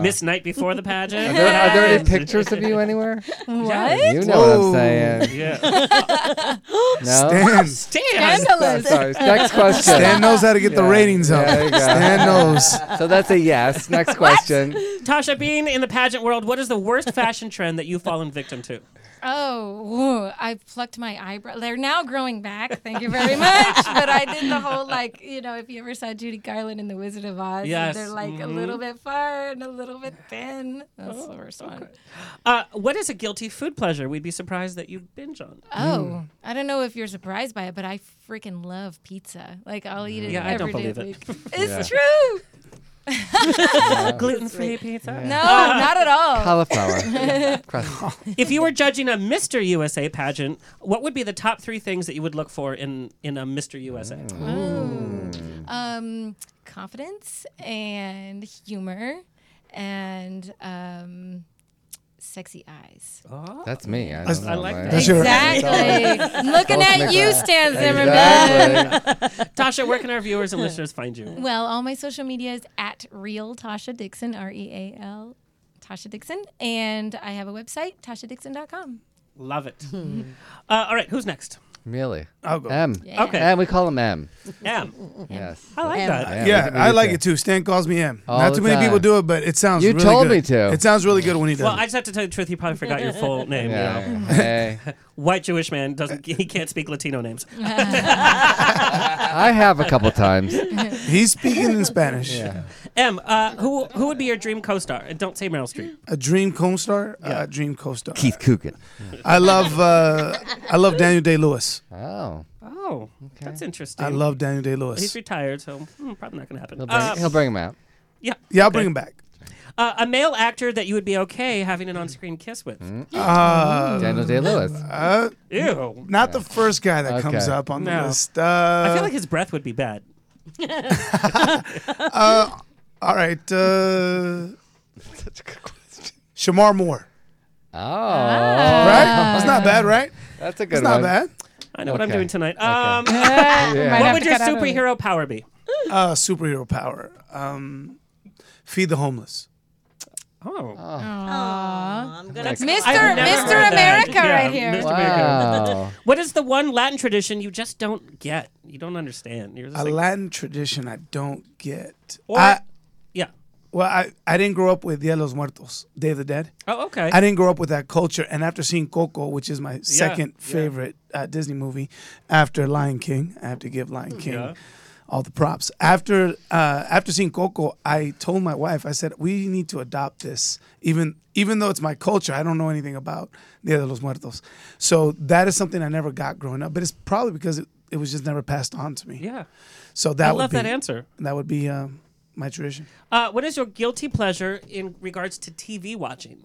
Miss Night Before the Pageant.
Ah. Are there, are there
(laughs)
any pictures of you anywhere?
What?
You know what I'm saying.
(laughs)
Yeah.
No.
Stan,
Damn.
Sorry,
Scandalous.
sorry. Next question.
(laughs) Stan knows how to get the ratings up.
There you go.
Stan knows.
So that's a yes. Next question.
Tasha, being in the pageant world, what is the worst fashion trend that you've fallen victim to?
Oh, woo, I plucked my eyebrow. They're now growing back. Thank you very much. but I did the whole like, you know, if you ever saw Judy Garland in The Wizard of Oz,
Yes.
they're like a
Mhm.
little bit far and a little bit thin. Oh, That's the worst one.
Uh, what is a guilty food pleasure? We'd be surprised that you binge on.
Oh, I don't know if you're surprised by it, but I freaking love pizza. Like I'll eat it
Yeah, I don't
every
(laughs)
day
believe
of the week. It's true.
Gluten-free pizza?
No,
(laughs)
not at all.
(laughs)
Cauliflower. Crust.
if you were judging a Mr. USA pageant, what would be the top three things that you would look for in in a Mr. USA?
Um, confidence and humor and um, sexy eyes.
That's me. I,
That's-
don't
I
know,
like
my-
that. That's
(laughs)
your-
Exactly. Looking
Supposed to
at
make
you,
that.
Stan Zimmerman.
Exactly.
Tasha, where can our viewers
(laughs)
and listeners find you?
Well, all my social media is at real Tasha Dixon, R E A L, Tasha Dixon, and I have a website, tashadixon.com.
Love it. Uh, all right, who's next?
Really?
I'll go.
M.
Hmm. Yeah.
Okay.
M. We call him M.
Em.
Yes.
I like that.
Yeah,
Yeah,
we- we
I
do
like
too.
it too. Stan calls me M.
All
Not
the
too many people
time.
do it, but it sounds.
You
really
told
good.
me to.
It sounds really good when he does.
Well, I
it.
just have to tell you the truth. You probably forgot your
(laughs)
full name.
Yeah.
You know?
Hey.
White Jewish man doesn't. He can't speak Latino names.
I have a couple times.
He's
(laughs)
speaking in Spanish.
Em, uh, who who would be your dream co-star? And don't say Meryl Streep.
A dream co-star. A dream co-star.
Keith Coogan.
I love. Uh, I love Daniel Day Lewis.
Oh.
(gasps) Oh, that's interesting.
I love Daniel Day
He's
Lewis.
retired, so hmm, probably not gonna happen.
He'll bring,
Uh,
he'll bring him out.
yeah,
Yeah, I'll bring him back.
uh, a male actor that you would be okay having an on-screen kiss with.
Hmm. Uh,
Daniel Day Lewis.
uh,
Ew.
not the first guy that
Okay.
comes up on the
Uh-huh. No.
list. Uh,
I feel like his breath would be bad.
all right. Uh, Shamar Moore.
Oh. Uh-huh.
Right? It's not bad, right?
That's a good
It's
one.
not bad.
I know what I'm
Okay.
doing tonight. Um,
Yeah.
what would your superhero power be?
Uh, superhero power. Um, feed the homeless.
Oh,
I'm gonna
Mr.
I've never heard
Mr.
that.
America
Yeah,
right here.
Mr.
Wow.
(laughs) What is the one Latin tradition you just don't get? You don't understand. You're just
A
like,
Latin tradition I don't get.
Or-
I,
yeah.
well, I, I didn't grow up with Dia de los Muertos, Day of the Dead.
Oh, okay.
I didn't grow up with that culture. And after seeing Coco, which is my second
yeah.
favorite uh, Disney movie, after Lion King, I have to give Lion King
Hmm, Yeah.
all the props. After uh, after seeing Coco, I told my wife, I said, we need to adopt this, even even though it's my culture. I don't know anything about Dia de los Muertos, so that is something I never got growing up. But it's probably because it, it was just never passed on to me.
yeah.
So that
I
would
love
be,
that answer.
That would be um, my tradition.
Uh, what is your guilty pleasure in regards to TV watching?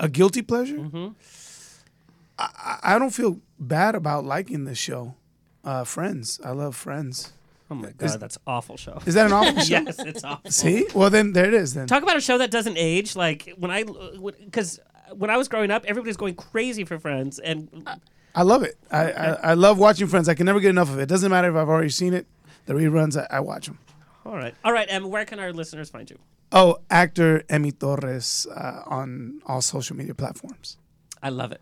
A guilty pleasure?
Mm-hmm.
I, I I don't feel bad about liking this show. Uh, Friends. I love Friends.
Oh my god, that's awful show. (laughs)
Is that
(laughs)
an awful show?
yes, it's awful.
See? Well, then there it is then.
Talk about a show that doesn't age. Like when I, because when I was growing up, everybody was going crazy for Friends, and
Uh,
I love it. I, I, I love watching Friends. I can never get enough of it. It doesn't matter if I've already seen it. The reruns, I, I watch them.
all right, all right, Em, where can our listeners find you?
Oh, actor Emmy Torres uh, on all social media platforms.
I love it.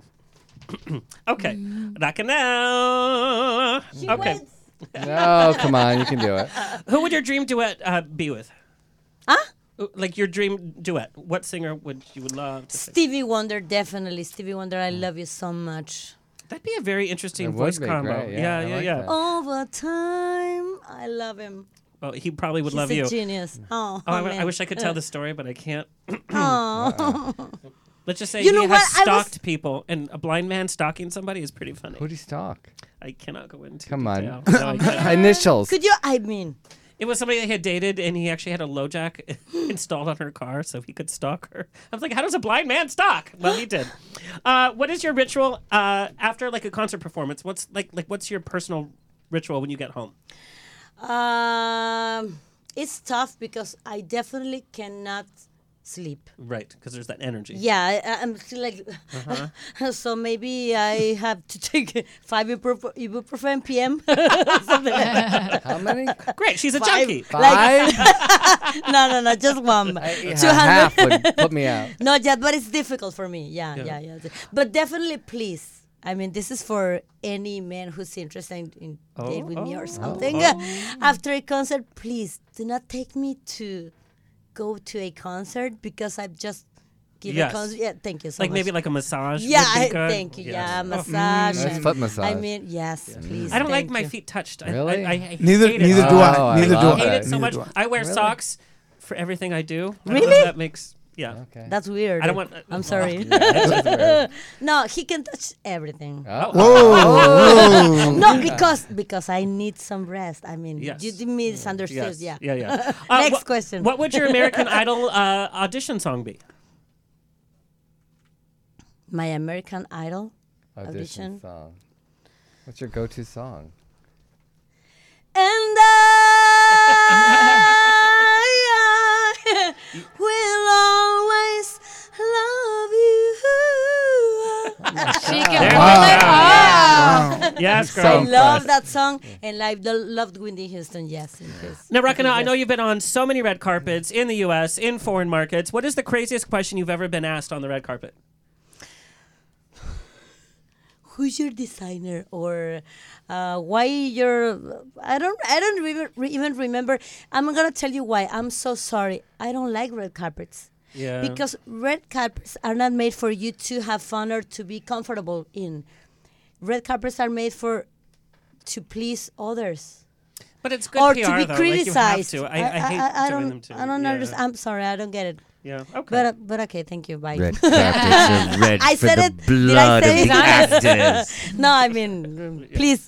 (clears throat) okay, Rakana. Okay,
No, come on. You can do it.
who would your dream duet uh, be with? Huh? Like your dream duet? What singer would you would love? To sing?
Stevie Wonder, definitely. Stevie Wonder, I love you so much.
That'd be a very interesting
It would
voice
be
combo.
great,
Yeah,
yeah,
yeah,
I
yeah.
like that.
Over time, I love him.
Well, he probably would
He's
love
a
you.
genius. Oh,
Oh, I, w-
man.
I wish I could tell the story, but I can't. (clears throat)
Oh.
Let's just say
You
he
know
has
what? I was-
stalked people, and a blind man stalking somebody is pretty funny.
Who do you stalk?
I cannot go into.
Come on.
detail. No, I can't.
Initials.
Could you? I mean,
it was somebody that he had dated, and he actually had a LoJack (laughs) installed on her car, so he could stalk her. I was like, "How does a blind man stalk?" Well, he did. Uh, what is your ritual uh, after like a concert performance? What's like like what's your personal ritual when you get home?
um, it's tough because I definitely cannot sleep.
Right, because there's that energy.
Yeah, I, I'm still like,
Uh-huh.
(laughs) so maybe I have to take (laughs) five ibuprof- ibuprofen PM. (laughs) Something like that.
(laughs)
How many?
Great, she's a
Five.
junkie.
Five?
No, no, no, just one.
Yeah,
200.
half would put me out.
No, yeah, but it's difficult for me. Yeah, yeah, yeah. But definitely, please. I mean, this is for any man who's interested in, in
Oh,
date with me or something. (laughs) After a concert, please do not take me to go to a concert because I've just given
Yes.
a concert. Yeah, thank you so
Like
much.
maybe like a massage.
yeah,
would be
I,
good.
thank you.
Yes.
Yeah,
Oh.
massage.
That's
and-
foot
(laughs) I
massage.
mean, yes, please.
I don't like
thank
my
you.
feet touched.
Really?
I, I, I hate
Neither-
it.
neither do I.
Oh, I
neither do
love
hate
that.
it so
Neither
much.
do
I wear socks for everything I do. I don't know if
Really?
that makes Yeah.
Okay.
That's weird.
I don't want. uh,
I'm sorry.
That's
(laughs)
weird.
no, he can touch everything.
Oh.
Whoa. Whoa.
no, because because I need some rest. I mean,
Yes.
you did misunderstood.
Yes.
Yeah.
Yeah.
(laughs)
Yeah. Uh,
Next
wh-
question.
What would your
(laughs)
American Idol uh, audition song be?
My American Idol
Audition,
audition.
song. What's your go-to song?
And I, will always love you.
She can pull it
Wow.
off.
Yes,
I'm
girl.
I
so
love
impressed.
that song, and I do- loved Whitney Houston. Yes, in case.
Now, Rakana, I know you've been on so many red carpets in the U.S., in foreign markets. What is the craziest question you've ever been asked on the red carpet?
who's your designer or uh, why you're i don't i don't re- re- even remember i'm gonna tell you why i'm so sorry i don't like red carpets
Yeah.
because red carpets are not made for you to have fun or to be comfortable in red carpets are made for to please others
But it's good
or
PR
to be
though. Like
criticized
you have to. I, I, hate doing
I don't,
them too.
I don't
yeah.
understand i'm sorry i don't get it
Yeah. Okay.
but uh, but okay thank you bye
Red carpets are red
(laughs) I
for
said
the
it. Did I
blood of
say (laughs)
the
it?
actors.
no, I mean, um, please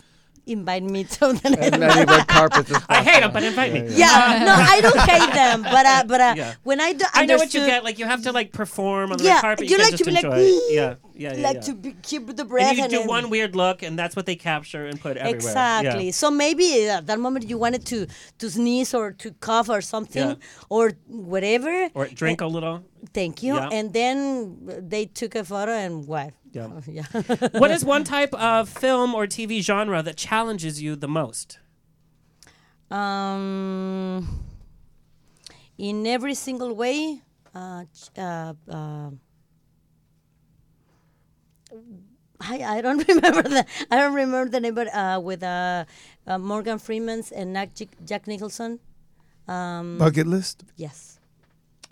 invite me to the next.
As many red carpets as
I hate
possible.
them, but invite me.
(laughs) Yeah, no, I don't hate them, but uh, but uh,
Yeah.
when I do,
I know what you
understood-
get. Like you have to like perform on the
Yeah,
red carpet.
you
can't
like
just
to be like,
enjoy it. yeah, yeah, yeah.
like
yeah.
to be, keep the breath
and you do
then-
one weird look, and that's what they capture and put everywhere.
Exactly.
Yeah.
So maybe at that moment you wanted to to sneeze or to cough or something or whatever.
Or drink a
(laughs)
little.
Thank you.
Yeah.
And then they took a photo and what?
Yeah.
(laughs) yeah.
what is one type of film or TV genre that challenges you the most?
Um, in every single way, uh, ch- uh, uh, I, I don't (laughs) remember the I don't remember the name, but uh, with uh, uh, Morgan Freeman's and Jack, Jack Nicholson.
Mm.
Um,
Bucket list.
Yes,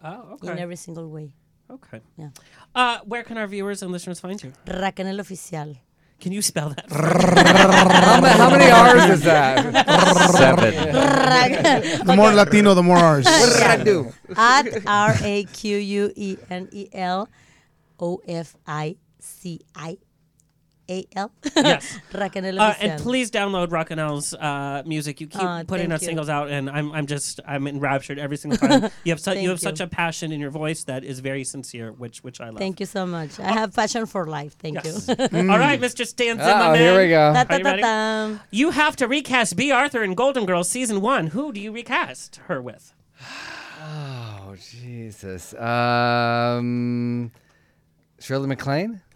Oh,
in
okay.
every single way.
Okay.
Yeah.
Uh, where can our viewers and listeners find you?
Racanel oficial.
Can you spell that?
how, ma- how many R's is that?
Seven.
(laughs)
Rac-
The more Latino, the more
(laughs)
ours.
What did I do?
at R A Q U E N E L O F I C I A L. (laughs)
Yes.
Racanel
Uh, and
Oficial.
please download Rockanel's uh, music. You keep
Aw,
putting
thank
out
you.
singles out, and I'm, I'm just I'm enraptured every single
(laughs)
time. you have su- you
Thank
have such
you.
a passion in your voice that is very sincere, which which I love. (laughs)
Thank you so much. I have passion for life. Thank
Yes.
you. (laughs)
All right, Mr. Stanson,
Oh,
my man.
Mm. here we go.
Ta- ta-
Are you
ta-
ready?
tam.
You have to recast B. Arthur in Golden Girls season one. Who do you recast her with?
Oh Jesus. Um, Shirley MacLaine.
(gasps)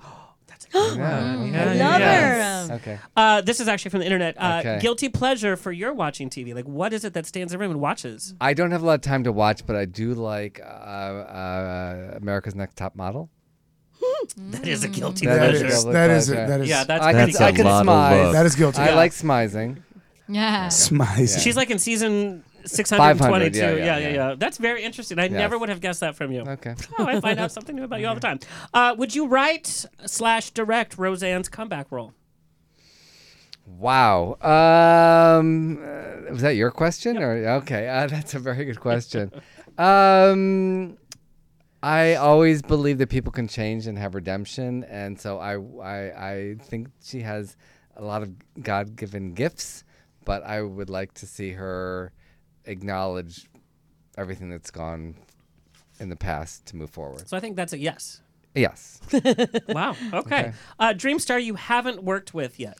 That's a good
Yeah.
Yeah,
I
yeah,
love
yeah.
her.
Okay.
Uh, this is actually from the internet. Uh,
Okay.
Guilty pleasure for your watching TV. Like, what is it that stands everyone watches?
I don't have a lot of time to watch, but I do like uh, uh, America's Next Top Model.
That is a
Mm.
guilty
That
That
is
pleasure.
is.
double
That is.
pleasure.
That is.
yeah, that's
I
pretty
can,
That's a
I
guilty.
can
lot of
smize.
love.
That is guilty.
I like smizing.
Yeah.
Smize.
She's like in season 622. Yeah
500,
yeah
yeah,
yeah,
yeah,
That's very interesting. I never would have guessed that from you.
Okay.
Oh, I find out something new about
(laughs)
you all the time. Uh, would you write slash direct Roseanne's comeback role?
Wow. Um, uh, was that your question? Or okay, uh, (laughs) that's a very good question. um, I always believe that people can change and have redemption, and so I I, I think she has a lot of God given gifts, but I would like to see her acknowledge everything that's gone in the past to move forward.
So I think that's a yes.
Yes. (laughs)
Wow. Okay. Uh, Dream star you haven't worked with yet.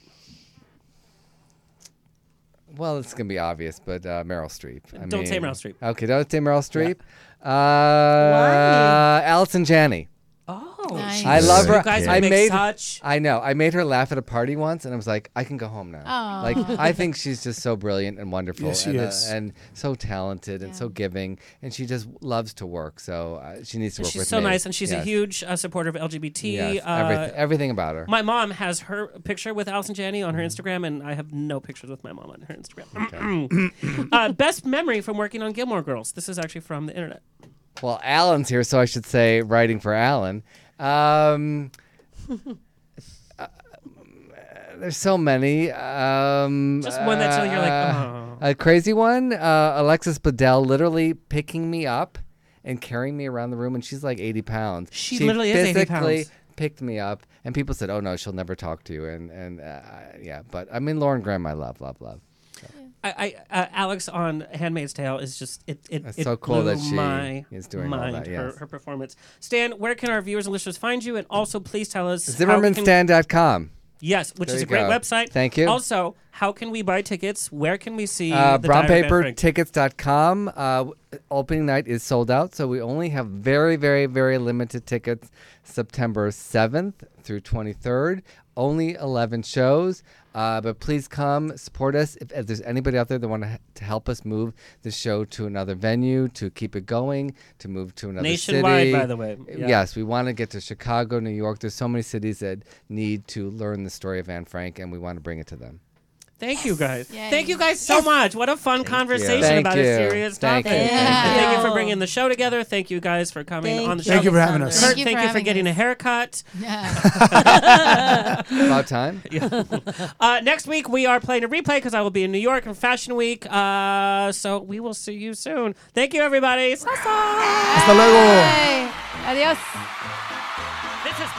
Well, it's gonna be obvious, but uh, Meryl Streep. I
Don't say
mean-
Meryl Streep.
Okay, don't say Meryl Streep. Uh, Allison Janney.
Oh,
Nice.
I love her.
You guys
I
would make
made.
such.
I know. I made her laugh at a party once, and I was like, I can go home now.
Aw.
Like, I think she's just so brilliant and wonderful,
Yes, she
and, uh,
is.
and so talented and so giving, and she just loves to work. So uh, she needs to
And
work
she's
with
so
me.
nice, and she's a
Yes,
huge uh, supporter of LGBT.
Yes,
uh,
everything, everything about her.
My mom has her picture with Allison Janney on her
Mm-hmm.
Instagram, and I have no pictures with my mom on her Instagram. (clears throat) uh, best memory from working on Gilmore Girls. This is actually from the internet.
Well, Alan's here, so I should say writing for Alan. Um, uh, there's so many. Um,
Just one that's like you're like,
uh,
"Oh."
a crazy one. Uh, Alexis Bledel literally picking me up and carrying me around the room. And she's like 80 pounds.
She literally is 80
physically
pounds.
picked me up, and people said, "Oh no, she'll never talk to you." And and uh, yeah, but I mean, Lauren Graham, I love, love, love.
I, I uh, Alex on Handmaid's Tale is just it. it
That's
it
so cool
blew
that she
my
is doing all
mind,
that, yes.
Her, her performance. Stan, where can our viewers and listeners find you? And also, please tell us how we can-
ZimmermanStan.com.
Yes, which
There
is
you
a great
go.
website.
Thank you.
Also, how can we buy tickets? Where can we see
Uh,
the Diary of Anne Frank?
brownpapertickets.com. Uh, w- opening night is sold out, so we only have very, very, very limited tickets September 7th through 23rd. Only 11 shows. Uh, but please come support us. If, if there's anybody out there that want to, to help us move the show to another venue, to keep it going, to move to another
Nationwide,
city.
by the way. Yeah.
Yes, we want to get to Chicago, New York. There's so many cities that need to learn the story of Anne Frank, and we want to bring it
(laughs)
to them.
Thank you guys.
Yay.
Thank you guys so much. What a fun conversation
Thank
about
you.
a serious
Thank
topic.
you.
Thank you.
Thank you.
for bringing the show together. Thank you guys for coming
Thank
on the
you.
show.
Thank you for having us.
Kurt,
Thank you
Thank,
for
you for
having
getting
us.
a haircut.
(laughs) About time.
Uh, next week we are playing a replay because I will be in New York in Fashion Week. Uh, so we will see you soon. Thank you, everybody. Sasa.
Hasta luego.
Hey, adios.
This has